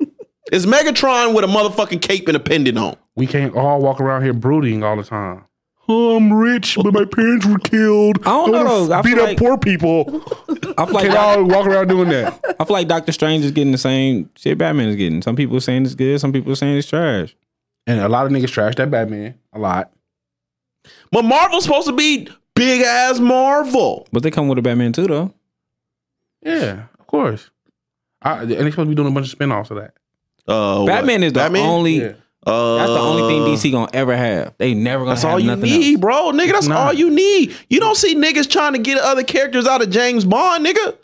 A: It's Megatron with a motherfucking cape and a pendant on.
F: We can't all walk around here brooding all the time. Oh, I'm rich, but my parents were killed.
C: I don't know, though. I
F: Beat
C: feel
F: up
C: like-
F: poor people.
C: I feel like
F: Can't all walk around doing that.
C: I feel like Doctor Strange is getting the same shit Batman is getting. Some people are saying it's good, some people are saying it's trash.
F: And a lot of niggas trash that Batman. A lot.
A: But Marvel's supposed to be big ass Marvel.
C: But they come with a Batman too,
A: Oh,
C: though.
F: Yeah, of course. I, and they supposed to be doing a bunch of spin-offs of that.
A: Uh, what?
C: Batman is the
A: Batman?
C: only.
F: Yeah.
A: Uh,
C: That's the only thing DC gonna ever have. They never gonna
A: That's
C: have
A: all you
C: nothing
A: need,
C: else.
A: bro. Nigga, that's
F: not.
A: all you need. You don't see niggas trying to get other characters out of James Bond, nigga.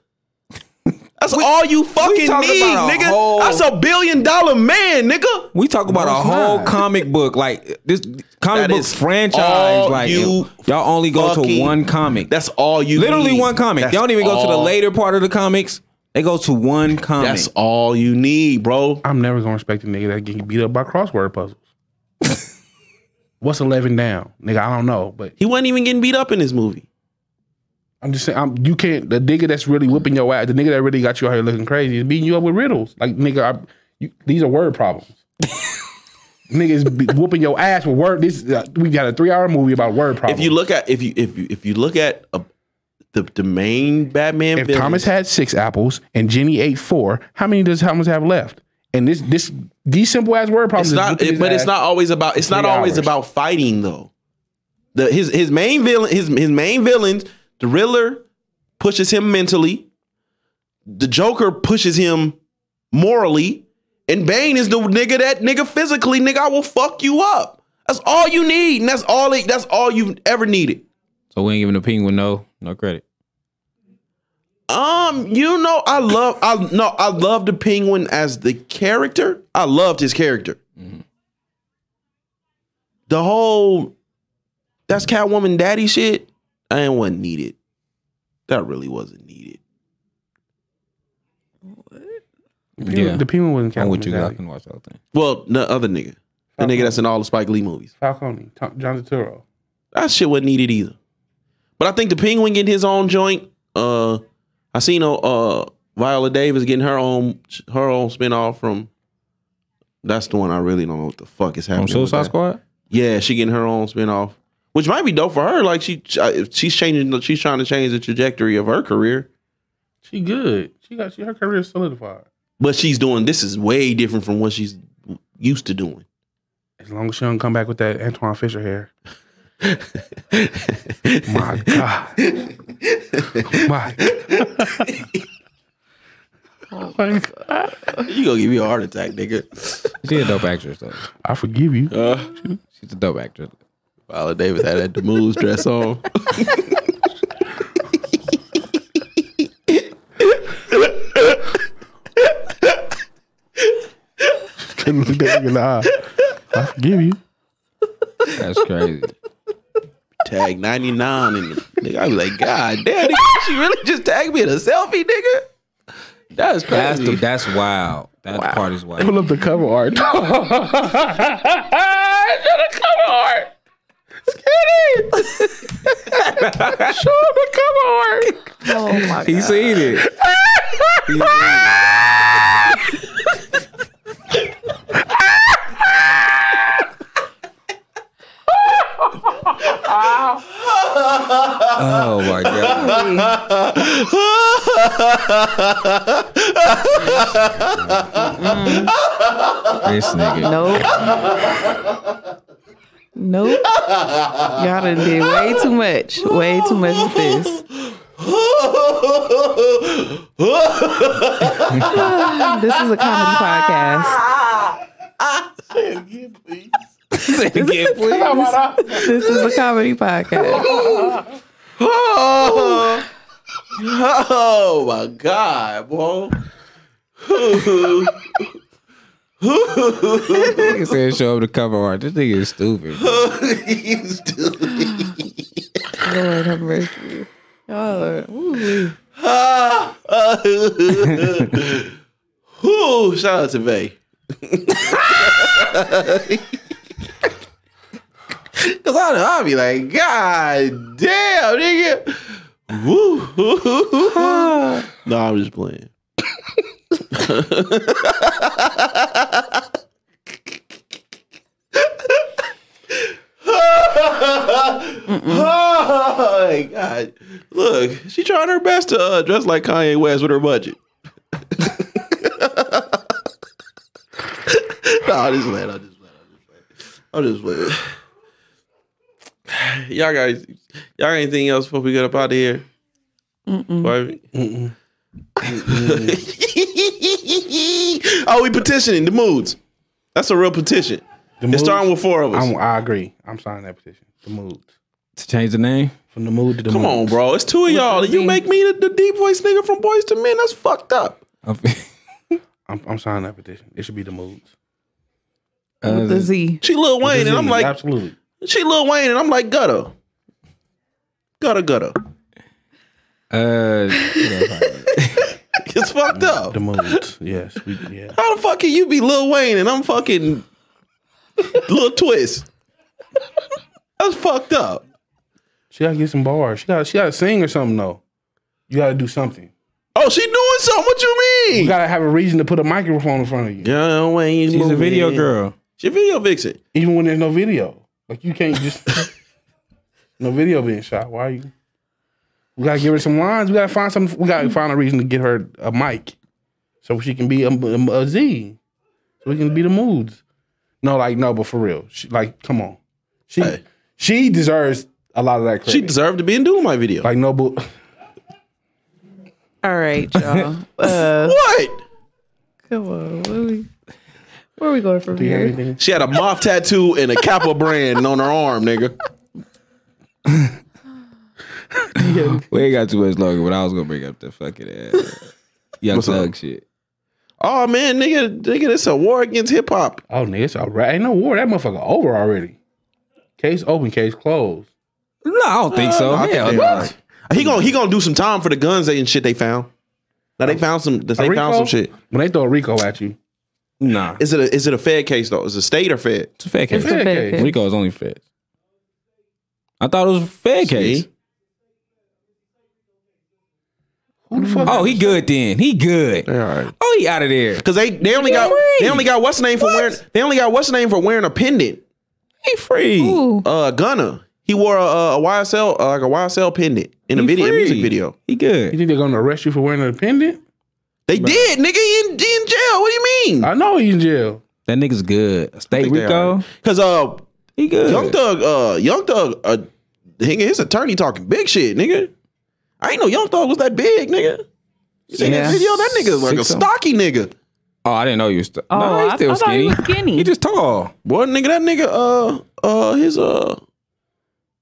A: That's all you fucking need,
C: talking about a
A: nigga.
C: whole-
A: That's a billion dollar man, nigga.
C: We talk about
F: No,
C: a
F: it's
C: whole
F: not.
C: comic book like this comic
A: That
C: book
A: is
C: franchise.
A: all
C: Like
A: you
C: y'all only go to
A: fucking-
C: one comic.
A: That's all you
C: literally
A: need.
C: one comic.
A: That's
C: they don't even go to the
A: all-
C: later part of the comics. They go to one comic.
A: That's all you need, bro.
F: I'm never gonna respect a nigga that get beat up by crossword puzzles. What's eleven down, nigga? I don't know, but
A: He wasn't even getting beat up in this movie.
F: I'm just saying, I'm, you can't. The nigga that's really whipping your ass, the nigga that really got you out here looking crazy, is beating you up with riddles. Like nigga, I, you, these are word problems. Niggas be whooping your ass with word. This uh, we got a three hour movie about word problems.
A: If you look at if you if you if you look at a, the the main Batman,
F: if
A: villains,
F: Thomas had six apples and Jenny ate four, how many does Thomas have left? And this this these simple ass word problems.
A: it's
F: is
A: not.
F: whooping his
A: It, but it's
F: ass.
A: not always about. It's
F: for
A: not
F: three
A: always
F: hours.
A: about fighting though. The his his main villain his his main villains the Riddler pushes him mentally. The Joker pushes him morally, and Bane is the nigga that nigga physically nigga I will fuck you up. That's all you need, and that's all it, that's all you've ever needed.
C: So we ain't giving the penguin no no credit.
A: Um, you know, I love I no, I love the penguin as the character. I loved his character. The whole that's Catwoman daddy shit. I ain't wasn't needed. That really wasn't needed.
F: Penguin-
C: Yeah.
F: The penguin wasn't
C: I'm
F: counting.
C: with you. I
F: Without
C: can watch the whole thing.
A: Well, the other nigga. The nigga that's in all the Spike Lee movies.
F: Falcone, Tom, John Turturro.
A: That shit wasn't needed either. But I think the penguin getting his own joint. Uh I seen uh, uh Viola Davis getting her own her own spinoff from that's the one I really don't know what the fuck is happening.
C: From
A: with
C: Suicide
A: that.
C: Squad.
A: Yeah, she getting her own spinoff, which might be dope for her. Like she, she's changing. She's trying to change the trajectory of her career,
F: She good. She got she, her career solidified.
A: but she's doing this is way different from what she's used to doing.
F: As long as she don't come back with that Antoine Fisher hair. My God. My God. Oh My God.
A: You gonna give me a heart attack, nigga?
C: She's a dope actress though.
F: I forgive you.
A: Uh,
C: She's a dope actress.
A: Viola Davis had that Demule's dress on.
F: Couldn't look that nigga in the eye. I forgive you.
C: That's crazy.
A: Tag ninety nine, and nigga, I was like, God damn, nigga, she really just tagged me in a selfie, nigga. That's
C: that's the,
A: crazy.
C: that's wild. That part is wild.
F: Pull up the cover art.
C: He seen it. oh my god! This nigga.
G: Nope. nope. Y'all done did way too much. Way too much with this. this is a comedy podcast. This is a comedy podcast.
A: Oh, oh my God, bro.
C: Nigga said show up the cover art. This nigga is stupid.
A: You stupid.
G: Lord have mercy. Y'all are, ooh,
A: Whew, shout out to Vay. Cause I know I'll be like, God damn, nigga. Woo. no, I'm just playing. oh my god! Look, she trying her best to uh, dress like Kanye West with her budget. no, I'm just playing. I'm just playing. I'm just playing. I'm just playing. Y'all guys, y'all got anything else before we get up out of here? Right? oh, we petitioning the moods. That's a real petition. it's starting with four of us.
F: I'm, I agree. I'm signing that petition. The mood.
C: To change the name.
F: From the mood to the
A: Come on,
F: moods.
A: bro. It's two of y'all. You make me the, the deep voice nigga from Boys to Men. That's fucked up.
C: Uh,
F: I'm, I'm signing that petition. It should be the moods.
G: with the Z.
A: She Lil Wayne, and I'm like,
F: absolutely.
A: she Lil Wayne, and I'm like, gutter. Gutter, gutter.
C: Uh, you know,
A: It's fucked up.
F: The moods. yes. We, yeah.
A: How the fuck can you be Lil Wayne and I'm fucking Lil Twist? That's fucked up.
F: She gotta get some bars. She got she gotta sing or something though. You gotta do something.
A: Oh, she doing something. What you
F: You
A: mean?
F: gotta have a reason to put a microphone in front of you,
A: John Wayne's
C: She's a
A: moving.
C: video girl.
A: She video vixen.
F: even when there's no video. Like you can't just no video being shot. Why are you? We gotta give her some lines. We gotta find some. We gotta find a reason to get her a mic, so she can be a, a- a Z, so we can be the moods. No, like no, but for real, she, like come on, she
A: Hey.
F: she deserves a lot of that credit.
A: She deserved to be in Doomlight video.
F: like no, but
G: All right, y'all. Uh,
A: what?
G: come on. Where we, where we going from
F: do you have
G: here?
F: anything?
A: She had a moth tattoo and a Kappa brand on her arm, nigga.
C: We ain't got too much longer, but I was gonna bring up the fucking uh, young
A: What's up?
C: thug shit.
A: Oh man, nigga, nigga, it's a war against hip hop.
F: Oh, nigga, it's all right. Ain't no war. That motherfucker over already. Case open, case closed.
C: No, Uh, I don't think so.
A: I think
C: Hell
A: they
C: no.
A: right. He gonna he gonna do some time for the guns they and shit they found. Now they found some they
F: A
A: found
F: Rico?
A: some shit.
F: When they throw a Rico at you,
C: Nah,
A: Is it a is it a Fed case though? Is it state or Fed?
C: it's a fed
G: It's
C: case.
G: a
F: Fed
G: fed
F: case.
G: case.
C: Rico is only feds. I thought it was a fed case.
A: See?
F: who the fuck?
C: Oh, he good then. He good. Oh, he out of there.
A: Cause they they only got they only got what's name for wearing they only got what's name for wearing a pendant.
C: He free.
G: Ooh,
A: Uh Gunna. He wore a, a YSL uh, like a YSL pendant in a
C: He
A: video a
C: free.
A: music video.
C: He
F: You
C: good.
F: think they're gonna arrest you for wearing a pendant?
A: They did, nigga. He in, he in jail. What do you mean?
F: I know he's in jail.
C: That nigga's good. State Rico.
A: Cause uh
C: He good.
A: Young Thug, uh, Young Thug, uh, nigga, his attorney talking big shit, nigga. I ain't know Young Thug was that big, nigga. You seen
C: Yeah.
A: that video? That nigga like a
C: Six-oh.
A: stocky nigga.
C: Oh, I didn't know you was. St-
G: Oh,
C: no, he's
G: I-
C: still
G: I thought
C: skinny.
G: he was skinny.
C: He just tall.
A: Boy, nigga, that nigga, uh, uh, his, uh,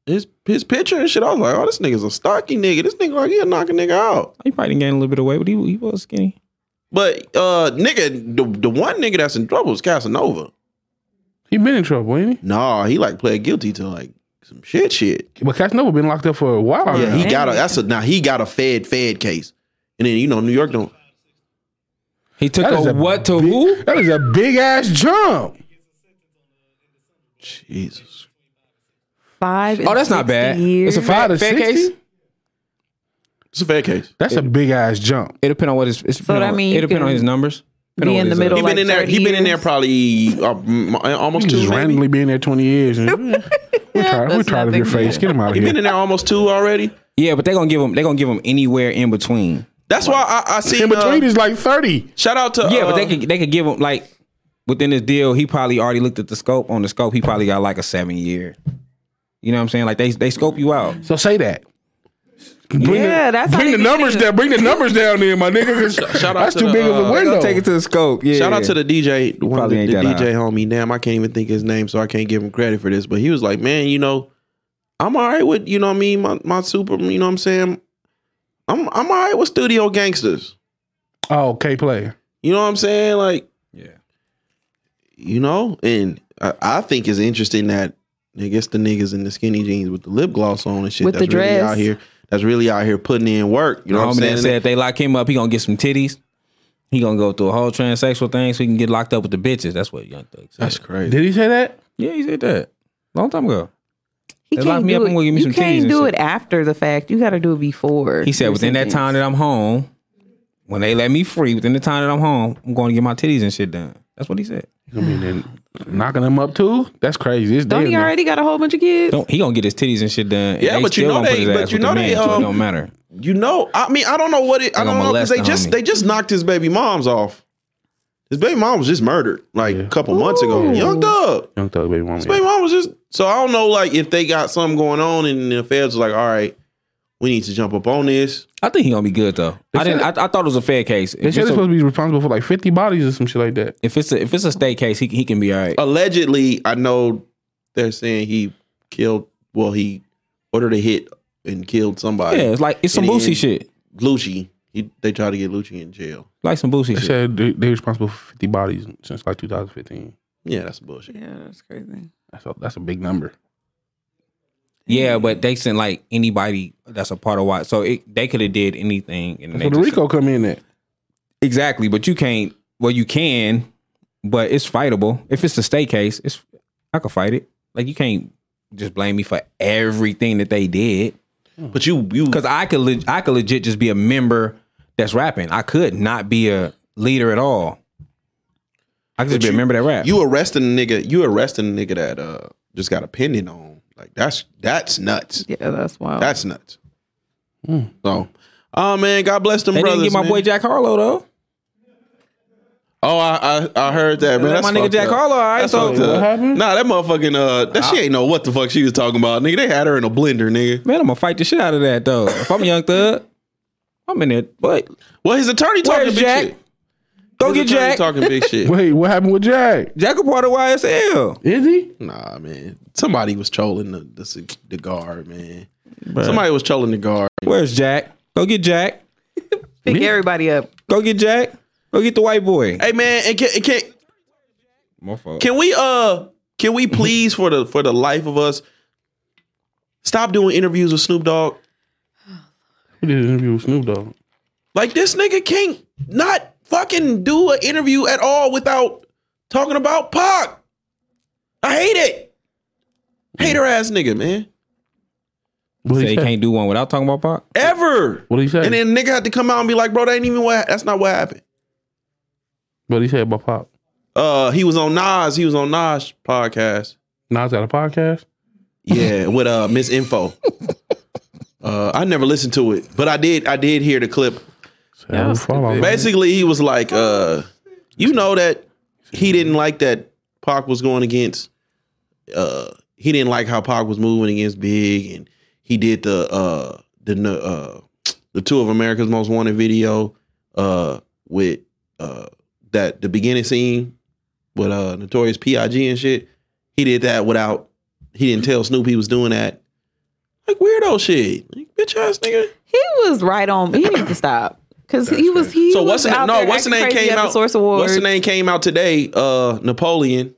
A: his his picture and shit. I was like, oh, this nigga's a stocky nigga. This nigga like he'll knock a nigga out.
C: He probably didn't gain a little bit of weight, but he, he was skinny.
A: But uh, nigga, the, the one nigga that's in trouble is Casanova.
F: He been in trouble, ain't
A: Nah, he like pled guilty to like some shit, shit.
F: he? But Casanova been locked up for a while.
A: Yeah,
F: now.
A: he got a that's a now he got a Fed Fed case, and then you know New York don't.
C: He took
F: That is
C: a
F: a
C: what to
F: big-
C: who?
F: That is a big ass jump.
A: Jesus
G: five.
C: Oh,
G: and
C: that's not
G: 60
C: bad.
G: Years.
C: It's a five to
F: Fed
C: six.
F: case?
C: case.
A: It's a fair case.
F: That's a big ass jump.
C: It depend on what his. It's so
G: that mean
C: it
G: you
C: depend on
G: can
C: his numbers. Depend
G: be
C: on
G: in
C: what
G: the
C: his, uh,
G: middle
A: He been
G: like
A: in there. He
G: 30
A: been in there
G: years.
A: probably uh, m- almost
F: He's
A: two.
F: just
A: maybe?
F: randomly being there twenty years. and- we're tired. We're
G: that's
F: tired of
G: not
F: your
G: big
F: face.
G: deal.
F: Get him out of
A: He
F: here.
A: been in there almost two already.
C: Yeah, but they gonna give him. They gonna give him anywhere in between.
A: That's why I, I see.
F: In between
A: Uh,
F: is like thirty.
A: shout out to
C: Yeah, but
A: uh,
C: they could. They could give him like within this deal. He probably already looked at the scope. On the scope, he probably got like a seven year. You know what I'm saying? Like they they scope you out.
F: So say that. Bring
G: Yeah,
F: the,
G: that's how
F: bring
G: you
F: the
G: get
F: numbers
G: it.
F: down. Bring the numbers down there, my nigga. 'cause
A: shout out
F: that's
A: to
F: too
A: the,
F: big of
A: uh,
F: a
C: They
F: window.
C: gonna take it to the scope. Yeah.
A: Shout out to the DJ, one of
C: Probably
A: the,
C: ain't
A: the DJ
C: that
A: homie. Damn, I can't even think his name, so I can't give him credit for this. But he was like, man, you know, I'm all right with you know what I mean. My my super, you know what I'm saying. I'm I'm all right with studio gangsters.
F: oh, K play.
A: You know what I'm saying? Like,
C: Yeah.
A: you know, and I, I think it's interesting that I guess the niggas in the skinny jeans with the lip gloss on and shit
G: With the
A: that's really
G: dress.
A: out here that's really out here putting in work. You know what I'm
C: homie that
A: saying?
C: said if they lock him up, he gonna get some titties. He gonna go through a whole transsexual thing so he can get locked up with the bitches. That's what Young Thug said.
A: that's crazy.
F: Did he say that?
C: yeah, he said that long time ago.
G: He
C: They locked
G: can't
C: me up
G: do
C: and gonna give
G: it.
C: me
G: You
C: some titties
G: can't
C: and
G: do
C: shit.
G: it after the fact. You got to do it before.
C: He said
G: your
C: within that
G: sentence.
C: time that I'm home, when they let me free, within the time that I'm home, I'm going to get my titties and shit done. That's what he said.
F: I mean, then knocking him up too. That's crazy. It's
G: Don't
F: dead
G: he
F: now.
G: already got a whole bunch of kids?
C: Don't he gonna get his titties and shit done? and
A: Yeah, but you
C: still
A: know
C: gonna put
A: they-
C: his
A: but
C: ass
A: you
C: with
A: know
C: the
A: they,
C: man, so
A: um,
C: it don't matter.
A: You know, I mean, I don't know what it. I
C: They
A: don't
C: gonna
A: know because
C: molest
A: they
C: the
A: just
C: homie.
A: they just knocked his baby mom's off. His baby mom was just murdered like a couple months ago. Young Thug.
F: Young Thug baby mama.
A: His baby mom was just. So I don't know, like if they got something going on and the feds are like, all right, we need to jump up on this.
C: I think he gonna be good though. I
F: said
C: didn't. I, I thought it was a fair case.
F: They
C: If
F: said
C: it's
F: they're
C: a,
F: supposed to be responsible for like fifty bodies or some shit like that.
C: if it's a if it's a state case, he he can be all
A: Uh,
C: right.
A: Allegedly, I know they're saying he killed. Well, he ordered a hit and killed somebody.
C: yeah, it's like it's some
A: And
C: boosie
A: then-
C: shit.
A: Lucci. He, they tried to get Lucci in jail.
C: Like some boosie
F: They
C: shit.
F: said they- they're responsible for fifty bodies since like 2015.
A: Yeah, that's bullshit.
G: Yeah, that's crazy.
F: That's a, that's a big number.
C: Yeah, but they sent like anybody that's a part of why. So it, they could have did anything. And they
F: Puerto
C: just-
F: Rico come in there.
C: exactly, but you can't. Well, you can, but it's fightable. If it's a state case, it's I could fight it. Like you can't just blame me for everything that they did.
A: But you, you,
C: Because I could, le- I could legit just be a member that's rapping. I could not be a leader at all. I could just be a member that rap.
A: you arresting a nigga. You arresting a nigga that uh just got a pending on. Like that's that's nuts.
G: Yeah, that's wild.
A: That's nuts. So, oh man, God bless them
C: Hmm. they
A: brothers.
C: didn't get my
A: man.
C: boy Jack Harlow though.
A: Oh, I, I I heard that man.
C: Let
A: That's
C: my nigga
A: fucked
C: Jack
A: up.
C: Harlow. All right,
A: That's
C: so
A: fucked up. Nah, that motherfucking uh, that she ain't know what the fuck she was talking about, nigga. They had her in a blender, nigga.
C: man, I'm gonna fight the shit out of that though. If I'm a young thug, I'm in there. But
A: Well, his attorney talking
C: Where's
A: big
C: Jack?
A: shit.
C: go
A: His
C: get
A: attorney
C: Jack.
A: talking big shit.
F: Wait, what happened with Jack?
C: Jack a part of YSL.
F: Is he?
A: Nah, man. Somebody was trolling the the, se- the guard, man. Somebody was trolling the guard.
C: Where's Jack? Go get Jack.
G: Pick everybody up.
C: Go get Jack. Go get the white boy.
A: Hey, man, and can, and can
C: My fault.
A: can we uh can we please for the for the life of us stop doing interviews with Snoop Dogg?
F: Who did an interview with Snoop Dogg?
A: Like this nigga can't not fucking do an interview at all without talking about Pac. I hate it. Hater ass nigga, man.
F: What
C: Say
F: he
C: you
F: say?
C: can't do one without talking about Pac.
A: Ever.
F: What he say?
A: And then nigga had to come out and be like, bro, that ain't even what that's not what happened.
F: What he said about Pop?
A: Uh he was on Nas, he was on Nas podcast.
F: Nas got a podcast.
A: Yeah, with uh Miss Info. Uh, I never listened to it, but I did. I did hear the clip.
F: So I don't follow him.
A: Basically, he was like, uh, you know that he didn't like that Pac was going against. Uh, he didn't like how Pac was moving against Big, and he did the uh the uh the two of America's Most Wanted video uh with uh that the beginning scene with uh Notorious P.I.G. and shit. He did that without he didn't tell Snoop he was doing that. Like weirdo shit, like, bitch ass nigga.
G: He was right on. He needed to stop because he was he.
A: So
G: was
A: what's the
G: out
A: name? No,
G: there
A: what's the
G: acting
A: name
G: crazy
A: came
G: at the
A: out?
G: Source Awards.
A: What's the name came out today? Uh, Napoleon.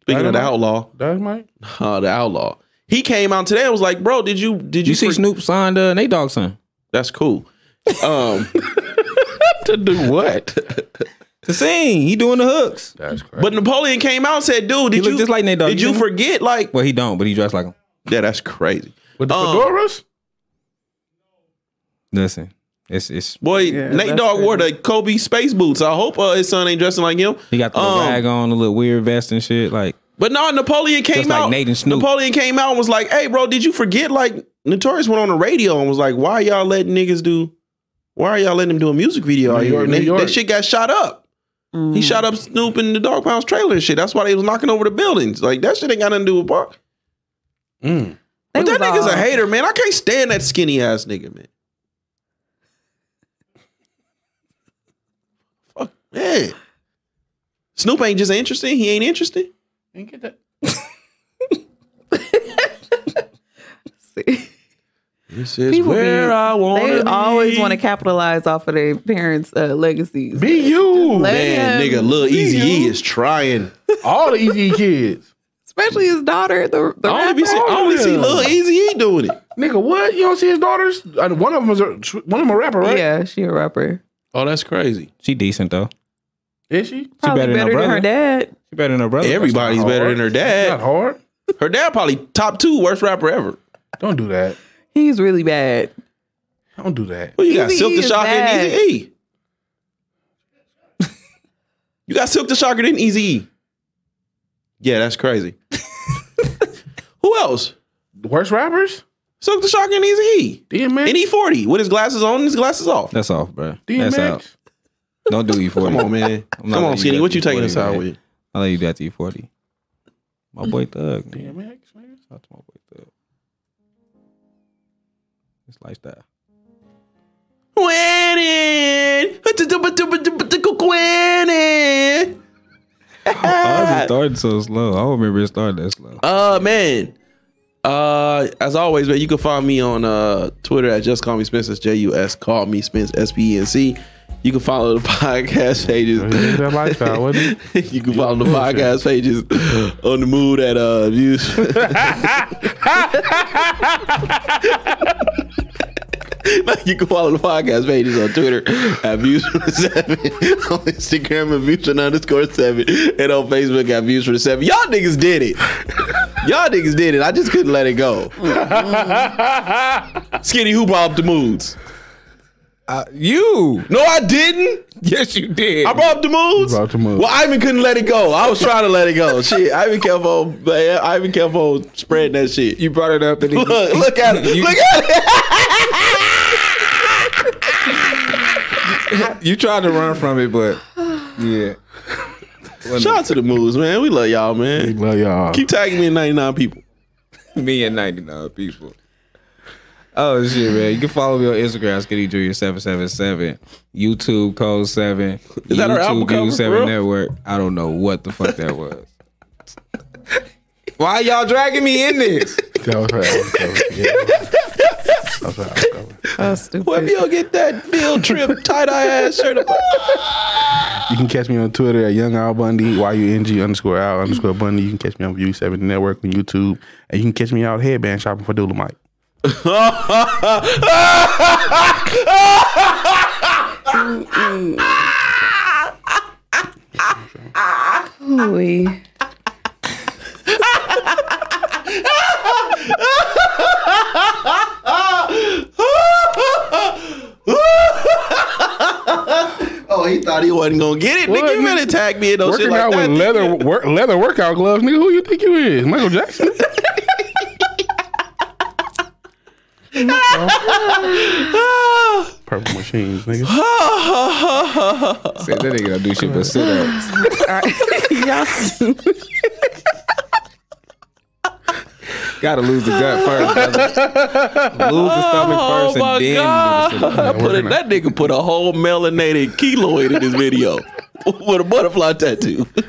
A: Speaking of the
F: Dynamite?
A: outlaw,
F: That's Mike.
A: uh, the outlaw. He came out today. and was like, bro, did you did you,
C: You see
A: for-
C: Snoop signed uh, Nate Dogg's son
A: That's cool. Um,
C: to do what? to sing. He doing the hooks.
I: That's crazy.
A: but Napoleon came out and said, dude, did
C: looked
A: you
C: just like Nate Dogg.
A: did you forget? Like,
C: Well, he don't, but he dressed like him.
A: yeah, that's crazy.
F: With the
A: Um,
F: fedoras?
C: Listen, it's it's
A: Boy, Nate
G: that's
A: Dogg wore the Kobe space boots. I hope uh, his son ain't dressing like him.
C: he got the little
A: Um,
C: rag on, the little weird vest and shit. Like
A: But no, Napoleon came
C: like
A: out.
C: Nate and Snoop.
A: Napoleon came out and was like, "Hey, bro, did you forget?" Like Notorious went on the radio and was like, "Why y'all letting niggas do? Why are y'all letting them do a music video?" out
F: New
A: here?"
F: York,
A: And
F: New
A: they-
F: York.
A: That shit got shot up. He shot up Snoop and the Dog Pound's trailer and shit. That's why they was knocking over the buildings. Like that shit ain't got nothing to do with Park.
G: They
A: But that
G: was
A: nigga's
F: uh,
G: all-
A: a hater, man. I can't stand that skinny ass nigga, man. Fuck, man. Snoop ain't just interesting. He ain't interesting.
F: Didn't get that.
A: This is
G: People be-
A: where I want
G: They
A: to be.
G: always want to capitalize off of their parents' uh, legacies.
F: Be you.
G: Let
A: Man,
G: him-
A: nigga, Lil Easy E is trying.
F: All the Easy kids.
G: especially his daughter, the, the
A: I
G: rapper.
A: only, be see, I only see Lil Easy E doing it.
F: Nigga, what? You don't see his daughters? Uh, One of them is a, one of them a rapper, right?
G: Yeah, she a rapper.
A: Oh, that's crazy.
C: she decent though.
F: Is she?
C: She
G: Probably
C: better, than her brother.
G: her dad.
C: She better than her brother.
A: Everybody's better than her
F: Not
A: dad.
F: hard.
A: Her dad probably top two worst rapper ever.
F: Don't do that.
G: He's really bad.
F: Don't do that.
A: Well, you got
G: Eazy-E
A: Silk the
G: is
A: Shocker
G: bad.
A: and Easy E. you got Silk the Shocker and Easy E. Yeah, that's crazy. Who else?
F: Worst rappers?
A: Silk the Shocker and Easy E.
F: DMX?
A: And E40 with his glasses on and his glasses off.
C: That's off, bro. That's out.
F: DMX?
C: Don't do E40.
A: Come on, man. Come
C: not letting
A: on,
C: you
A: Skinny.
C: do
A: What
C: that
A: you taking us
C: E40,
A: out
C: man.
A: with?
C: I let you do that to E40. My boy
A: Mm.
C: Thug. man.
F: DMX, nigga?
C: Shout out to my boy Thug. It's lifestyle.
A: Winning. Winning.
C: Oh, Ours is starting so slow. I don't remember it started that slow.
A: Uh man. Uh as always, man, you can find me on uh Twitter at just call me Spence. That's J-U-S call me Spence S P E N C. You can follow the podcast pages.
F: He did that lifestyle, wasn't
A: you can follow the podcast pages on the mood at uh views. you can follow the podcast pages on Twitter at views for the seven, on Instagram at views for underscore seven, and on Facebook at views for the seven. Y'all niggas did it. Y'all niggas did it. I just couldn't let it go. Skinny who brought up the moods?
C: You.
A: No, I didn't.
C: Yes, you did.
A: Uh, I brought up the moods.
F: Brought up the moods.
A: Well, Ivan couldn't let it go. I was trying to let it go. shit, Ivan kept on. man, Ivan kept on spreading that shit.
C: you brought it up. And
A: Look, look at it.
C: You-
A: Look at it.
C: You tried to run from it, but yeah.
A: Shout out to the moods, man. We love y'all, man.
F: Love y'all.
A: Keep tagging me in 99 people.
C: Me and 99 people. Oh shit, man. You can follow me on Instagram, Skinny Junior 777, YouTube Code
A: Is
C: 7,
A: that
C: YouTube
A: our album cover,
C: 7
A: bro?
C: Network. I don't know what the fuck that was. Why y'all dragging me in this?
F: That was her. That was her. album cover.
G: Oh, stupid.
A: Whoever y'all get that field trip tie dye ass shirt up.
F: You can catch me on Twitter at Young Al Bundy, Y U N G underscore Al underscore Bundy. You can catch me on View 7 Network on YouTube. And you can catch me out headband shopping for Dolomite.
G: Ooh-wee.
A: Oh, he thought he wasn't gonna get it. Nigga, you better tag me in those shit
F: Working
A: like
F: out
A: that.
F: with leather work, leather workout gloves, nigga. Who you think you is? Michael Jackson? Purple machines, nigga.
C: Said that nigga don't do shit but sit ups.
G: Y'all-
C: Gotta lose the gut first. brother. Lose the stomach
A: Oh
C: first and then do the sit-ups.
A: Put a- that nigga put a whole melanated keloid in his video with a butterfly tattoo. if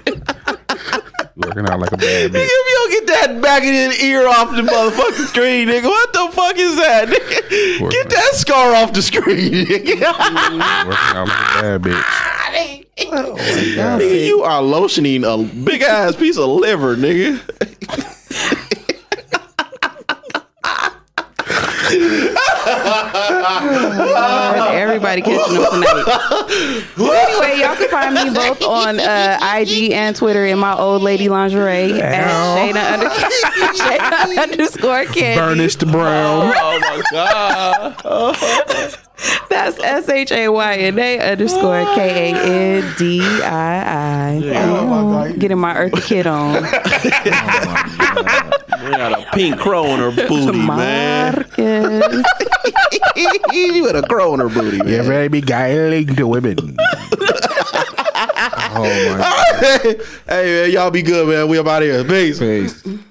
F: Working out like a bad bitch.
A: you don't get that back of his ear off the motherfucking screen, nigga, what the fuck is that? Nigga? Get that scar off the screen, nigga.
F: Working out like a bad bitch.
A: Nigga, you are lotioning a big ass piece of liver, nigga.
G: God, everybody catching them tonight. anyway, y'all can find me both on uh, IG and Twitter in my old lady lingerie at Shayna, under- Shayna underscore Candy.
F: Ernest Brown.
A: Oh my god.
G: That's S H A Y N A underscore K A N D I I.
A: Oh
G: Getting my Eartha Kid on.
A: Bring out a pink crow in her booty, man.
G: Marcus.
A: you had a crow in her booty, man.
F: Yeah, baby, guiding the women.
C: Oh my Oh,
A: hey man, y'all be good, man. We up out of here. Peace.
C: face.